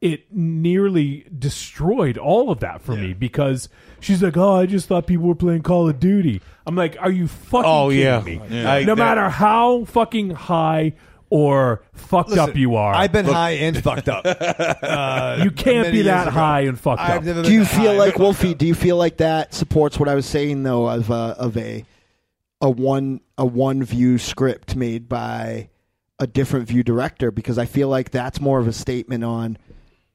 D: it nearly destroyed all of that for me because she's like, "Oh, I just thought people were playing Call of Duty." I'm like, "Are you fucking
G: Oh,
D: kidding
G: yeah.
D: me?"
G: Yeah. I-
D: no
G: that-
D: matter how fucking high or fucked up you are,
E: I've been high and fucked up. Uh,
D: You can't
E: many
D: be that
E: years ago.
D: high and fucked
E: I've
D: up.
E: never
F: do
E: been
F: you
E: that high
F: feel
E: and
F: like Wolfie? Do you feel like that supports what I was saying though of a, of a a one a one view script made by a different view director? Because I feel like that's more of a statement on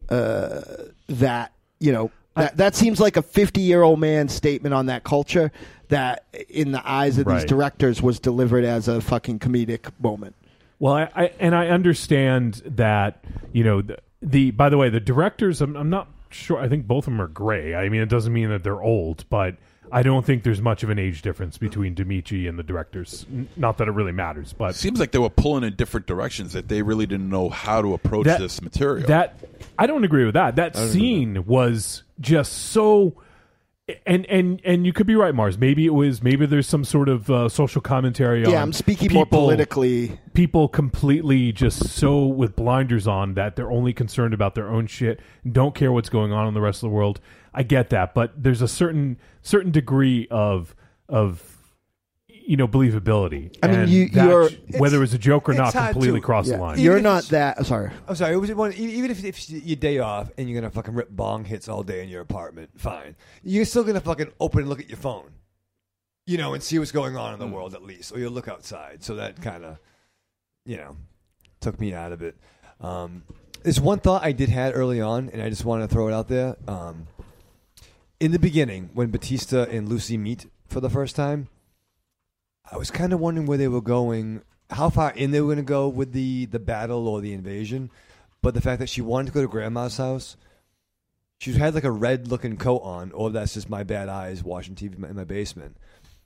F: uh, that you know that that seems like a fifty year old man's statement on that culture that in the eyes of these
D: Right.
F: directors was delivered as a fucking comedic moment.
D: Well, I, I and I understand that you know the, the by the way the directors I'm, I'm not sure I think both of them are gray. I mean it doesn't mean that they're old, but I don't think there's much of an age difference between Dimitri and the directors. N- not that it really matters, but
B: Seems like they were pulling in different directions that they really didn't know how to approach
D: That-
B: this material.
D: That I don't agree with that. That
B: I don't agree
D: scene was just so. And and and you could be right, Mars. Maybe it was. Maybe there's some sort of uh, social commentary. on
F: Yeah, I'm speaking more
D: people-
F: politically.
D: People completely just so with blinders on that they're only concerned about their own shit, and don't care what's going on in the rest of the world. I get that, but there's a certain certain degree of of you know believability.
F: I mean,
D: And
F: you-
D: that-
F: you're-
D: whether it was a joke or not,
E: it's hard
D: completely
E: to-
D: crossed
E: yeah.
D: the line.
F: You're not that. Sorry.
E: I'm sorry. It was one, e- even if, if your day off and you're gonna fucking rip bong hits all day in your apartment, fine. You're still gonna fucking open and look at your phone, you know, and see what's going on in the world at least, or you'll look outside. So that kind of, you know, took me out of it. Um, there's one thought I did had early on, and I just wanted to throw it out there. Um, in the beginning, when Batista and Lucy meet for the first time, I was kind of wondering where they were going, how far in they were going to go with the the battle or the invasion. But the fact that she wanted to go to grandma's house, she had like a red looking coat on, or that's just my bad eyes watching TV in my- in my basement.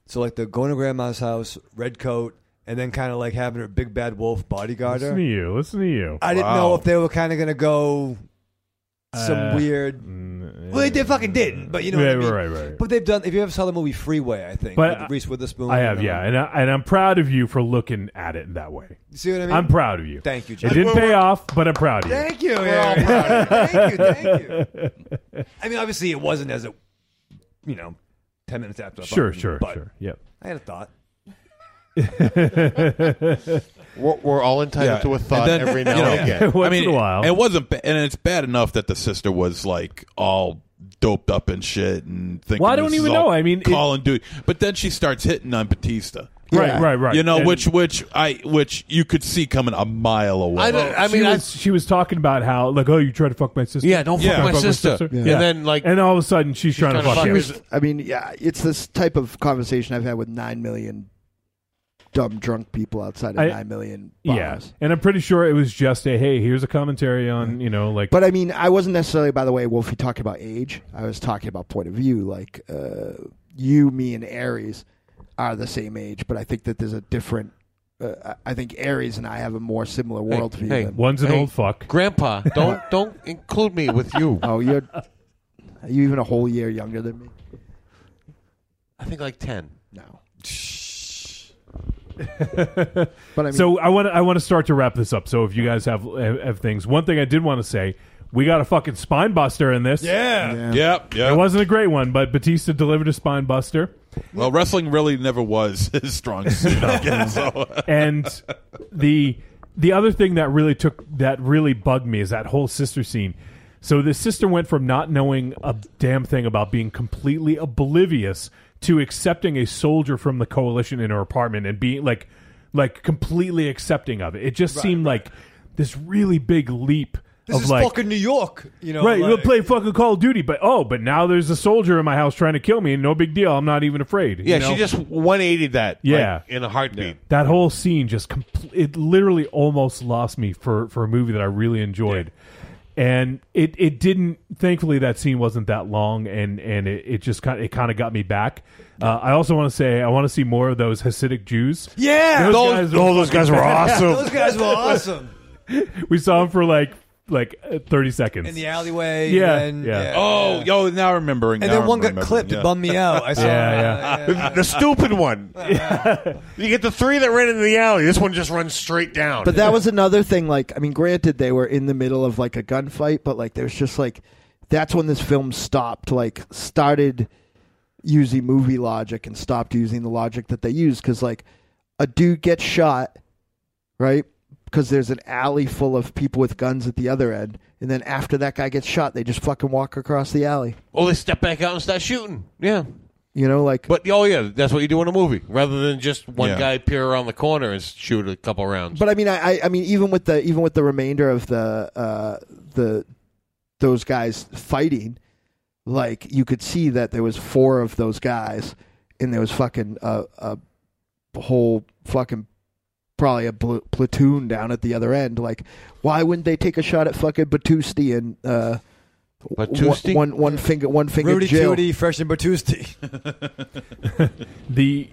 E: So like the going to grandma's house, red coat, and then kind of like having her big bad wolf bodyguard
D: Listen
E: her.
D: to you. Listen to you.
E: I didn't know if they were kind of going to go. some
H: Uh,
E: weird. well, they, they fucking didn't, but you know
D: mm, Yeah,
E: what I mean.
D: right, right.
E: But they've done. If you ever saw the movie Freeway, I think,
D: But
E: with Reese Witherspoon. uh,
D: I have,
E: you know.
D: yeah, and I, and I'm proud of you for looking at it that way.
E: See what I mean?
D: I'm proud of you.
E: Thank you,
D: It
E: Jack.
D: didn't
E: Well,
D: pay
E: we're-
D: off, but I'm proud of you.
E: Thank you.
D: We're
E: yeah,
D: all
E: yeah.
D: proud of you.
E: Thank you. Thank you. I mean, obviously, it wasn't as it, you know, ten minutes after. I
D: Sure,
E: bought it,
D: sure,
E: but
D: sure. Yep.
E: I had a thought.
G: We're, we're all entitled
N: Yeah.
G: to a thought
N: And then,
G: every now
N: you know,
G: and again.
N: I mean, It wasn't, ba- and it's bad enough that the sister was like all doped up and shit, and thinking.
D: Well, I don't
N: this is
D: even
N: all
D: know. I mean, it-
N: Call and Duty, but then she starts hitting on Batista.
D: Right, Yeah. right, right.
N: You know,
D: And-
N: which which I which you could see coming a mile away.
D: she was, she was talking about how like, oh, you tried to fuck my sister.
N: Yeah, don't fuck
D: Tried to
N: my sister. Yeah. And then,
G: like,
D: and all of a sudden she's, trying, to fuck
F: She
D: you.
F: was- I mean, yeah, it's this type of conversation I've had with nine million dumb drunk people outside of
D: I-
F: nine million. Bars.
D: Yeah, and I'm pretty sure it was just a hey, here's a commentary on you know like
F: But I mean, I wasn't necessarily, by the way, Wolfie talking about age. I was talking about point of view. Like uh, you, me, and Aries are the same age, but I think that there's a different. Uh, I I think Aries and I have a more similar worldview.
G: hey,
F: than,
G: one's an Hey, old
D: fuck.
G: Grandpa, don't don't include me with you.
F: Oh, you're are you even a whole year younger than me?
G: I think like ten.
F: No.
D: but
F: I mean-
D: so I want to I want to start to wrap this up. So if you guys have have, have things, one thing I did want to say, we got a fucking spine buster in this.
N: Yeah. Yep, yep.
D: It wasn't a great one, but Batista delivered a spine buster.
N: well, wrestling really never was his strong suit. I guess, so.
D: and the the other thing that really took that really bugged me is that whole sister scene. So the sister went from not knowing a damn thing about being completely oblivious to accepting a soldier from the coalition in her apartment and being like like completely accepting of it. It just seemed like this really big leap
E: This
D: of
E: is
D: like
E: fucking New York, you know.
D: right,
E: like-
D: we'll play fucking Call of Duty, but oh, but now there's a soldier in my house trying to kill me, and no big deal. I'm not even afraid. you
G: Yeah,
D: know?
G: she just 180 that. like,
D: Yeah.
G: in a heartbeat.
D: That whole scene just compl- it literally almost lost me for for a movie that I really enjoyed. And it, it didn't. Thankfully, that scene wasn't that long, and, and it, it just kind it kind of got me back. Uh, I also want to say I want to see more of those Hasidic Jews.
E: Yeah,
D: all
E: those guys were awesome.
D: we saw them for like like uh, thirty seconds
E: In the alleyway,
D: Yeah,
E: and
D: yeah.
N: Oh, yo, now remembering.
E: And
N: now
E: then
N: I'm
E: one got
N: remembering,
E: clipped.
N: yeah.
E: It bummed me out. I saw.
D: Yeah,
G: The stupid one. you get the three that ran into the alley. This one just runs straight down.
F: But that was another thing. Like, I mean, granted, they were in the middle of like a gunfight, but like, there's just like, that's when this film stopped. Like, started using movie logic and stopped using the logic that they use because like, a dude gets shot, right? Because there's an alley full of people with guns at the other end, and then after that guy gets shot, they just fucking walk across the alley.
G: Oh, they step back out and start shooting. Yeah.
F: You know, like
G: But oh yeah, that's what you do in a movie, rather than just one
F: Yeah.
G: guy peer around the corner and shoot a couple rounds.
F: But I mean, I, I- I mean, even with the even with the remainder of the uh, the those guys fighting, like you could see that there was four of those guys, and there was fucking uh, a whole fucking probably a bl- platoon down at the other end. Like, why wouldn't they take a shot at fucking Batusti and uh, one-
E: Battisti?
F: one one finger one finger
E: Rudy
F: Jill?
E: Tooty, Fresh and Batusti.
D: the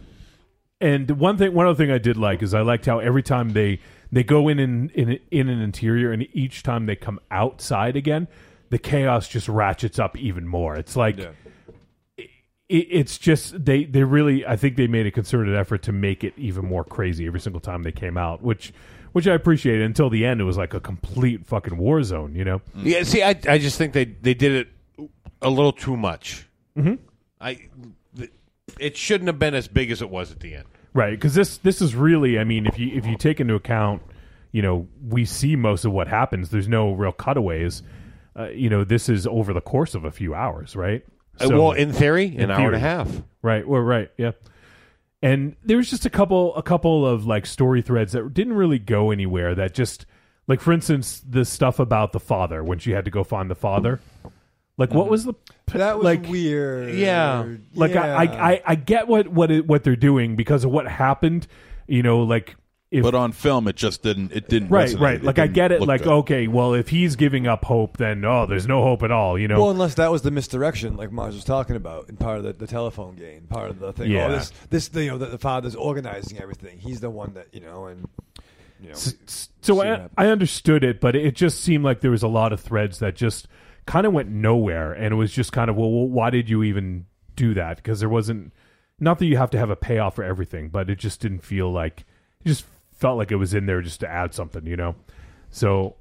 D: and one thing one other thing I did like is I liked how every time they they go in in in, in an interior and each time they come outside again the chaos just ratchets up even more it's like it, it's just they they really I think they made a concerted effort to make it even more crazy every single time they came out which which I appreciated until the end it was like a complete fucking war zone you know
G: Yeah, see, I I just think they they did it a little too much.
D: Mhm.
G: I th- it shouldn't have been as big as it was at the end.
D: Right, because this this is really, I mean, if you if you take into account, you know, we see most of what happens. There's no real cutaways. Uh, you know, this is over the course of a few hours, right?
G: Uh, well, in theory, an hour and a half.
D: Right. Well, right. Yeah. And there was just a couple a couple of like story threads that didn't really go anywhere. That just like, for instance, the stuff about the father when she had to go find the father. Like, what was the
E: That was
D: like-
E: weird.
D: like I,
E: Yeah.
D: I, I, I get what what it, what they're doing because of what happened. You know, like if
N: but on film, it just didn't. It didn't.
D: right,
N: resonate.
D: right. Like I
N: didn't
D: get it.
N: look
D: Like
N: good.
D: okay, well, if he's giving up hope, then oh, there's no hope at all. You know.
E: Well, unless that was the misdirection, like Mars was talking about, and part of the, the telephone game, part of the thing.
D: Yeah.
E: Oh, this, this, you know, the, the father's organizing everything. He's the one that, you know, and you know,
D: so I, I understood it, but it just seemed like there was a lot of threads that just kind of went nowhere, and it was just kind of well, well why did you even do that? Because there wasn't not that you have to have a payoff for everything, but it just didn't feel like it just felt like it was in there just to add something, you know. So,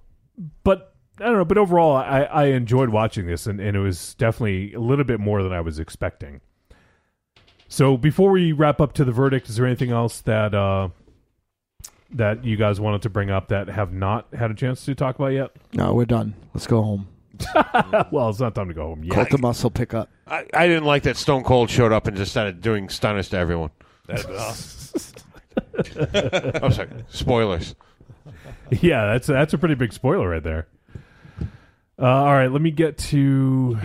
D: but I don't know. But overall, I I enjoyed watching this, and, and it was definitely a little bit more than I was expecting. So before we wrap up to the verdict, is there anything else that uh, that you guys wanted to bring up that have not had a chance to talk about yet?
F: No, we're done. Let's go home.
D: well, it's not time to go home yet.
F: Cult the muscle pick up.
G: I, I didn't like that Stone Cold showed up and just started doing stunners to everyone.
D: That'd be
G: I'm sorry. Spoilers.
D: yeah, that's that's a pretty big spoiler right there. Uh, all right, let me get to.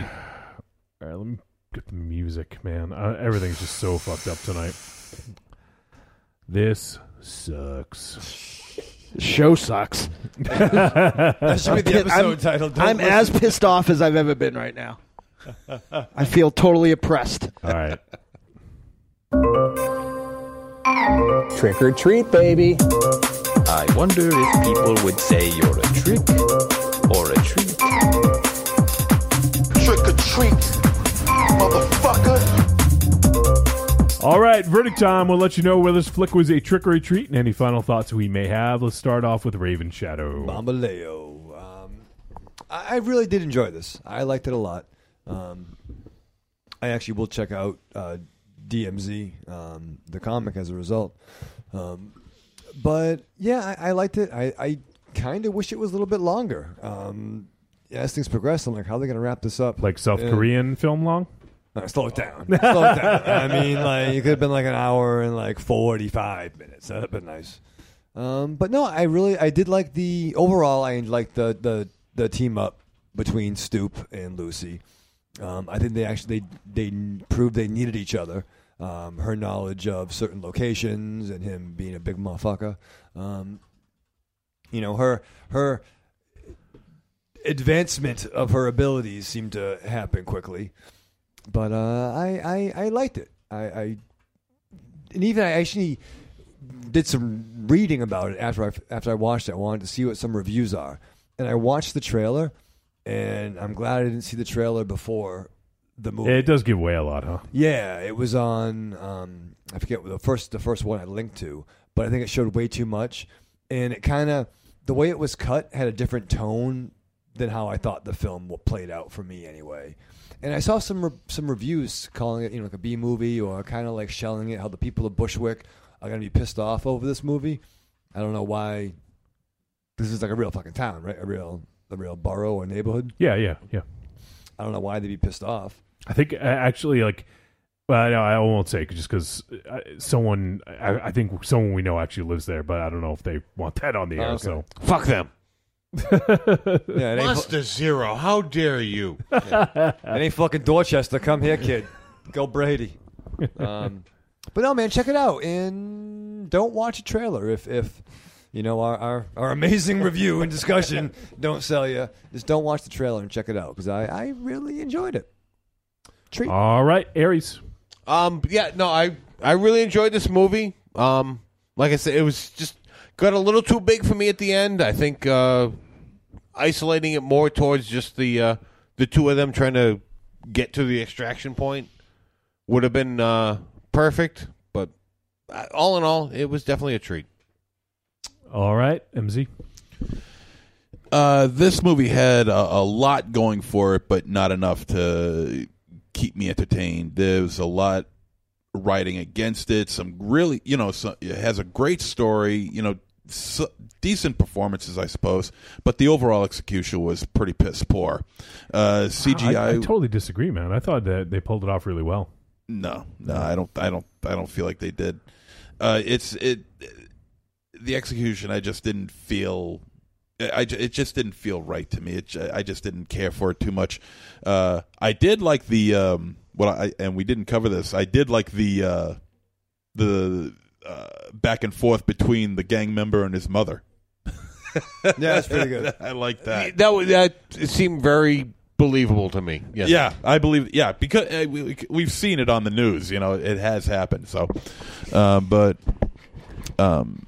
D: All right, let me get the music, man. Uh, everything's just so fucked up tonight. This sucks.
F: Show sucks.
D: That should be the
F: I'm-
D: episode title. Don't
F: I'm
D: listen.
F: as pissed off as I've ever been right now. I feel totally oppressed.
D: All right.
P: Trick or treat, baby. I wonder if people would say you're a trick or a treat.
C: Trick or treat, motherfucker.
D: All right, verdict time. We'll let you know whether this flick was a trick or a treat and any final thoughts we may have. Let's start off with Raven Shadow.
E: Bambaleo. Um, I, I really did enjoy this. I liked it a lot. Um, I actually will check out uh, DMZ, um, the comic, as a result. Um, but yeah, I, I liked it. I, I kind of wish it was a little bit longer. Um, as things progress, I'm like, how are they going to wrap this up?
D: Like South
E: Yeah.
D: Korean film long?
E: No, slow it down. Slow it down. I mean, like it could have been like an hour and like forty-five minutes. That'd have been nice. Um, but no, I really I did like the overall. I liked the the the team up between Stoop and Lucy. Um, I think they actually they they proved they needed each other. Um, her knowledge of certain locations and him being a big motherfucker. Um, you know her her advancement of her abilities seemed to happen quickly but uh, I, I I liked it. I, I and even I actually did some reading about it after I after I watched it. I wanted to see what some reviews are, and I watched the trailer, and I'm glad I didn't see the trailer before the movie.
D: Yeah, it does give away a lot, huh?
E: Yeah, it was on. Um, I forget what the first the first one I linked to, but I think it showed way too much, and it kind of the way it was cut had a different tone than how I thought the film wa- played out for me anyway. And I saw some re- some reviews calling it you know like a B movie or kind of like shelling it how the people of Bushwick are gonna be pissed off over this movie. I don't know why. This is like a real fucking town, right? A real a real borough or neighborhood.
D: Yeah, yeah, yeah.
E: I don't know why they'd be pissed off.
D: I think uh, actually, like, well, no, I won't say 'cause- just because someone, I, I think someone we know actually lives there, but I don't know if they want that on the
G: Oh,
D: air.
G: okay.
D: So
G: Fuck them.
E: Yeah, it ain't-
G: Monster Zero, how dare you?
E: It ain't fucking Dorchester. Come here, kid. Go Brady. Um, but no, man, check it out and don't watch a trailer if if you know our our, our amazing review and discussion don't sell you. Just don't watch the trailer and check it out because I I really enjoyed it. Treat.
D: All right, Aries.
G: Um, yeah, no, I I really enjoyed this movie. Um, like I said, it was just got a little too big for me at the end. I think uh, isolating it more towards just the uh, the two of them trying to get to the extraction point would have been uh, perfect. But uh, all in all, it was definitely a treat.
D: All right, MZ.
B: Uh, this movie had a, a lot going for it, but not enough to keep me entertained. There's a lot writing against it. Some really, you know, so, it has a great story. You know, so, decent performances, I suppose, but the overall execution was pretty piss poor. Uh, CGI.
D: I, I totally disagree, man. I thought that they pulled it off really well.
B: No, no, I don't. I don't. I don't feel like they did. Uh, it's it. The execution, I just didn't feel. I ju- it just didn't feel right to me. It, ju- I just didn't care for it too much. Uh, I did like the um, what I and we didn't cover this. I did like the uh, the uh, back and forth between the gang member and his mother.
E: yeah, that's pretty good.
B: I like that.
G: That was that seemed very believable to me. Yes.
B: Yeah, I believe. Yeah, because uh, we, we- we've seen it on the news. You know, it has happened. So, uh, but um,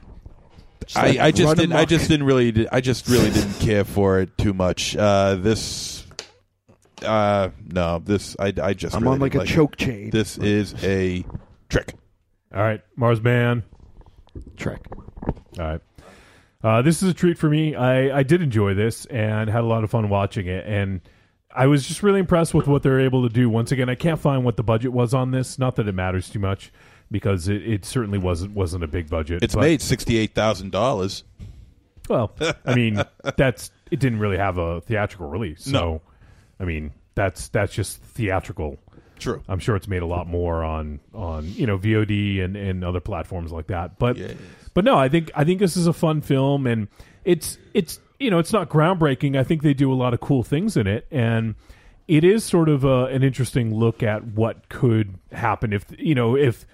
B: I, I just
Q: Run
B: didn't. I
Q: amok.
B: just didn't really. I just really didn't care for it too much. Uh, this
N: Uh, no, this I, I just.
F: I'm
N: really
F: on, like,
N: didn't
F: a choke
N: it.
F: chain.
N: This is a trick.
D: All right, Mars Man.
F: Trick.
D: All right. Uh, this is a treat for me. I, I did enjoy this and had a lot of fun watching it. And I was just really impressed with what they're able to do. Once again, I can't find what the budget was on this. Not that it matters too much because it, it certainly wasn't wasn't a big budget.
N: It's
D: but-
N: made sixty eight thousand dollars.
D: Well, I mean, that's it didn't really have a theatrical release. So,
N: No.
D: I mean, that's that's just theatrical.
N: True.
D: I'm sure it's made a lot more on on you know VOD and and other platforms like that. But but no, I think I think this is a fun film and it's it's you know, it's not groundbreaking. I think they do a lot of cool things in it and it is sort of a, an interesting look at what could happen if you know if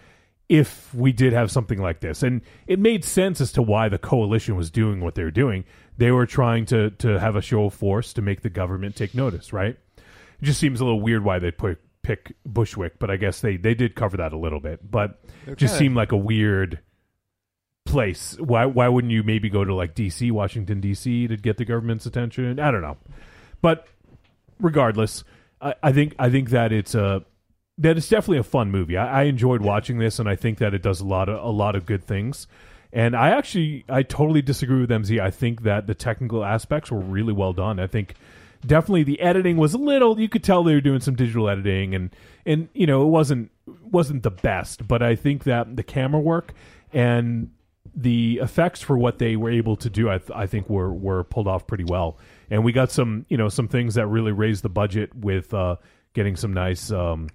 D: if we did have something like this. And it made sense as to why the coalition was doing what they were doing. They were trying to to have a show of force to make the government take notice, right? It just seems a little weird why they put pick Bushwick, but I guess they they did cover that a little bit. But it just
N: Okay.
D: seemed like a weird place. Why why wouldn't you maybe go to like DC, Washington DC to get the government's attention? I don't know. But regardless, I, I think I think that it's a that it's definitely a fun movie. I, I enjoyed watching this, and I think that it does a lot of a lot of good things. And I actually I totally disagree with MZ. I think that the technical aspects were really well done. I think definitely the editing was a little you could tell they were doing some digital editing and and you know it wasn't wasn't the best, but I think that the camera work and the effects for what they were able to do, I, th- I think were were pulled off pretty well. And we got some you know some things that really raised the budget with uh, getting some nice um,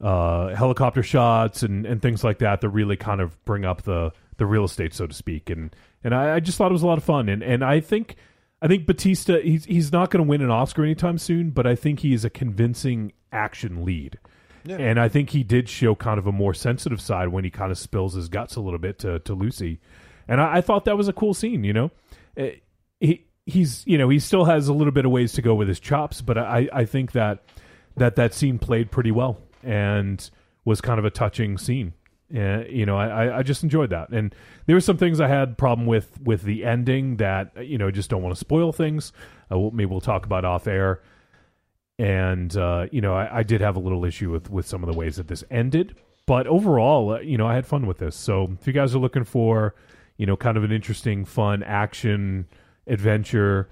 D: uh, helicopter shots and, and things like that that really kind of bring up the the real estate, so to speak. And and I, I just thought it was a lot of fun. And and I think I think Batista he's he's not going to win an Oscar anytime soon, but I think he is a convincing action lead.
N: Yeah.
D: And I think he did show kind of a more sensitive side when he kind of spills his guts a little bit to, to Lucy. And I, I thought that was a cool scene, you know? Eh, He, he's, you know, he still has a little bit of ways to go with his chops, but I, I think that, that that scene played pretty well and was kind of a touching scene. Uh, you know, I, I- I just enjoyed that. And there were some things I had problem with with the ending that, you know, just don't want to spoil things. Uh, we'll, maybe we'll talk about off air and uh, you know I, I did have a little issue with with some of the ways that this ended but overall uh, you know i had fun with this so if you guys are looking for you know kind of an interesting fun action adventure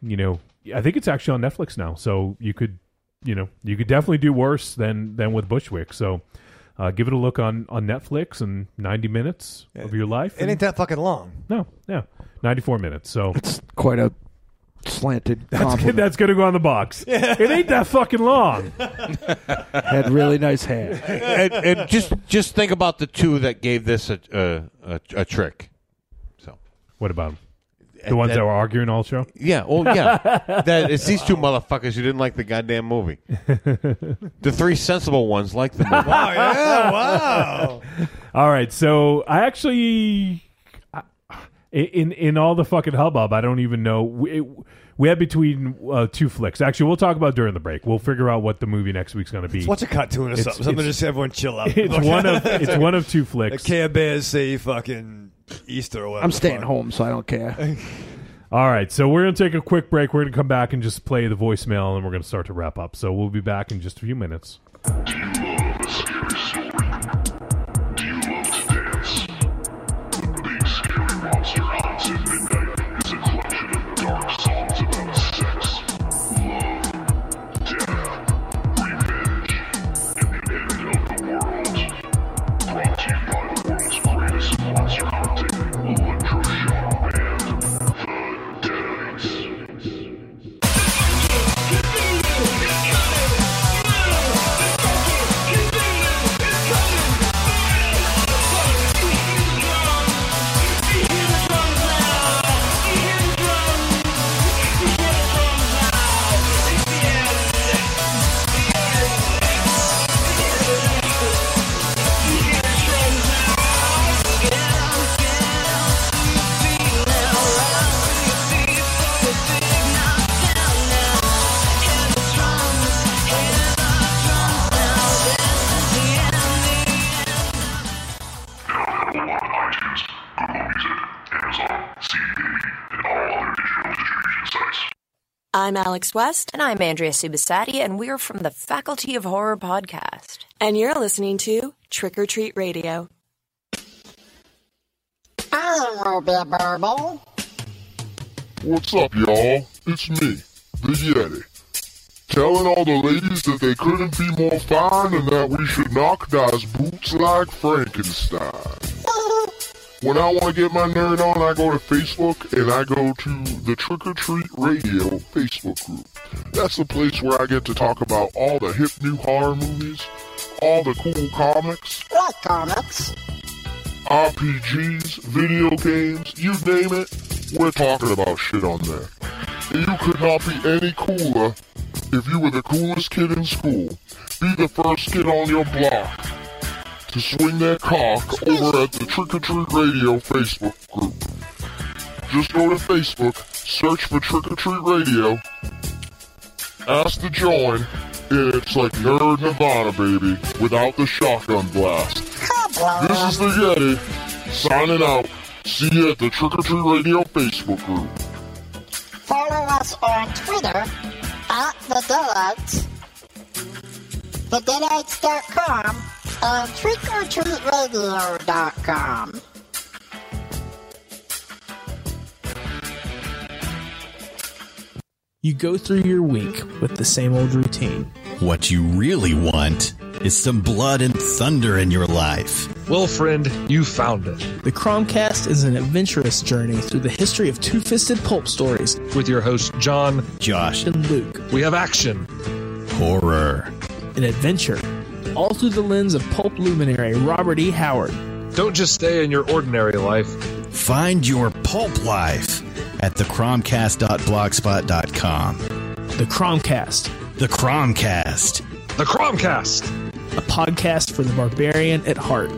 D: you know i think it's actually on netflix now so you could you know you could definitely do worse than than with bushwick so uh, give it a look on on netflix and 90 minutes of your life
E: It ain't that fucking long.
D: no yeah 94 minutes so
F: it's quite a slanted
D: that's,
F: compliment.
D: that's gonna go on the box it ain't that fucking long
F: Had really nice hair.
G: and, and just just think about the two that gave this a a, a, a trick. So
D: what about them? The ones Uh, that were arguing all show?
G: Yeah. Oh, yeah. that it's these two motherfuckers who didn't like the goddamn movie. the three sensible ones like the movie.
E: Wow, yeah, wow.
D: All right, so I actually I- in in all the fucking hubbub, I don't even know we, we had between uh, two flicks. Actually, we'll talk about during the break. We'll figure out what the movie next week's going to be.
E: What's a cartoon or
D: It's-
E: something? Something to
D: it's-
E: just everyone chill out.
D: It's one of it's one of two flicks.
E: The Care Bears say fucking Easter or whatever.
F: I'm
E: the
F: staying
E: fuck.
F: home, so I don't care.
D: All right, so we're going to take a quick break. We're going to come back and just play the voicemail, and we're going to start to wrap up. So we'll be back in just a few minutes.
C: It's coming!
G: I'm Alex West. And I'm Andrea Subisati, and we're from the Faculty of Horror podcast. And you're listening to Trick or Treat Radio.
R: I will be a bubble.
C: What's up, y'all? It's me, the Yeti. Telling all the ladies that they couldn't be more fine and that we should knock those boots like Frankenstein. When I want to get my nerd on, I go to Facebook and I go to the Trick or Treat Radio Facebook group. That's the place where I get to talk about all the hip new horror movies, all the cool comics,
R: What comics?
C: RPGs, video games, you name it, we're talking about shit on there. And you could not be any cooler if you were the coolest kid in school. Be the first kid on your block to swing that cock over at the Trick or Treat Radio Facebook group. Just go to Facebook, search for Trick or Treat Radio, ask to join, and it's like Nerd Nirvana, baby, without the shotgun blast. This is the Yeti, signing out. See you at the Trick or Treat Radio Facebook group.
R: Follow us on Twitter at the Deadites, thedelights.com, and trickortreatradio.com.
F: You go through your week with the same old routine.
S: What you really want is some blood and thunder in your life.
F: Well, friend, you found it. The Chromcast is an adventurous journey through the history of two fisted pulp stories with your hosts, John, Josh, and Luke. We have action, horror, and adventure, all through the lens of pulp luminary Robert E. Howard.
T: Don't just stay in your ordinary life.
S: Find your pulp life at thecromcast.blogspot.com. The Cromcast. The Cromcast.
F: The Chromcast! A podcast for the barbarian at heart.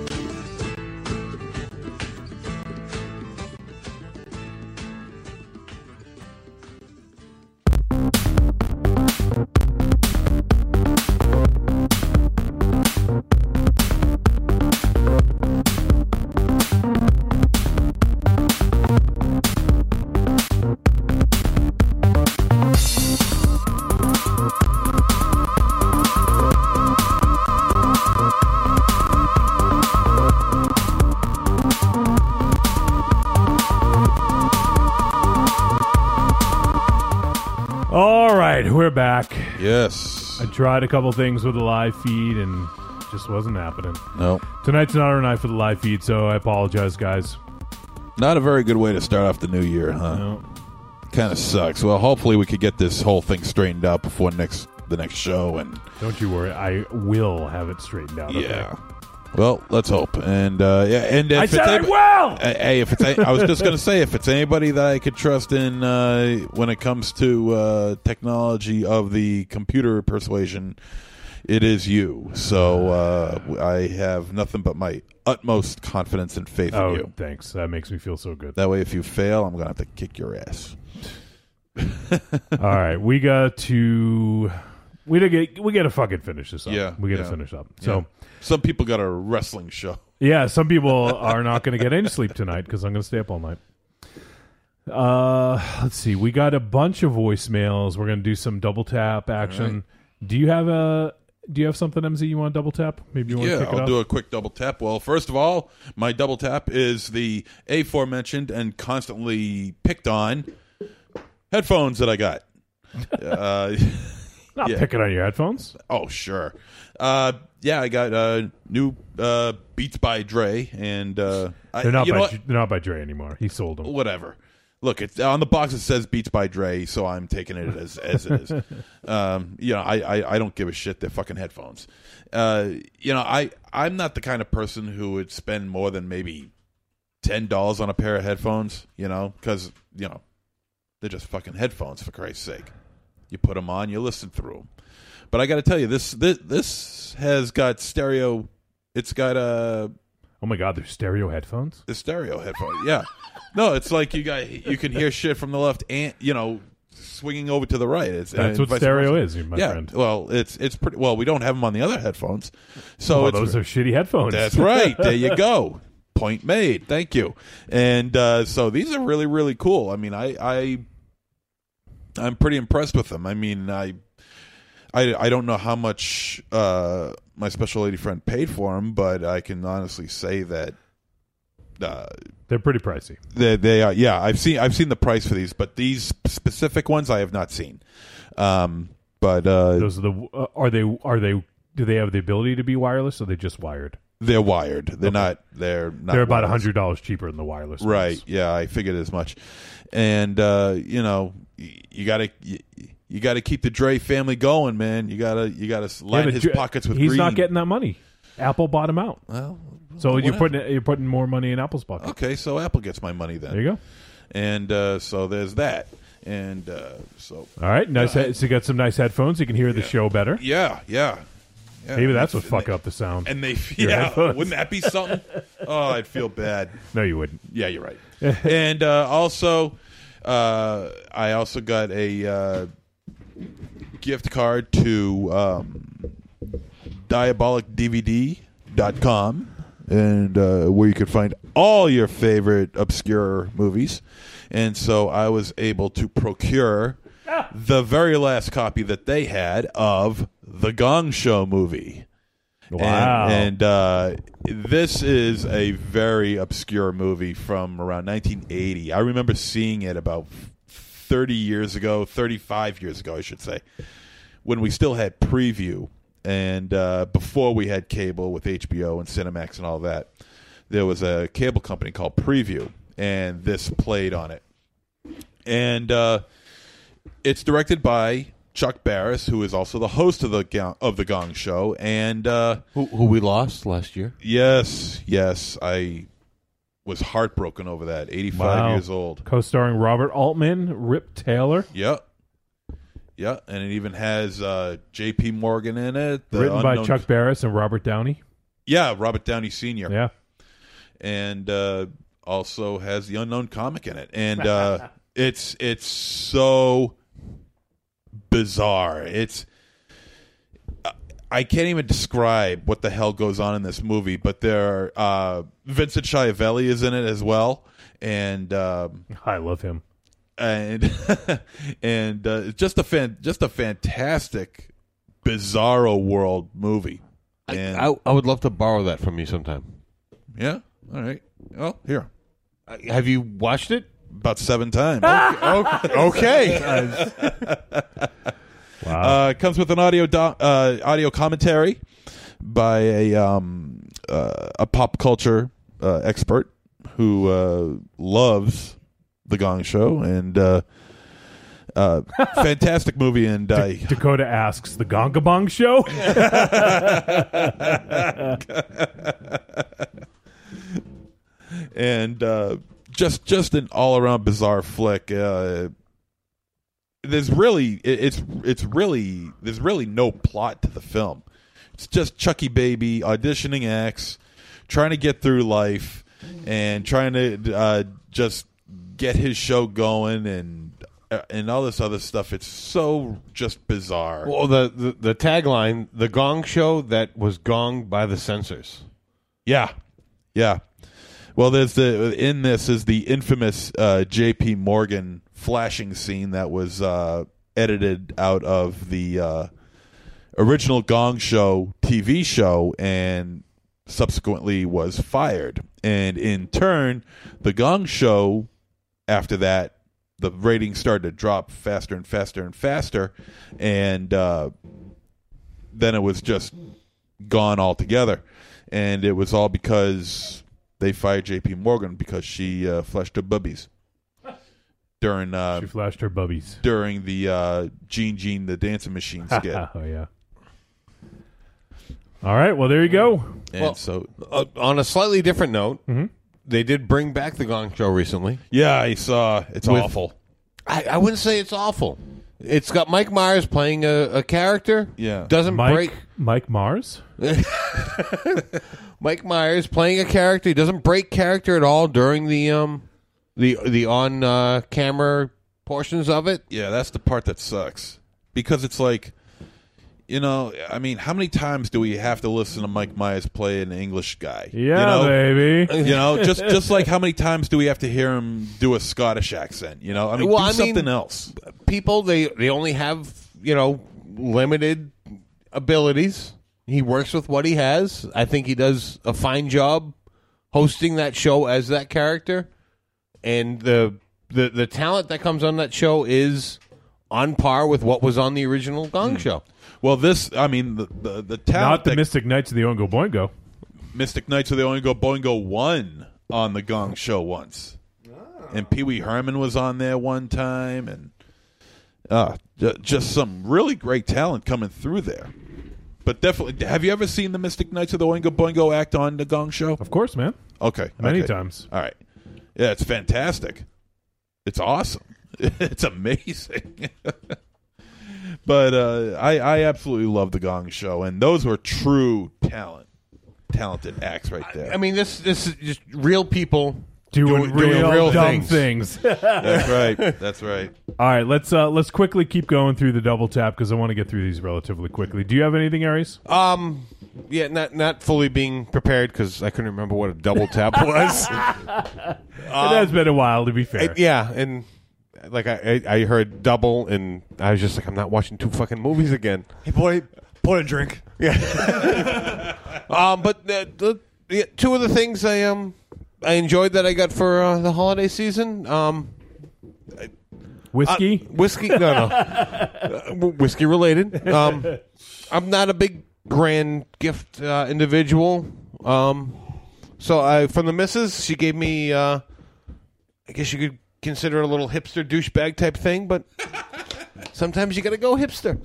D: All right, we're back.
B: Yes.
D: I tried a couple things with the live feed and just wasn't happening.
B: No.
D: Tonight's not our night for the live feed, so I apologize, guys.
B: Not a very good way to start off the new year, huh? Kind of sucks. Well, hopefully we could get this whole thing straightened out before next the next show. And
D: Don't you worry. I will have it straightened out.
B: Yeah. well, let's hope. And uh, yeah, and if
D: I
B: it's
D: said I
B: any-
D: will!
B: Uh, Hey, if it's a- I was just gonna say if it's anybody that I could trust in uh, when it comes to uh, technology of the computer persuasion, it is you. So uh, I have nothing but my utmost confidence and faith
D: Oh,
B: in you.
D: thanks. That makes me feel so good.
B: That way, if you fail, I'm gonna have to kick your ass.
D: All right, we got to we gotta get we gotta fucking finish this up.
B: Yeah,
D: we gotta
B: yeah.
D: finish up.
B: Yeah.
D: So
B: some people got a wrestling show.
D: yeah, some people are not gonna get any sleep tonight because I'm gonna stay up all night. Uh, let's see. We got a bunch of voicemails. We're gonna do some double tap action. Do you have a Do you have something, MZ? You want to double tap? Maybe you want
B: Yeah,
D: to kick
B: I'll
D: it
B: do
D: off?
B: a quick double tap. Well, first of all, my double tap is the aforementioned and constantly picked on headphones that I got. uh,
D: Not picking on your headphones.
B: Oh, sure. Uh, yeah, I got uh, new uh, Beats by Dre, and uh, I-
D: They're not
B: you know
D: by
B: what?
D: Dr- they're not by Dre anymore. He sold them.
B: Whatever. Look, it's on the box. It says Beats by Dre, so I'm taking it as as it is. um, you know, I, I I don't give a shit. They're fucking headphones. Uh, you know, I I'm not the kind of person who would spend more than maybe ten dollars on a pair of headphones. You know, because you know they're just fucking headphones for Christ's sake. You put them on, you listen through them. But I got to tell you, this, this this has got stereo. It's got uh, a.
D: Oh my god, they're stereo headphones.
B: The stereo headphones, yeah. No, it's like you got you can hear shit from the left and you know swinging over to the right. It's,
D: That's
B: and
D: what
B: vice
D: stereo
B: versa.
D: is, my
B: yeah,
D: friend.
B: Well, it's it's pretty. Well, we don't have them on the other headphones, so
D: Well,
B: Oh, it's-
D: those are shitty headphones.
B: That's right. There you go. Point made. Thank you. And uh, so these are really really cool. I mean, I I I'm pretty impressed with them. I mean, I, I, I don't know how much uh, my special lady friend paid for them, but I can honestly say that uh,
D: They're pretty pricey.
B: they, they are. Yeah, I've seen I've seen the price for these, but these specific ones I have not seen. Um, but uh,
D: Those are the uh, are they are they do they have the ability to be wireless or are they just wired?
B: they're wired. They're not. They're not.
D: They're about
B: wireless.
D: hundred dollars cheaper than the wireless. ones.
B: Right. Yeah, I figured as much. And uh, you know, y- you got to you, you got to keep the Dre family going, man. You got to you got to
D: Yeah,
B: line
D: but
B: his
D: you-
B: pockets with
D: He's
B: green.
D: not getting that money. Apple bought him out.
B: Well, Oh.
D: so you're
B: whatever.
D: putting you're putting more money in Apple's pocket.
B: okay, so Apple gets my money then.
D: There you go.
B: And uh, so there's that. And uh, so
D: All right, nice.
B: Uh,
D: head- so you got some nice headphones. You can hear the show better.
B: yeah, yeah. Yeah.
D: Maybe that's what fuck up the sound.
B: And they
D: Your
B: yeah,
D: headphones.
B: wouldn't that be something? oh, I'd feel bad.
D: No, you wouldn't.
B: Yeah, you're right. and uh, also, uh, I also got a uh, gift card to um, diabolicdvd.com and uh, where you could find all your favorite obscure movies. And so I was able to procure the very last copy that they had of the Gong Show movie.
D: Wow.
B: And, and uh, this is a very obscure movie from around 1980. I remember seeing it about 30 years ago, 35 years ago, I should say, when we still had preview and uh, before we had cable with HBO and Cinemax and all that. There was a cable company called Preview, and this played on it. And uh, it's directed by Chuck Barris, who is also the host of the Gong- of the Gong Show, and uh,
G: who, who we lost last year.
B: Yes, yes, I was heartbroken over that. Eighty-five
D: Wow.
B: years old.
D: Co-starring Robert Altman, Rip Taylor,
B: Yep, yep, and it even has uh, J.P. Morgan in it. the
D: written by
B: unknown-
D: Chuck Barris and Robert Downey.
B: Yeah, Robert Downey Sr.
D: Yeah.
B: and uh, also has the unknown comic in it, and uh, it's it's so bizarre. It's I- I can't even describe what the hell goes on in this movie, but there are, uh, Vincent Schiavelli is in it as well, and um,
D: I love him,
B: and and uh, it's just a fan, just a fantastic, bizarro world movie. And
G: I, I would love to borrow that from you sometime. Uh,
B: yeah, all right. Well, here.
G: Have you watched it?
B: About seven times.
G: Okay.
B: okay. Uh, it comes with an audio do- uh, audio commentary by a um, uh, a pop culture uh, expert who uh, loves the Gong Show and uh, uh, fantastic movie. And uh, I
D: Dakota asks the Gongabong Show.
B: and uh, just just an all around bizarre flick. Uh, there's really it, it's it's really there's really no plot to the film. It's just Chucky Baby auditioning acts, trying to get through life, and trying to uh, just get his show going and uh, and all this other stuff. It's so just bizarre.
G: Well, the, the the tagline, the Gong Show that was gonged by the censors.
B: Yeah, yeah. Well, there's the in this is the infamous uh, J.P. Morgan flashing scene that was uh, edited out of the uh, original Gong Show TV show and subsequently was fired. And in turn, the Gong Show after that the ratings started to drop faster and faster and faster, and uh, then it was just gone altogether. And it was all because they fired J.P. Morgan because she uh, flushed her bubbies during uh,
D: she flashed her bubbies.
B: during the uh, Gene Gene the Dancing Machine skit.
D: oh yeah. All right. Well, there you go.
B: And so,
G: uh, on a slightly different note, they did bring back the Gong Show recently.
B: Yeah, I saw. It's
G: With-
B: awful.
G: I, I wouldn't say it's awful. It's got Mike Myers playing a, a character.
B: Yeah,
G: doesn't
D: Mike,
G: break.
D: Mike Mars.
G: Mike Myers playing a character. He doesn't break character at all during the um the the on uh, camera portions of it.
B: Yeah, that's the part that sucks because it's like, you know, I mean, how many times do we have to listen to Mike Myers play an English guy? you
D: Yeah,
B: know? uh,
D: baby.
B: You know, just just like how many times do we have to hear him do a Scottish accent? You know, I mean,
G: Well,
B: do
G: I mean-
B: something else.
G: people they they only have you know limited abilities. He works with what he has. I think he does a fine job hosting that show as that character, and the the the talent that comes on that show is on par with what was on the original Gong
D: Hmm.
G: Show.
B: Well, this I mean the the, the talent
D: Not the Mystic Knights of the Oingo Boingo.
B: Mystic Knights of the Oingo Boingo won on the Gong Show once, and Pee Wee Herman was on there one time, and uh, ju- just some really great talent coming through there. But definitely, have you ever seen the Mystic Knights of the Oingo Boingo act on the Gong Show? Of
D: course, man.
B: Okay,
D: Many
B: okay.
D: times.
B: All right, yeah, it's fantastic. It's awesome. It's amazing. but uh, I, I absolutely love the Gong Show, and those were true talent, talented acts right there.
G: I mean, this this is just real people
D: Doing real dumb things.
B: That's right. That's right.
D: All right, let's uh, let's quickly keep going through the double tap because I want to get through these relatively quickly. Do you have anything, Aries?
G: Um, yeah, not not fully being prepared because I couldn't remember what a double tap was.
D: it has been a while, to be fair.
G: Uh, yeah, and like I, I I heard double, and I was just like, I'm not watching two fucking movies again.
E: Hey, boy, pour a drink.
G: Yeah. um, but the, the, yeah, two of the things I um I enjoyed that I got for uh, the holiday season. Um, I-
D: Whiskey?
G: uh, whiskey? No, no. Uh, w- whiskey related. Um, I'm not a big grand gift uh, individual. Um, so I from the missus, she gave me. Uh, I guess you could consider it a little hipster douchebag type thing, but sometimes you got to go hipster.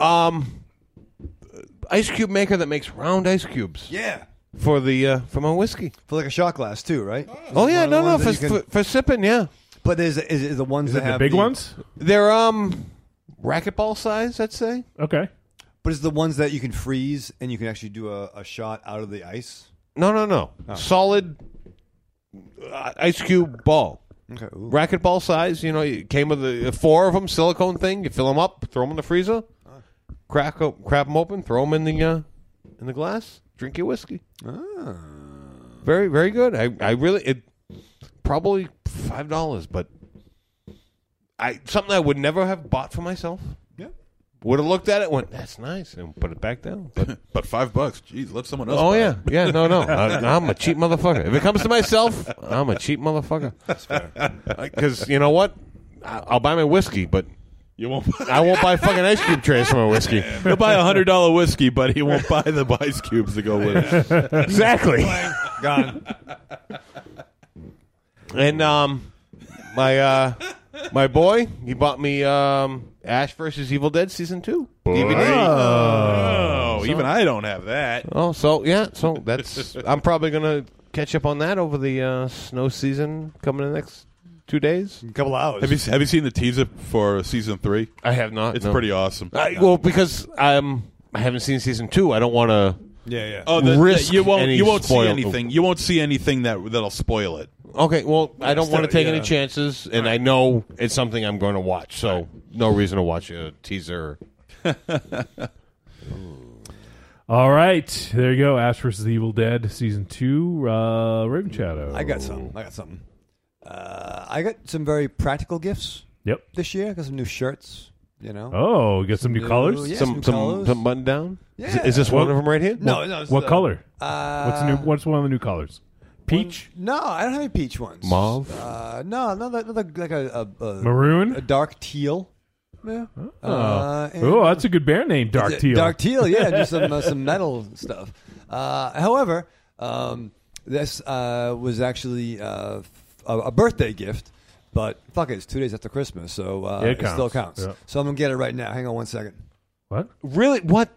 G: Um, ice cube maker that makes round ice cubes.
E: Yeah.
G: For the uh, for my whiskey.
E: For like a shot glass too, right?
G: Oh
E: One of
G: yeah,
E: the
G: no, no,
E: ones
G: for,
E: that you
G: for,
E: can-
G: for sipping, yeah.
E: But is is it the ones that have
G: They're um racquetball size, I'd say.
D: Okay.
E: But it's the ones that you can freeze and you can actually do a, a shot out of the ice.
G: No, no, no. Solid uh, ice cube ball.
E: Okay.
G: Racquetball size, you know, it came with the four of them, silicone thing. You fill them up, throw them in the freezer, crack o- crap them open, throw them in the uh, in the glass. Drink your whiskey. Very, very good. I, I really it probably five dollars, but I something I would never have bought for myself.
B: Yeah.
G: Would have looked at it, went, that's nice, and put it back down. But
B: but five bucks, jeez, let someone else.
G: Oh
B: buy
G: yeah,
B: it.
G: yeah. No, no. I, am a cheap motherfucker. If it comes to myself, I'm a cheap motherfucker. That's fair. Because you know what? I- I'll buy my whiskey, but
B: you won't.
G: I won't buy fucking ice cube trays for my whiskey.
B: He'll buy a hundred dollar whiskey, but he won't buy the ice cubes to go with it.
G: Exactly.
E: Gone.
G: And um, my uh, my boy, he bought me um, Ash versus Evil Dead season two DVD.
B: Oh,
G: So-
B: even I don't have that.
G: Oh, so yeah, so that's I'm probably gonna catch up on that over the uh, snow season coming in the next two days, a
E: couple hours.
B: Have you have you seen the teaser for season three?
G: I have not.
B: It's
G: no.
B: pretty awesome.
G: I, well, because I'm I haven't seen season two. I don't want to.
E: Yeah, yeah.
B: Oh, the,
G: risk
B: you won't
G: any
B: you won't
G: spoil-
B: see anything. You won't see anything that that'll spoil it.
G: Okay, well, I don't
B: Still,
G: want to take any
B: yeah.
G: chances, and I know it's something I'm going to watch, so no reason to watch a teaser.
D: All right, there you go. Ash versus the Evil Dead, season two. Uh, Raven Shadow.
E: I got some.
D: Oh.
E: I got something. Uh, I got some very practical gifts.
D: Yep.
E: This year, I got some new shirts. You know.
D: Oh, you got some new colors?
E: yeah,
D: Some-
E: some,
D: some-
E: colors.
G: Some button down. Is-
E: Yeah.
G: Is, this one of them right here?
E: No, no. it's
D: what
E: the-
D: color?
E: Uh,
D: what's new? What's one of the new colors? Peach.
E: No, I don't have any peach ones.
D: Mauve?
E: Uh, no, no, that- that- like a, a, a
D: Maroon?
E: a dark teal. Yeah.
D: Oh,
E: Uh, and-
D: oh, that's a good bear name, Dark
E: Yeah,
D: Teal.
E: Dark teal, yeah, just some uh, some metal stuff. Uh, however, um, this uh, was actually uh, a, a birthday gift, but fuck it, it's two days after Christmas, so uh,
D: It
E: it, still
D: counts,
E: counts.
D: yeah.
E: So I'm gonna get it right now. Hang on one second.
D: What?
G: Really? What?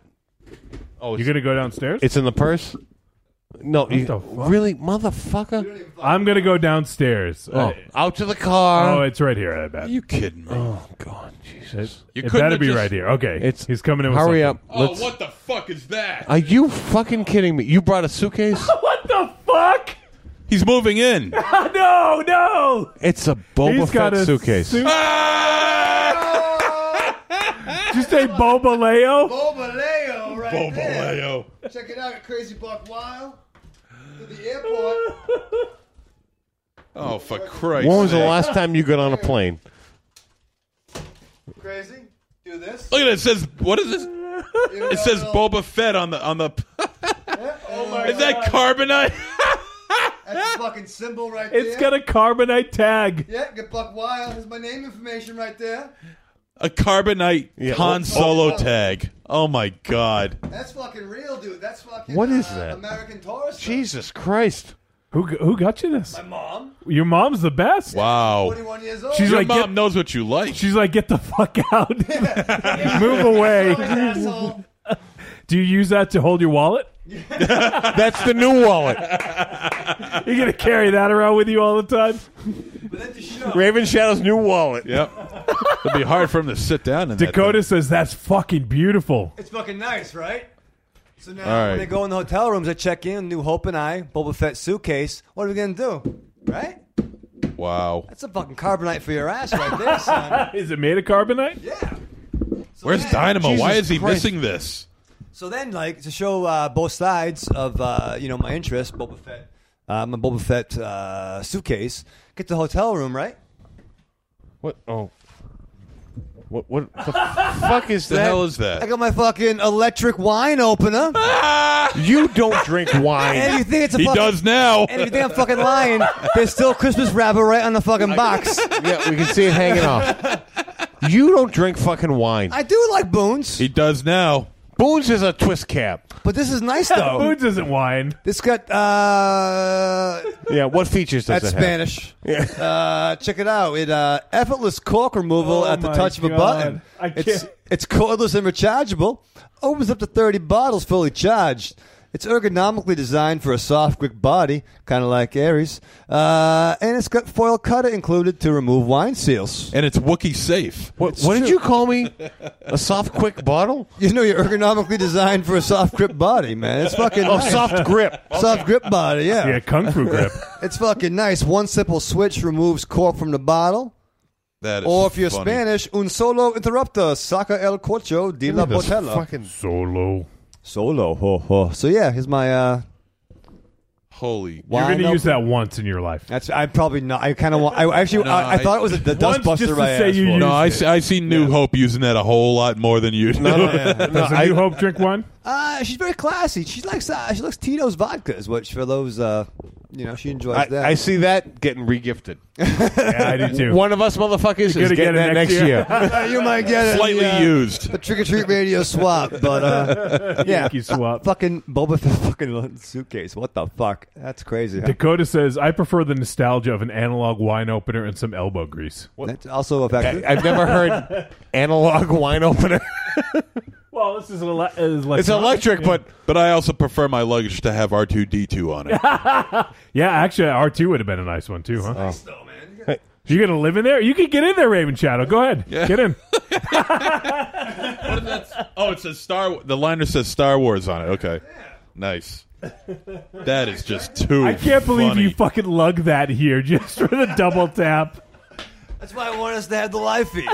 G: Oh,
D: you're gonna go downstairs?
G: It's in the purse. No,
D: What
G: you-
D: the fuck?
G: really, motherfucker.
D: I'm gonna go downstairs. Uh,
G: Oh, out to the car.
D: Oh, it's right here. I bet.
B: you kidding me?
D: Oh
G: God,
D: Jesus!
G: You
D: It,
G: couldn't
D: better
G: have
D: be
G: just-
D: right here. Okay, it's he's coming in. With
G: Hurry
D: something.
G: up. Let's-
B: the fuck is that?
G: Are you fucking kidding me? You brought a suitcase?
D: what the fuck?
B: He's moving in.
D: no, no.
G: It's a Boba
D: He's got
G: Fett
D: a
G: suitcase.
D: suit-
E: Ah!
D: Did you say Bobaleo?
E: Bobaleo, right
B: Bobaleo.
E: Check it out at Crazy Buck Wild to the airport.
B: Oh, for Christ!
G: when was the last time you got on a plane?
E: crazy. Do this.
N: Look at it. It says what is this?
E: know,
N: It says Boba Fett on the on the.
E: Oh
N: Is that carbonite?
E: That's a fucking symbol right there.
D: It's got a carbonite tag.
E: Yeah, get buck wild. Here's my name information right there.
N: A carbonite
G: Yeah,
N: Han
G: oh,
N: Solo
E: oh.
N: tag. Oh my god!
E: That's fucking real, dude. That's fucking.
N: What is
E: uh,
N: that?
E: American Taurus.
G: Jesus Christ.
D: Who, who got you this?
E: My mom.
D: Your mom's the best.
N: Wow.
E: 21 years old.
D: She's
N: Your
D: like,
N: mom
D: get-
N: knows what you like.
D: She's like, get the fuck out. Move away.
E: Asshole.
D: Do you use that to hold your wallet?
G: That's the new wallet.
D: You're going to carry that around with you all the time?
G: Raven Shadow's new wallet.
N: Yep. It'd be hard for him to sit down. In
D: Dakota says, that's fucking beautiful.
E: It's fucking nice, right? So now
D: All right.
E: when they go in the hotel rooms, they check in. New Hope and I, Boba Fett suitcase. What are we gonna do? Right?
N: That. Wow.
E: That's a fucking carbonite for your ass right there, son.
D: Is it made of carbonite?
E: Yeah.
N: Where's Dynamo? Why
E: Jesus
N: is he
E: Christ.
N: missing this?
E: So then, like, to show uh, both sides of uh, you know my interest, Boba Fett, uh, my Boba Fett uh, suitcase. Get to the hotel room, right?
G: What? Oh. What? What the fuck is that?
E: I got my fucking electric wine opener.
G: you don't drink wine.
E: And you think it's a
G: He
E: fucking,
G: does now.
E: And if you think I'm fucking lying, there's still Christmas wrapper right on the fucking box.
G: yeah, we can see it hanging off. You don't drink fucking wine.
E: I do like Boone's.
N: He does now.
G: Boone's is a twist cap.
E: But this is nice though.
D: Boone's isn't wine.
E: This got uh
G: Yeah, what features does
E: that's
G: it have?
E: Spanish. Uh, check it out. It uh, effortless cork removal
G: Oh
E: at the
G: my
E: touch of a
G: God.
E: button.
G: I
E: It's
G: can't-
E: it's cordless and rechargeable. Opens up to thirty bottles fully charged. It's ergonomically designed for a soft, quick body, kind of like Aries. Uh, and it's got foil cutter included to remove wine seals.
N: And it's Wookiee safe.
G: What, what did you call me? A soft, quick bottle?
E: You know, you're ergonomically designed for a soft grip body, man. It's fucking
G: Oh,
E: nice.
G: soft grip.
E: soft grip body. Yeah,
D: Yeah, kung fu grip.
E: it's fucking nice. One simple switch removes cork from the bottle.
N: That is
E: Or if you're
N: funny.
E: Spanish, un solo interrupter, saca el corcho de la botella.
D: solo.
E: Solo, ho ho. So yeah, here's my. uh
N: Holy.
D: You're going to use that once in your life.
E: That's I probably not. I kind of want. I actually
N: No,
E: I, I thought it was the
D: Once
E: dust buster.
D: just to
E: I
D: say
E: asked
D: you
E: for.
D: used
N: No, I see, I see New Hope using that a whole lot more than you do.
G: No, no, no, no,
D: Does a New Hope drink wine?
E: Uh, she's very classy. She likes uh, she likes Tito's vodka, is what for those. Uh, you know, she enjoys
G: I,
E: that.
G: I see that getting regifted.
D: Yeah, I do too.
G: One of us motherfuckers
D: You're
G: is
D: gonna get
G: getting
D: it
G: that
D: next
G: next
D: year.
G: year.
E: you might get it. in
N: Slightly
E: the, uh,
N: used.
E: The trick or treat radio swap, but uh, yeah,
D: Yankee swap.
E: fucking Boba Fett, fucking suitcase. What the fuck? That's crazy. Huh?
D: Dakota says, I prefer the nostalgia of an analog wine opener and some elbow grease.
E: That's also effective.
G: I've never heard analog wine opener.
D: Well, this is, ele- uh, is like
G: It's electric, but
N: But I also prefer my luggage to have R two D two on it.
D: yeah, actually, R two would have been a nice one too, huh? Nice though, man. You gonna live in there? You could get in there, Raven Shadow. Go ahead, get in.
N: oh, it says Star. The liner says Star Wars on it. Okay, nice. That is just too.
D: I can't believe
N: funny.
D: you fucking lug that here just for the double tap.
E: That's why I want us to have the live feed.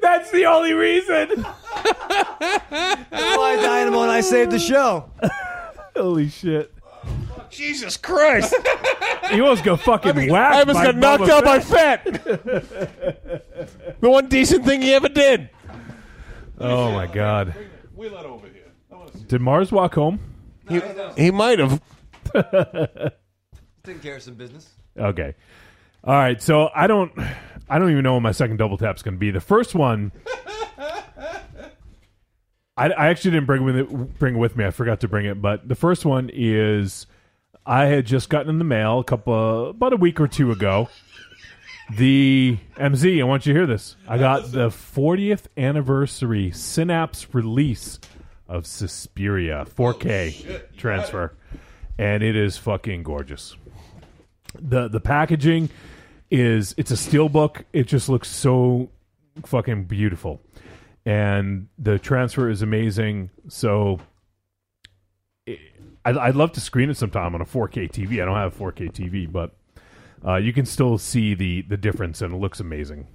D: That's the only reason.
E: That's why Dynamo and I saved the show.
D: Holy shit!
G: Jesus Christ!
D: You almost go fucking whacked.
G: I almost
D: by
G: got knocked
D: Boba
G: out by
D: Fett.
G: Fett. the one decent thing he ever did.
D: Oh my god! Did Mars walk home?
G: He, he might have.
E: Taking care of some business.
D: Okay. All right. So I don't. I don't even know what my second double tap's going to be. The first one. I, I actually didn't bring with it, bring it with me. I forgot to bring it. But the first one is I had just gotten in the mail a couple about a week or two ago. The MZ. I want you to hear this. I got the 40th anniversary Synapse release of Suspiria 4K transfer, and it is fucking gorgeous the the packaging is it's a steel book. It just looks so fucking beautiful, and the transfer is amazing. So. it- I'd, I'd love to screen it sometime on a 4K TV. I don't have a 4K TV, but uh, you can still see the the difference, and it looks amazing.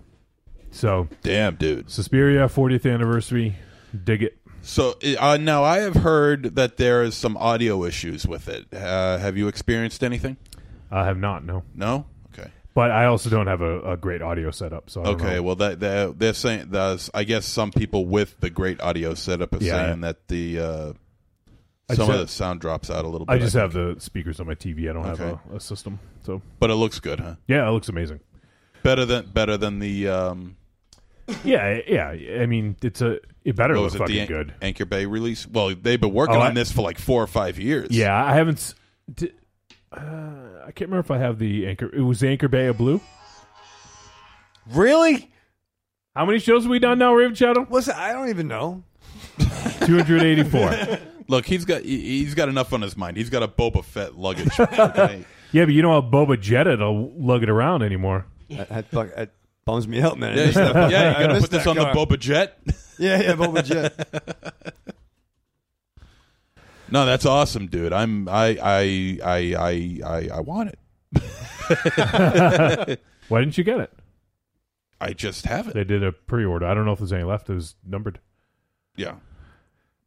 D: So,
N: Damn, dude.
D: Suspiria 40th anniversary, dig it.
N: So uh, now I have heard that there is some audio issues with it. Uh, have you experienced anything?
D: I have not no.
N: No. Okay.
D: But I also don't have a, a great audio setup, so I don't
N: Okay,
D: know.
N: well, that, that they're saying that's I guess some people with the great audio setup are
D: Yeah.
N: saying that the uh,
D: I
N: some
D: just
N: of the
D: have-
N: sound drops out a little. bit.
D: I just
N: think.
D: have the speakers on my TV. I don't have
N: Okay.
D: a, a system, so
N: but it looks good, huh?
D: Yeah, it looks amazing.
N: Better than better than the um,
D: yeah, yeah. I mean, it's a it better
N: what
D: look
N: was Oh, it,
D: fucking
N: the An-
D: good.
N: Anchor Bay release. Well, they've been working
D: Oh, I-
N: on this for like four or five years.
D: Yeah, I haven't. s- di- uh, I can't remember if I have the anchor. It was the Anchor Bay of Blue.
E: Really?
D: How many shows have we done now, Raven Shadow?
E: Listen, I don't even know.
D: Two hundred eighty-four.
N: Look, he's got he- he's got enough on his mind. He's got a Boba Fett luggage. Okay?
D: yeah, but you don't have Boba Jetta to lug it around anymore.
E: That, fuck- that bums me out, man.
D: Yeah, you gotta- yeah, you gotta
E: I missed
D: put this
E: that.
D: on the
E: Come
N: Boba Jet.
E: Yeah, yeah, Boba Jet.
N: no, that's awesome, dude. I'm I I I I I, I want it.
D: Why didn't you get it?
N: I just have it.
D: They did a pre-order. I don't know if there's any left. It was numbered.
N: Yeah.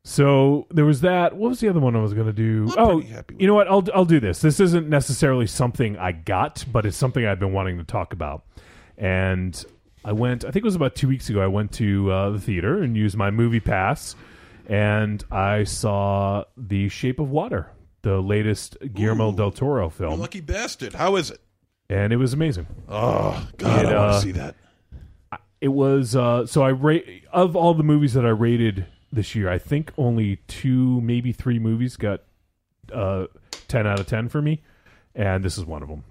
D: So there was that. What was the other one I was going to do? oh, you know what? I'll I'll do this. This isn't necessarily something I got, but it's something I've been wanting to talk about. And I went. I think it was about two weeks ago. I went to uh, the theater and used my movie pass, and I saw The Shape of Water, the latest Guillermo del Toro film,
N: Lucky bastard. How is it?
D: and it was amazing.
N: Oh God,
D: It,
N: I want to
D: uh,
N: see that.
D: it was uh, so I ra- of all the movies that I rated this year, I think only two, maybe three movies got uh, ten out of ten for me, and this is one of them.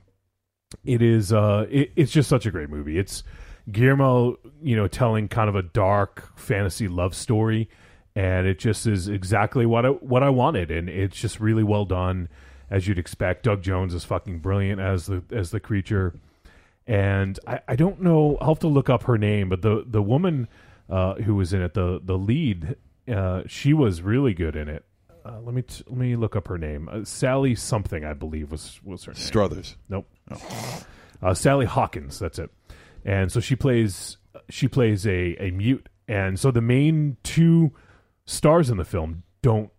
D: It is uh, it, it's just such a great movie. It's Guillermo, you know, telling kind of a dark fantasy love story, and it just is exactly what I what I wanted, and it's just really well done, as you'd expect. Doug Jones is fucking brilliant as the as the creature and I, I don't know. I'll have to look up her name, but the the woman uh, who was in it, the the lead, uh, she was really good in it. Uh, let me t- let me look up her name. Uh, Sally something, I believe, was was her name.
N: Struthers.
D: Nope. Uh, Sally Hawkins. That's it. And so she plays she plays a a mute, and so the main two stars in the film don't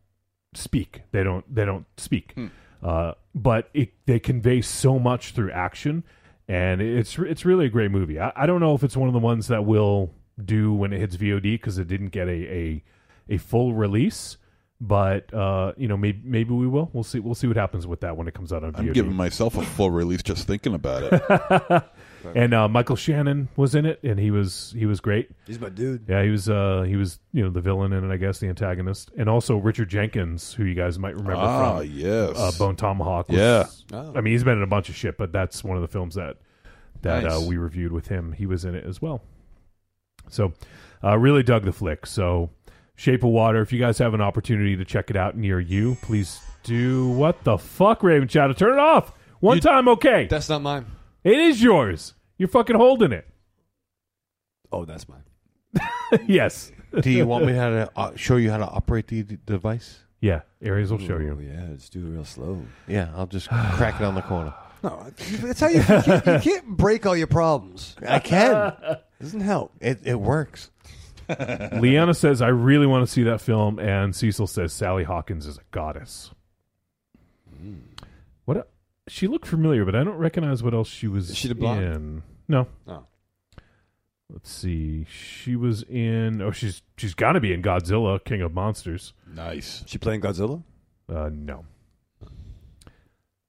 D: speak. They don't they don't speak.
N: Hmm.
D: Uh, but it, they convey so much through action, and it's it's really a great movie. I, I don't know if it's one of the ones that will do when it hits VOD because it didn't get a, a a full release. But uh, you know, maybe maybe we will. We'll see. We'll see what happens with that when it comes out on VOD.
N: I'm giving myself a full release just thinking about it.
D: and uh, Michael Shannon was in it, and he was he was great.
E: He's my dude.
D: Yeah, he was uh, he was you know the villain in it, I guess the antagonist, and also Richard Jenkins, who you guys might remember
N: Ah,
D: from
N: yes.
D: uh, Bone Tomahawk.
N: Yeah.
E: Oh.
D: I mean he's been in a bunch of shit, but that's one of the films that that uh,
N: Nice.
D: we reviewed with him. He was in it as well. So, uh, really dug the flick. So, Shape of Water. If you guys have an opportunity to check it out near you, please do. What the fuck, Raven Shadow? Turn it off. One time, okay.
E: That's not mine.
D: It is yours. You're fucking holding it.
E: Oh, that's mine.
D: yes.
G: Do you want me how to uh, show you how to operate the d- device?
D: Yeah, Aries will show you.
E: Oh, Yeah, just do it real slow.
G: Yeah, I'll just crack it on the corner.
E: No, that's how you, you, can't, you can't break all your problems.
G: I can.
E: Doesn't help.
G: It it works.
D: Leanna says, I really want to see that film. And Cecil says, Sally Hawkins is a goddess. What? A, she looked familiar, but I don't recognize what else she was
E: Is she the blonde?
D: in. No.
E: Oh.
D: Let's see. She was in. Oh, she's she's got to be in Godzilla, King of Monsters.
N: Nice.
E: She playing Godzilla?
D: Uh, no.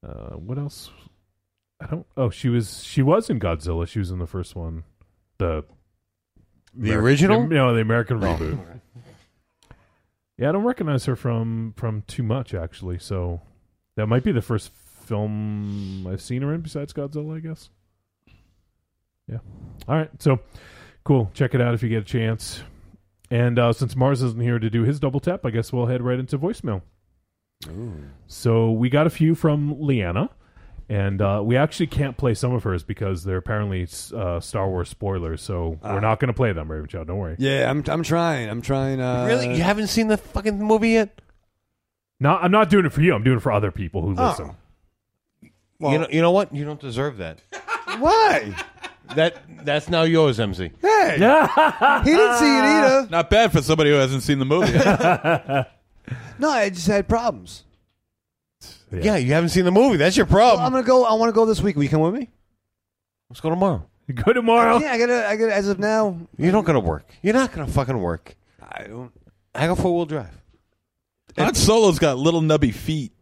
D: Uh, what else? I don't. Oh, she was she was in Godzilla. She was in the first one, the
G: The original?
D: No, the American
G: Oh.
D: reboot. Yeah, I don't recognize her from from too much actually. So that might be the first film I've seen her in besides Godzilla, I guess. Yeah. All right. So cool. Check it out if you get a chance. And uh, since Mars isn't here to do his double tap, I guess we'll head right into voicemail. So we got a few from Leanna, and uh, we actually can't play some of hers because they're apparently uh, Star Wars spoilers. So we're not going to play them, Raven Child. Don't worry.
E: Yeah, I'm, I'm trying. I'm trying. Uh,
G: really? You haven't seen the fucking movie yet?
D: No, I'm not doing it for you. I'm doing it for other people who
G: Oh.
D: listen.
G: you know you know what? You don't deserve that.
E: Why?
G: That that's now yours, MZ.
E: Hey, he didn't see it either.
N: Not bad for somebody who hasn't seen the movie.
E: No, I just had problems.
G: Yeah, you haven't seen the movie. That's your problem.
E: Well, I'm gonna go. I want to go this week. Will you come with me?
G: Let's go tomorrow.
D: Go tomorrow.
E: Yeah, I gotta. I gotta. As of now,
G: You're not gonna work. You're not gonna fucking work.
E: I don't.
G: I go four wheel drive.
N: Han Solo's got little nubby feet.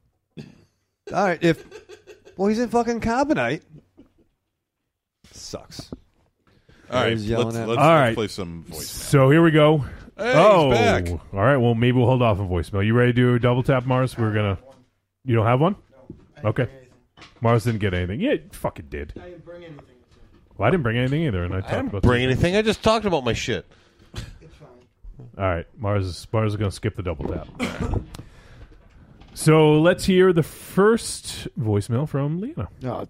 E: All right, if well, he's in fucking carbonite. Sucks.
N: All right,
E: He's yelling
N: let's-
E: at-
N: let's-
D: All right.
N: play some voicemail.
D: So here we go.
N: Hey, he's
D: oh,
N: back.
D: all right. Well, maybe we'll hold off on voicemail. You ready to do a double tap, Mars? We're gonna. You don't have one? okay. Mars didn't get anything. Yeah, it fucking did. I didn't bring anything. Well, I didn't bring anything either, and I, talked about
G: Bring anything? I just talked about my shit.
D: All right, Mars is, Mars is going to skip the double tap. so let's hear the first voicemail from Leanna.
U: Oh,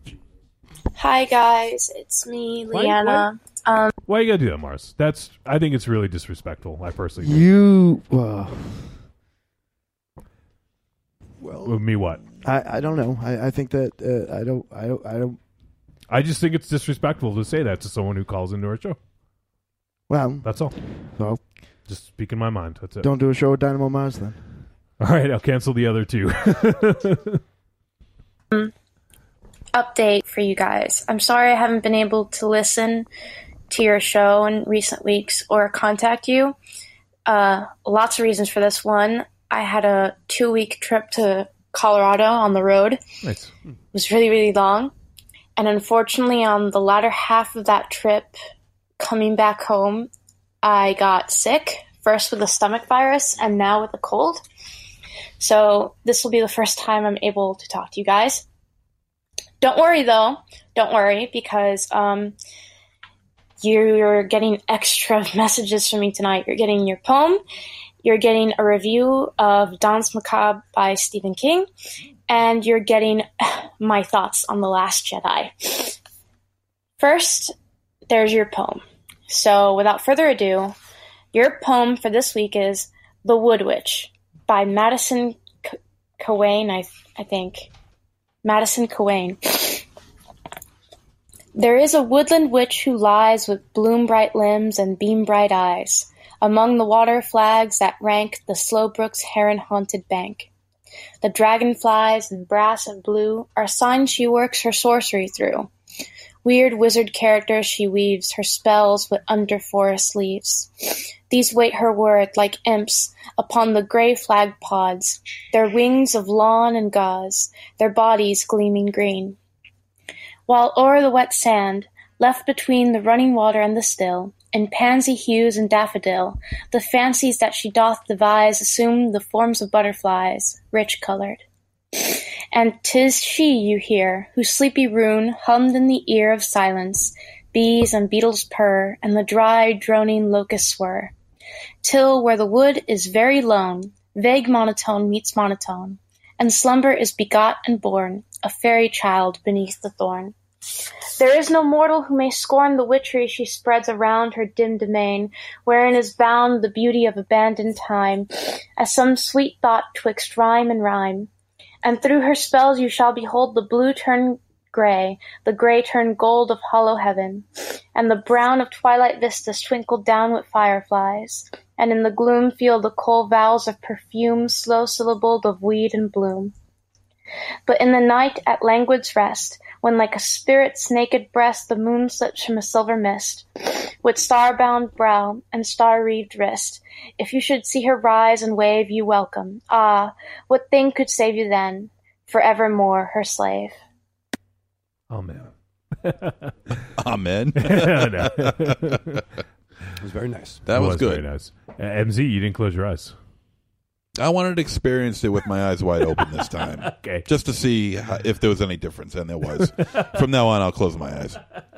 R: Hi guys, it's me,
D: Why-
R: Leanna. Um,
D: Why you got to do that, Mars? That's I think it's really disrespectful. I personally do.
U: You. Uh,
D: With me what?
U: I, I don't know. I, I think that uh, I don't I don't I don't.
D: I just think it's disrespectful to say that to someone who calls into our show.
U: Well,
D: That's all.
U: So
D: Just speaking my mind. That's it.
U: don't do a show with Dynamo Mars then.
D: All right, I'll cancel the other two.
R: update for you guys. I'm sorry I haven't been able to listen to your show in recent weeks or contact you. Uh, lots of reasons for this. One, I had a two week trip to Colorado on the road.
D: nice.
R: It was really, really long. And unfortunately, on the latter half of that trip, coming back home, I got sick, first with a stomach virus and now with a cold. So, this will be the first time I'm able to talk to you guys. Don't worry though, don't worry, because um, you're getting extra messages from me tonight. You're getting your poem, you're getting a review of Dance Macabre by Stephen King, and you're getting my thoughts on The Last Jedi. First, there's your poem. So, without further ado, your poem for this week is The Wood Witch by Madison C- Cowain, I, I think. Madison Cowain. There is a woodland witch who lies with bloom bright limbs and beam bright eyes among the water flags that rank the slow brook's heron haunted bank. The dragonflies in brass and blue are signs she works her sorcery through. Weird wizard characters she weaves her spells with under forest leaves. These wait her word like imps upon the gray flag pods, their wings of lawn and gauze, their bodies gleaming green. While o'er the wet sand, left between the running water and the still, in pansy hues and daffodil, the fancies that she doth devise assume the forms of butterflies, rich colored. And 'tis she you hear, whose sleepy rune hummed in the ear of silence, bees and beetles purr, and the dry, droning locusts whir. Till where the wood is very lone, vague monotone meets monotone, and slumber is begot and born, a fairy child beneath the thorn. There is no mortal who may scorn the witchery she spreads around her dim domain, wherein is bound the beauty of abandoned time, as some sweet thought twixt rhyme and rhyme. And through her spells you shall behold the blue turn gray, the gray turn gold of hollow heaven, and the brown of twilight vistas twinkled down with fireflies, and in the gloom feel the coal vows of perfume slow syllabled of weed and bloom. But in the night at languid's rest, when like a spirit's naked breast the moon slips from a silver mist, with star-bound brow and star-wreathed wrist, if you should see her rise and wave you welcome, ah, what thing could save you then, forevermore her slave?
D: Oh man.
N: Amen.
D: it
N: was very nice. That was good.
D: Very nice. Uh, MZ, you didn't close your eyes.
N: I wanted to experience it with my eyes wide open this time.
D: okay.
N: Just to see how, if there was any difference, and there was. From now on, I'll close my eyes.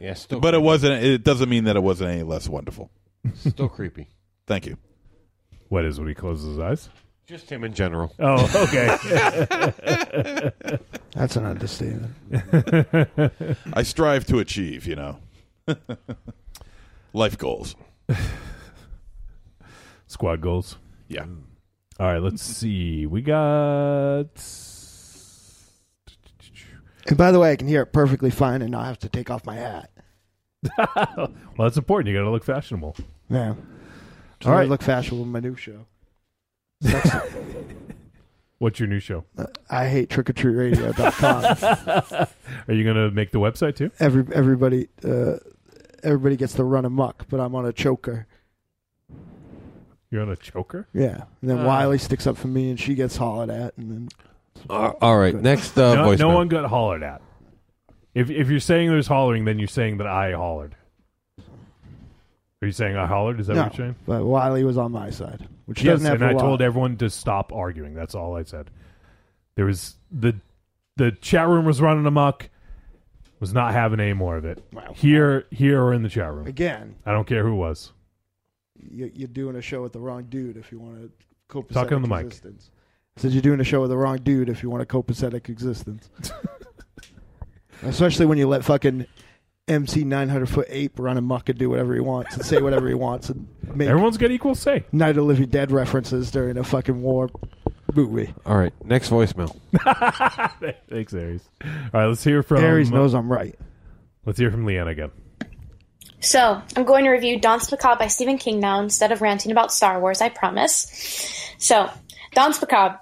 G: Yeah, still
N: But it wasn't. It doesn't mean that it wasn't any less wonderful.
G: Still creepy.
N: Thank you.
D: What is when he closes his eyes?
G: Just him in general.
D: Oh, okay.
U: That's an understatement.
N: I strive to achieve, you know, life goals.
D: Squad goals.
N: Yeah.
D: All right, let's see. We got
U: And by the way, I can hear it perfectly fine, and not have to take off my hat.
D: Well, that's important. You got to look fashionable.
U: Yeah. So
D: All
U: I
D: right.
U: look fashionable in my new show.
D: What's your new show?
U: uh,
F: I hate trick or treat radio.com.
D: Are you going to make the website too?
F: Every, everybody, uh, everybody gets to run amok, but I'm on a choker.
D: You're on a choker?
F: Yeah. And then Wiley sticks up for me and she gets hollered at. And then
G: All all right, next uh,
D: no,
G: voicemail.
D: no one got hollered at. If if you're saying there's hollering, then you're saying that I hollered. Are you saying I hollered? Is that
F: no,
D: what you're saying?
F: but Wiley was on my side, which he
D: yes,
F: doesn't have
D: and
F: for a
D: I
F: while.
D: told everyone to stop arguing. That's all I said. There was the the chat room was running amok. Was not having any more of it. Here, here, or in the chat room
F: Again.
D: I don't care who was.
F: you- you're doing a show with the wrong dude if you want to copacetic
D: Talk on the mic.
F: existence. I said you're doing a show with the wrong dude if you want a copacetic existence. Especially when you let fucking MC 900 foot ape run amok and do whatever he wants and say whatever he wants and make
D: everyone's got equal say.
F: Night of the Living Dead references during a fucking war movie.
G: All right, next voicemail.
D: Thanks, Aries. All right, let's hear from
F: Aries knows I'm right.
D: Let's hear from Leanne again.
R: So, I'm going to review Dance Macabre by Stephen King now instead of ranting about Star Wars, I promise. So, Dance Macabre.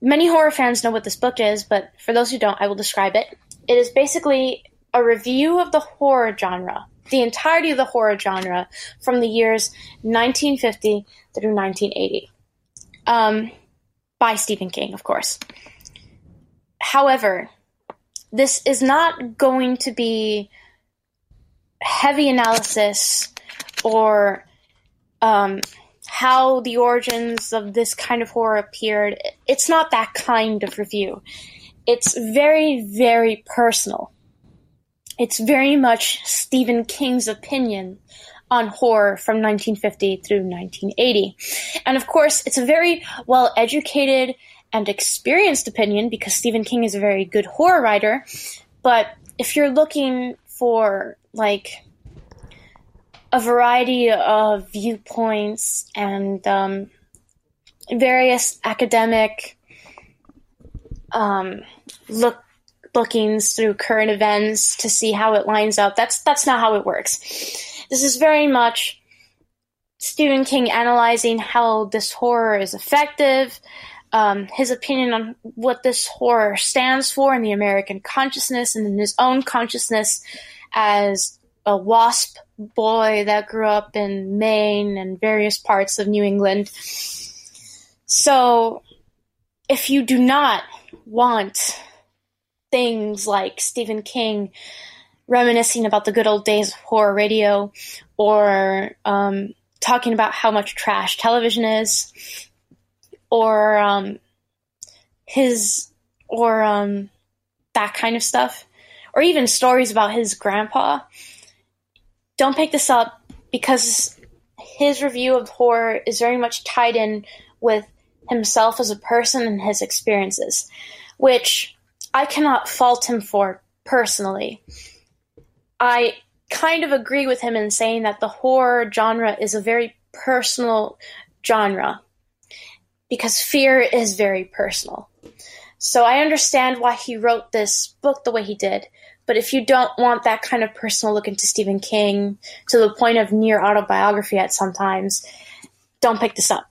R: Many horror fans know what this book is, but for those who don't, I will describe it. It is basically a review of the horror genre, the entirety of the horror genre from the years 1950 through 1980. Um, by Stephen King, of course. However, this is not going to be heavy analysis or um, how the origins of this kind of horror appeared. It's not that kind of review. It's very, very personal. It's very much Stephen King's opinion on horror from 1950 through 1980. And of course, it's a very well educated and experienced opinion because Stephen King is a very good horror writer. But if you're looking for like a variety of viewpoints and um, various academic um, look lookings through current events to see how it lines up. That's that's not how it works. This is very much Stephen King analyzing how this horror is effective, um, his opinion on what this horror stands for in the American consciousness and in his own consciousness as a WASP boy that grew up in Maine and various parts of New England. So, if you do not want things like Stephen King reminiscing about the good old days of horror radio or um, talking about how much trash television is or um, his or um, that kind of stuff, or even stories about his grandpa. Don't pick this up because his review of horror is very much tied in with himself as a person and his experiences, which I cannot fault him for personally. I kind of agree with him in saying that the horror genre is a very personal genre because fear is very personal. So I understand why he wrote this book the way he did, but if you don't want that kind of personal look into Stephen King to the point of near autobiography at sometimes, don't pick this up.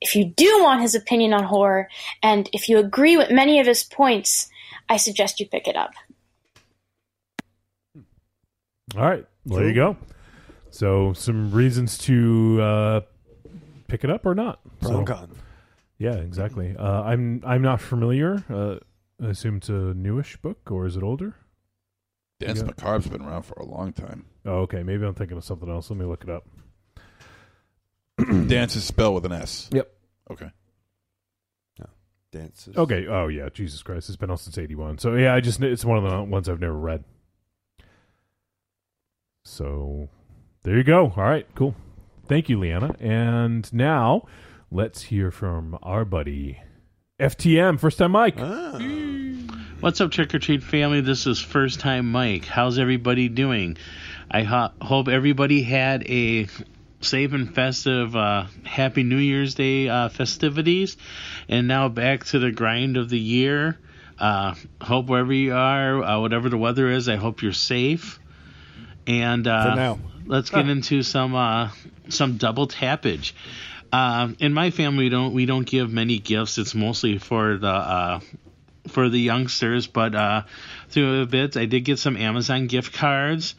R: If you do want his opinion on horror, and if you agree with many of his points, I suggest you pick it up.
D: All right, well, there you go. So, some reasons to uh, pick it up or not.
E: Pro and
D: So-
E: con.
D: Yeah, exactly. Uh, I'm I'm not familiar. Uh, I assume it's a newish book, or is it older?
N: Dance
D: Yeah.
N: Macabre's been around for a long time.
D: Oh, okay. Maybe I'm thinking of something else. Let me look it up. Hmm.
N: Dance is spelled with an S.
D: Yep.
N: Okay.
I: Dances.
D: Okay. Oh yeah. Jesus Christ. It's been out since '81. So yeah, I just it's one of the ones I've never read. So there you go. All right. Cool. Thank you, Leanna. And now let's hear from our buddy FTM, first time Mike.
V: What's up, Trick or Treat family? This is First Time Mike. How's everybody doing? I ho- hope everybody had a safe and festive uh, Happy New Year's Day uh, festivities. And now back to the grind of the year. Uh, hope wherever you are, uh, whatever the weather is, I hope you're safe. And uh,
N: now.
V: let's get into some uh, some double tappage.
F: Uh, in my family, we don't we don't give many gifts. It's mostly for the uh, for the youngsters. But uh, through a bit, I did get some Amazon gift cards,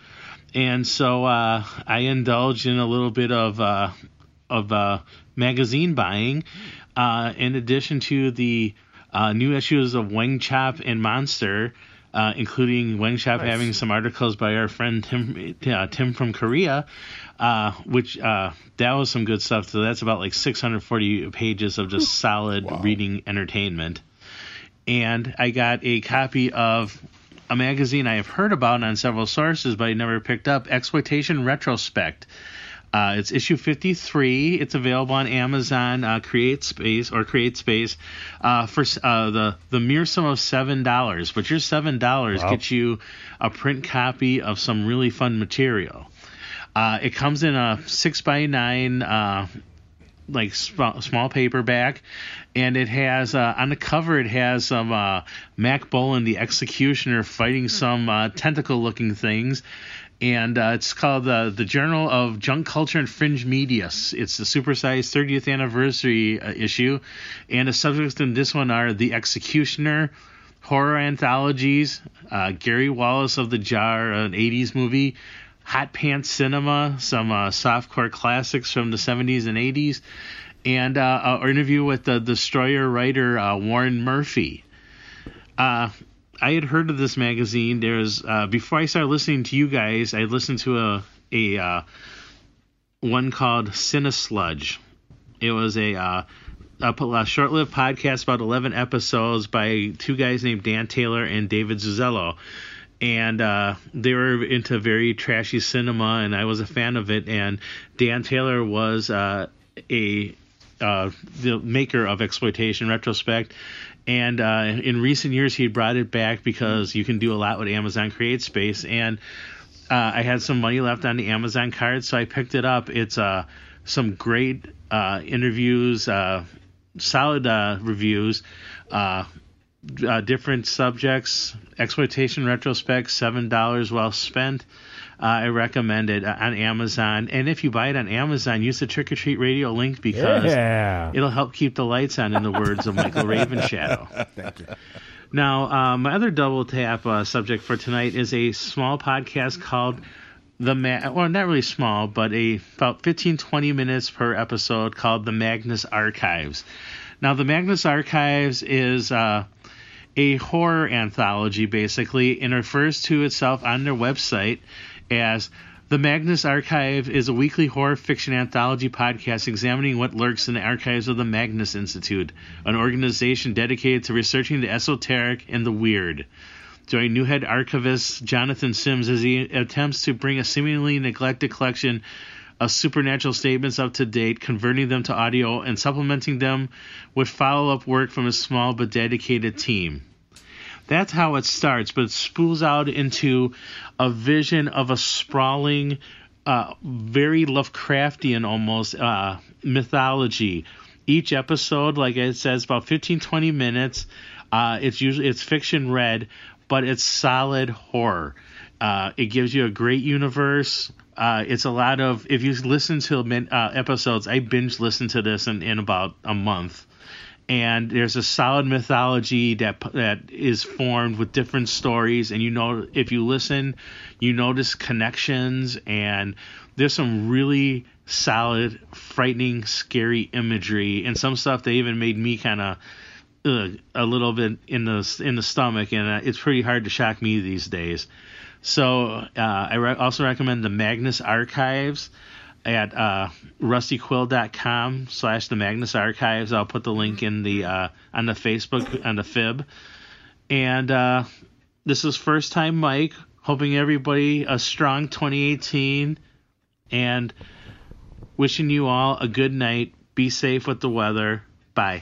F: and so uh, I indulged in a little bit of uh, of uh, magazine buying, uh, in addition to the uh, new issues of Wang Chop and Monster. Uh, including Wang Chop
R: Nice.
F: having some articles by our friend Tim uh, Tim from Korea, uh, which uh, that was some good stuff. So that's about like 640 pages of just solid reading entertainment and I got a copy of a magazine I have heard about on several sources, but I never picked up Exploitation Retrospect. Uh, it's issue 53. It's available on Amazon. Uh, create space or create space uh, for s- uh, the the mere sum of seven dollars. But your seven dollars
R: Wow.
F: gets you a print copy of some really fun material. Uh, it comes in a six by nine uh, like sm- small paperback, and it has uh, on the cover it has some uh, Mac Bolan the Executioner fighting some uh, tentacle looking things, and uh, it's called the the Journal of Junk Culture and Fringe Media. S- It's the supersized 30th anniversary uh, issue, and the subjects in this one are the Executioner. Horror anthologies, uh, Gary Wallace of the Jar, an 80s movie, Hot Pants Cinema, some uh, softcore classics from the 70s and 80s, and uh, an interview with the Destroyer writer uh, Warren Murphy. Uh, I had heard of this magazine. There's uh, before I started listening to you guys, I listened to a a uh, one called Cinesludge. It was a uh, a, po- a short-lived podcast about 11 episodes by two guys named Dan Taylor and David Zuzello and uh, they were into very trashy cinema, and I was a fan of it. And Dan Taylor was uh, a uh, the maker of exploitation retrospect, and uh, in recent years he brought it back because you can do a lot with Amazon Create Space, and uh, I had some money left on the Amazon card, so I picked it up. It's uh, some great uh, interviews, uh, solid uh, reviews. Uh, uh, different subjects. Exploitation retrospect, seven dollars well spent. Uh, I recommend it uh, on Amazon, and if you buy it on Amazon, use the Trick or Treat Radio link because
D: Yeah.
F: it'll help keep the lights on. In the words of Michael Ravenshadow.
R: Thank you.
F: Now, uh, my other double tap uh, subject for tonight is a small podcast called the Ma- well, not really small, but a about 15 20 minutes per episode called the Magnus Archives. Now, the Magnus Archives is uh, a horror anthology, basically, and refers to itself on their website as the Magnus Archive is a weekly horror fiction anthology podcast examining what lurks in the archives of the Magnus Institute, an organization dedicated to researching the esoteric and the weird. Join new head archivist Jonathan Sims as he attempts to bring a seemingly neglected collection of supernatural statements up to date, converting them to audio and supplementing them with follow up work from a small but dedicated team. That's how it starts, but it spools out into a vision of a sprawling, uh, very Lovecraftian almost uh, mythology. Each episode, like I said, is about 15, 20 minutes. Uh, it's usually it's fiction read, but it's solid horror. Uh, it gives you a great universe. Uh, it's a lot of if you listen to min- uh, episodes, I binge listened to this in, in about a month and there's a solid mythology that that is formed with different stories and you know if you listen you notice connections and there's some really solid frightening scary imagery and some stuff that even made me kind of ugh, a little bit in the in the stomach, and uh, it's pretty hard to shock me these days. So uh, I re- also recommend the Magnus Archives at uh, rustyquill.com slash the Magnus Archives. I'll put the link in the uh, on the Facebook on the fib. And uh, this is first time Mike. Hoping everybody a strong 2018, and wishing you all a good night. Be safe with the weather. Bye.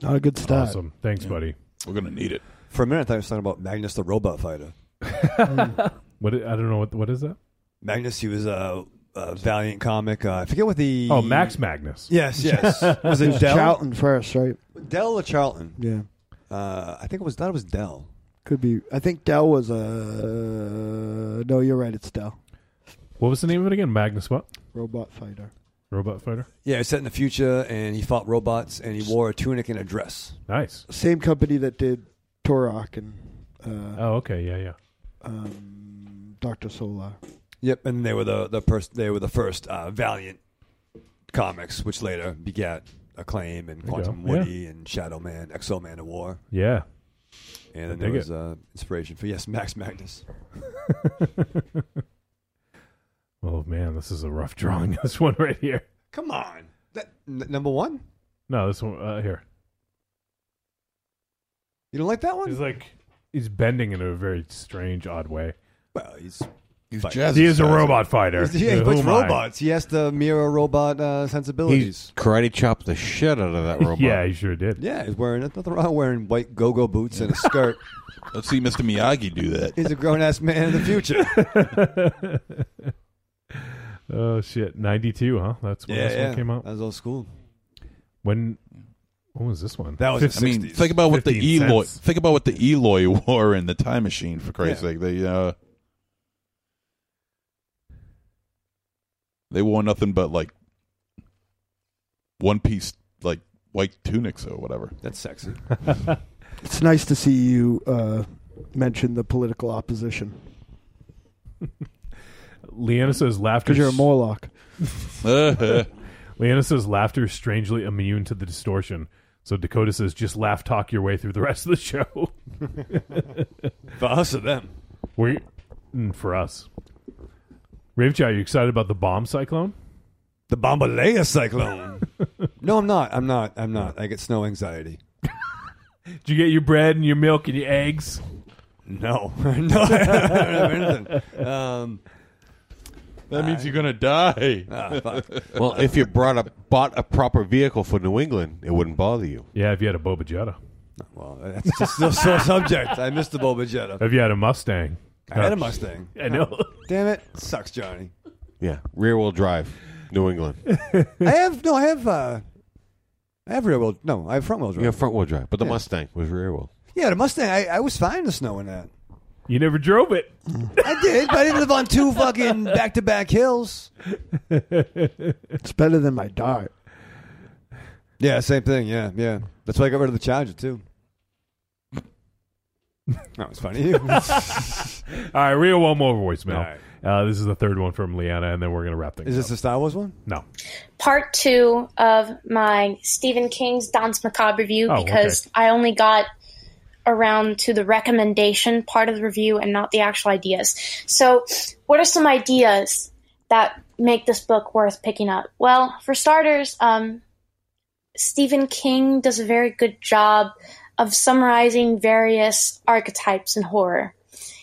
W: Not a good start.
D: Awesome. Thanks, buddy.
X: We're gonna need it.
E: For a minute, I thought you were talking about Magnus the robot fighter.
D: What I don't know what what is that?
E: Magnus, he was a, a valiant comic. Uh, I forget what the
D: Oh, Max Magnus.
E: Yes, yes. was
W: It
E: it
W: was
E: Dell?
W: Charlton first, right?
E: Dell or Charlton?
W: Yeah.
E: Uh, I think it was. Thought it was Dell.
W: Could be. I think Dell was a. no, you're right. It's Dell.
D: What was the name of it again? Magnus what?
W: Robot fighter.
D: Robot Fighter.
E: Yeah, it's set in the future, and he fought robots, and he wore a tunic and a dress.
D: Nice.
F: Same company that did Torok and uh,
D: Oh, okay. Yeah, yeah.
F: um, Doctor Solar.
E: Yep, and they were the the pers- they were the first uh, Valiant comics, which later begat Acclaim and
D: There you
E: Quantum
D: go.
E: Woody and Shadow Man, Exo Man of War.
D: Yeah.
E: and then
D: I
E: there
D: dig
E: was
D: it.
E: uh, inspiration for yes, Max Magnus.
D: Oh man, this is a rough drawing. This one right here.
E: Come on, that, n- number one.
D: No, this one uh, here.
E: You don't like that one?
D: He's like he's bending in a very strange, odd way.
E: Well, he's
D: he's
E: Fight.
D: he is a robot fighter.
E: He's- Yeah, he
D: Who
E: puts
D: am I?
E: robots. He has to mirror robot uh, sensibilities.
G: He's karate chopped the shit out of that robot.
D: Yeah, he sure did.
E: yeah, he's wearing nothing wrong wearing white go-go boots and a skirt.
N: Let's see Mr. Miyagi do that.
E: He's a grown ass man in the future.
D: Oh shit, ninety two, huh? That's when
E: Yeah,
D: this
E: yeah.
D: one came out.
E: That was old school.
D: When when was this one?
N: I mean, think about what the
D: 15
N: Eloy.
D: cents.
N: Think about what the Eloy wore in the Time Machine. For Christ's
D: Yeah.
N: sake, they uh, they wore nothing but like one piece, like white tunics or whatever.
E: That's sexy.
F: It's nice to see you uh, mention the political opposition
D: Leanna says laughter
F: because you're a Morlock.
D: Leanna says laughter is strangely immune to the distortion. So Dakota says just laugh talk your way through the rest of the show.
E: For us or them?
D: We mm, for us. Rave Chow, you excited about the bomb cyclone?
E: The Bombalea cyclone. no, I'm not. I'm not. I'm not. I get snow anxiety.
D: Did you get your bread and your milk and your eggs?
E: No, no, I don't have anything. Um,
N: That means you're gonna die.
E: Ah, fuck.
G: Well, if you brought a bought a proper vehicle for New England, it wouldn't bother you.
D: Yeah, if you had a Boba Jetta.
E: Well, that's just no sore subject. I missed the Boba Jetta.
D: Have you had a Mustang?
E: I had a Mustang.
D: I know.
E: Damn it. Sucks, Johnny.
G: Yeah, rear wheel drive, New England.
E: I have no. I have. uh I have rear wheel. No, I have front wheel drive.
G: You have front wheel drive, but the
E: Yeah.
G: Mustang was rear wheel.
E: Yeah, the Mustang. I, I was fine in the snow in that.
D: You never drove it.
E: I did, but I didn't live on two fucking back to back hills.
F: It's better than my dart.
E: Yeah, same thing. Yeah, yeah. That's why I got rid of the Charger too. That was funny.
D: All right, we have one more voicemail.
E: All right.
D: Uh, this is the third one from Leanna, and then we're gonna wrap things.
E: Is this the Star Wars one?
D: No.
R: part two of my Stephen King's Dance Macabre review
D: Oh,
R: because I only got around to the recommendation part of the review and not the actual ideas. So, what are some ideas that make this book worth picking up? Well, for starters, um, Stephen King does a very good job of summarizing various archetypes in horror.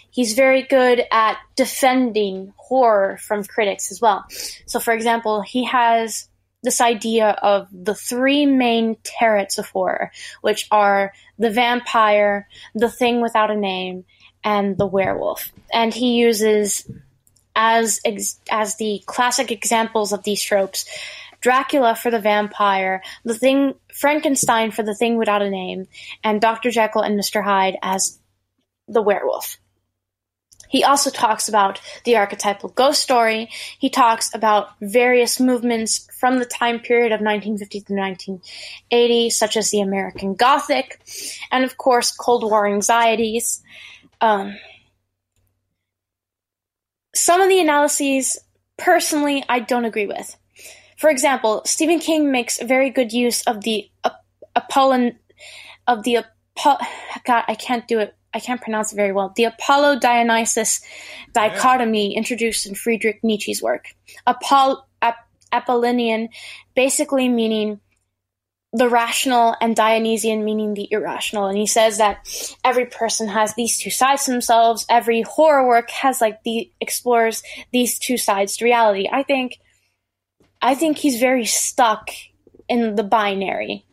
R: He's very good at defending horror from critics as well. So, for example, he has this idea of the three main turrets of horror, which are the vampire, the thing without a name, and the werewolf. And he uses as ex- as the classic examples of these tropes Dracula for the vampire, the thing Frankenstein for the thing without a name, and Dr. Jekyll and Mr. Hyde as the werewolf. He also talks about the archetypal ghost story. He talks about various movements from the time period of 1950 to 1980, such as the American Gothic, and of course, Cold War anxieties. Um, some of the analyses, personally, I don't agree with. For example, Stephen King makes very good use of the ap- Apollon of the Apollo. God, I can't do it. I can't pronounce it very well. The Apollo Dionysus dichotomy introduced in Friedrich Nietzsche's work. Apol- Ap- Apollinian, basically meaning the rational and Dionysian meaning the irrational. And he says that every person has these two sides to themselves. Every horror work has like the explores these two sides to reality. I think I think he's very stuck in the binary,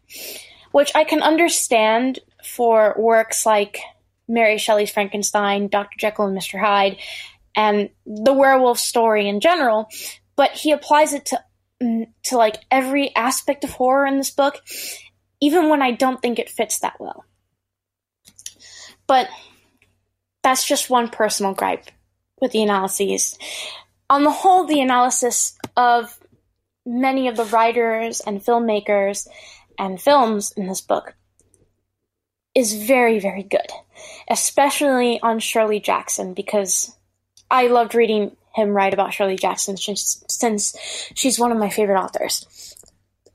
R: which I can understand for works like Mary Shelley's Frankenstein, Dr. Jekyll and Mr. Hyde, and the werewolf story in general, but he applies it to mm, to like every aspect of horror in this book, even when I don't think it fits that well. But that's just one personal gripe with the analyses. On the whole, the analysis of many of the writers and filmmakers and films in this book is very, very good, especially on Shirley Jackson, because I loved reading him write about Shirley Jackson since, since she's one of my favorite authors.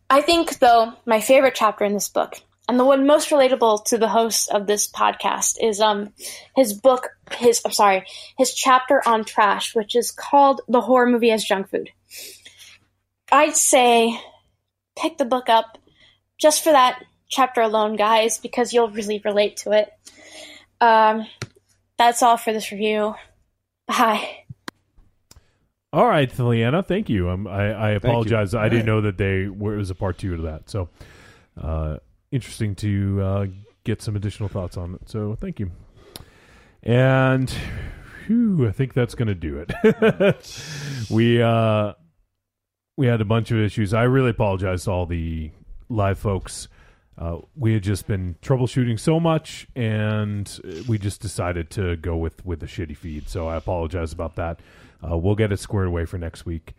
R: I think, though, my favorite chapter in this book, and the one most relatable to the host of this podcast, is um his book, his I'm sorry, his chapter on trash, which is called "The Horror Movie as Junk Food." I'd say pick the book up just for that chapter alone, guys, because you'll really relate to it. Um, that's all for this review. Bye.
D: All right, Leanna, thank you. Um, I, I
Y: you.
D: apologize. I
Y: All
D: didn't
Y: right.
D: know that they were, it was a part two to that. So uh, interesting to uh, get some additional thoughts on it. So thank you. And whew, I think that's going to do it. we uh, we had a bunch of issues. I really apologize to all the live folks. Uh, we had just been troubleshooting so much, and uh, we just decided to go with with a shitty feed. So I apologize about that. Uh, we'll get it squared away for next week.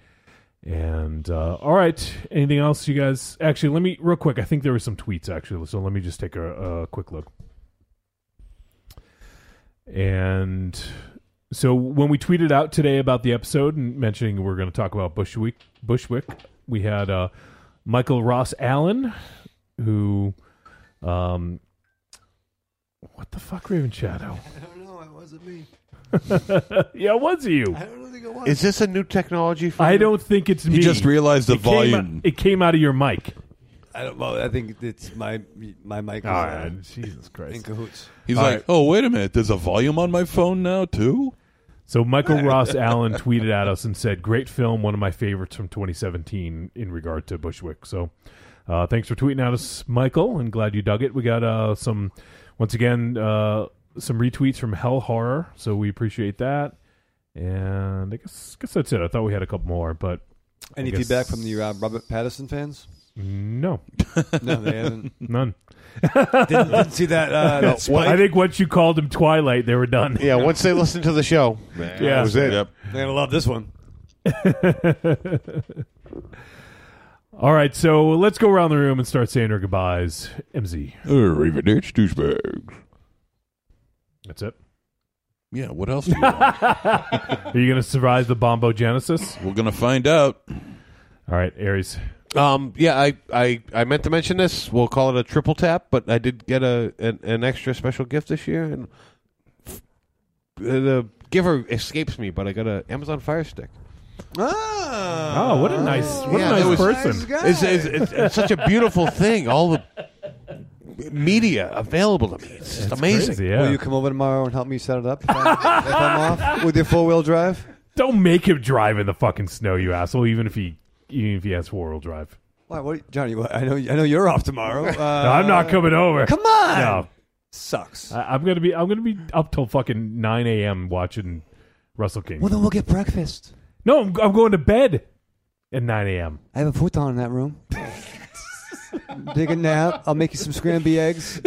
D: And uh, all right, anything else, you guys? Actually, let me real quick. I think there were some tweets actually, so let me just take a, a quick look. And so when we tweeted out today about the episode and mentioning we're going to talk about Bushwick, Bushwick, we had uh, Michael Ross Allen, who, um, what the fuck, Raven Shadow?
E: I don't know. It wasn't me.
D: yeah, it was you. I
E: don't think it was.
G: Is this a new technology? For
D: I
G: you?
D: don't think it's
G: He
D: me.
G: just realized the
D: It came out-
G: volume.
D: it came out of your mic.
E: I don't. Well, I think it's my my mic. Was,
D: All
E: uh,
D: right, Ah, Jesus Christ.
E: In cahoots.
B: He's
D: All
B: like,
D: right.
B: oh, wait a minute. There's a volume on my phone now, too?
D: So Michael Ross Allen tweeted at us and said, "Great film, one of my favorites from 2017 in regard to Bushwick." So, uh, thanks for tweeting at us, Michael, and glad you dug it. We got uh, some, once again, uh, some retweets from Hell Horror, so we appreciate that. And I guess, guess that's it. I thought we had a couple more, but I
E: Any
D: guess-
E: feedback from the uh, Robert Patterson fans?
D: No,
E: No, they haven't.
D: None.
E: Didn't- didn't see that, uh, that spike?
D: I think once you called them Twilight, they were done.
G: Yeah, once they listened to the show,
D: Yeah.
G: that was it.
E: They're gonna love this one.
D: All right, so let's go around the room and start saying our goodbyes. MZ.
B: Arrivederci, douchebags.
D: That's it.
B: Yeah, what else do you want?
D: Are you going to survive the Bombo Genesis?
B: We're going to find out.
D: All right, Aries.
G: Um, yeah, I, I, I meant to mention this. We'll call it a triple tap, but I did get a an, an extra special gift this year, and f- the giver escapes me, but I got an Amazon Fire Stick.
E: Ah!
D: Oh, what a nice, what
G: Yeah,
D: a nice
G: it was-
D: person.
G: It's, it's, it's, it's such a beautiful thing. All the media available to me. It's just amazing.
E: Will you come over tomorrow and help me set it up? If I'm, if I'm off with your four wheel drive.
D: Don't make him drive in the fucking snow, you asshole. Even if he, even if he has four wheel drive.
E: Why, what, Johnny? What, I know. I know you're off tomorrow. Uh,
D: no, I'm not coming over.
E: Come on.
D: No.
E: Sucks.
D: I, I'm gonna be, I'm gonna be up till fucking nine a.m. watching Russell King.
E: Well, then we'll get breakfast.
D: No, I'm, I'm going to bed at nine a.m.
E: I have a futon in that room. Take a nap. I'll make you some scrambled eggs.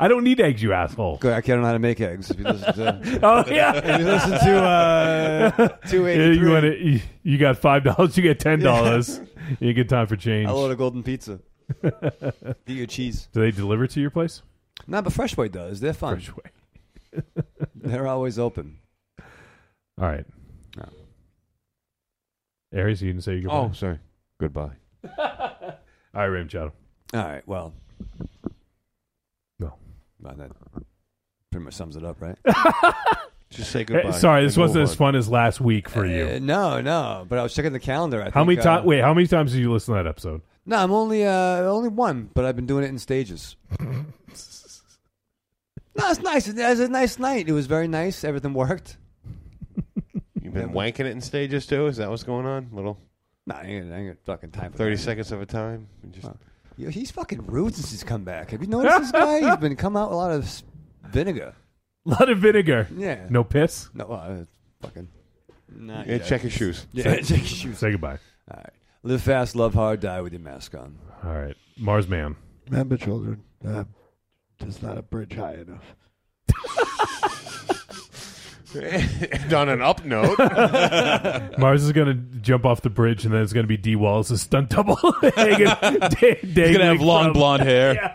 D: I don't need eggs, you asshole.
E: Good. I don't know how to make eggs. If you listen to,
D: Oh yeah.
E: if you listen to uh, two
D: Yeah,
E: eighty
D: you,
E: three,
D: wanna, you, you got five dollars, you get ten dollars. you get time for change.
E: I load a golden pizza. Get your cheese.
D: Do they deliver to your place?
E: No, but Freshway does. They're fun.
D: Freshway.
E: They're always open.
D: All right. Aries, you didn't say goodbye.
G: Oh, sorry. Goodbye.
D: All right, Ram Shadow.
E: All right. Well.
D: No.
E: Well, that pretty much sums it up, right?
G: Just say
D: Eh, sorry, this wasn't as fun as last week for you.
E: Uh, no, no. But I was checking the calendar. I
D: how
E: think,
D: many
E: uh,
D: times? wait, how many times did you listen to that episode?
E: No, I'm only uh, only one, but I've been doing it in stages. no, it's nice. It was a nice night. It was very nice. Everything worked.
G: You've been wanking it in stages too. Is that what's going on? Little
E: Nah, I ain't, I ain't got fucking time. For
G: thirty
E: that.
G: seconds of a time. You Just
E: Yo, he's fucking rude since he's come back. Have you noticed this guy? He's been come out with a lot of s- vinegar.
D: A lot of vinegar.
E: Yeah.
D: No piss.
E: No, uh, fucking. Not
D: Yeah,
E: yet.
D: check his shoes.
E: Yeah,
D: Say-
E: check his shoes.
D: say goodbye.
E: All right. Live fast, love hard, die with your mask on.
D: All right, Mars Man.
F: Remember, children, uh, there's not a bridge high enough.
G: On an up note,
D: Mars is gonna jump off the bridge, and then it's gonna be D Wallace's stunt double. Hagen- Da-
B: He's gonna
D: Dagwig
B: have long
D: from-
B: blonde hair.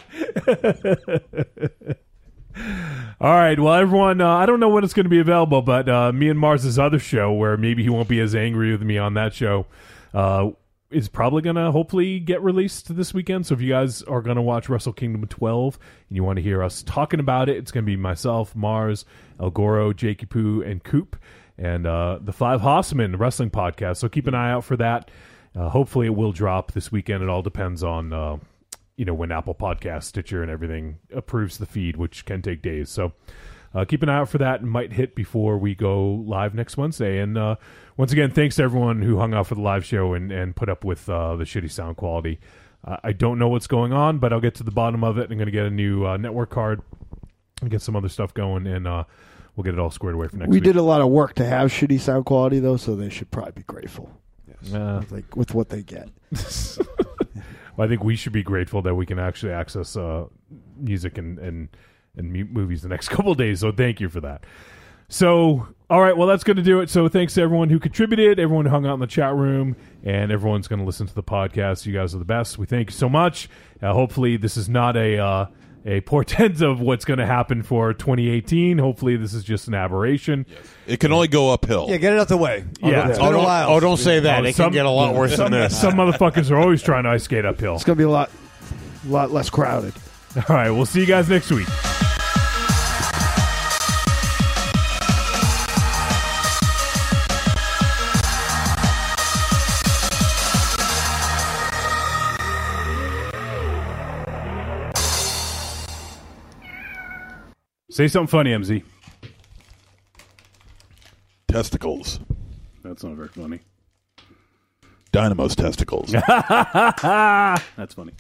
D: All right. Well, everyone, uh, I don't know when it's going to be available, but uh, me and Mars's other show, where maybe he won't be as angry with me on that show, uh, is probably going to hopefully get released this weekend. So if you guys are going to watch Wrestle Kingdom 12 and you want to hear us talking about it, it's going to be myself, Mars, El Goro, Jakey Poo, and Coop, and uh, the Five Hossman Wrestling Podcast. So keep an eye out for that. Uh, hopefully, it will drop this weekend. It all depends on. Uh, you know when Apple Podcast, Stitcher, and everything approves the feed, which can take days. So uh, keep an eye out for that, and might hit before we go live next Wednesday. And uh, once again, thanks to everyone who hung out for the live show and and put up with uh, the shitty sound quality. Uh, I don't know what's going on, but I'll get to the bottom of it. I'm going to get a new uh, network card and get some other stuff going, and uh, we'll get it all squared away for next
F: we
D: week.
F: did a lot of work to have shitty sound quality though, so they should probably be grateful.
D: Uh,
F: Like with what they get.
D: Well, I think we should be grateful that we can actually access uh, music and and and mu- movies the next couple of days. So thank you for that. So all right, well that's going to do it. So thanks to everyone who contributed, everyone who hung out in the chat room, and everyone's going to listen to the podcast. You guys are the best. We thank you so much. Uh, hopefully, this is not a uh, a portent of what's going to happen for 2018. Hopefully, this is just an aberration.
B: It can only go uphill.
E: Yeah, get it out the way.
D: Yeah.
B: Oh, don't- oh, don't say that.
D: Oh,
B: It can get a lot worse
D: some-
B: than this.
D: Some motherfuckers are always trying to ice skate uphill.
F: It's gonna be a lot, lot less crowded.
D: All right, we'll see you guys next week. Say something funny, MZ.
B: Testicles.
D: That's not very funny.
B: Dynamo's testicles.
D: That's funny.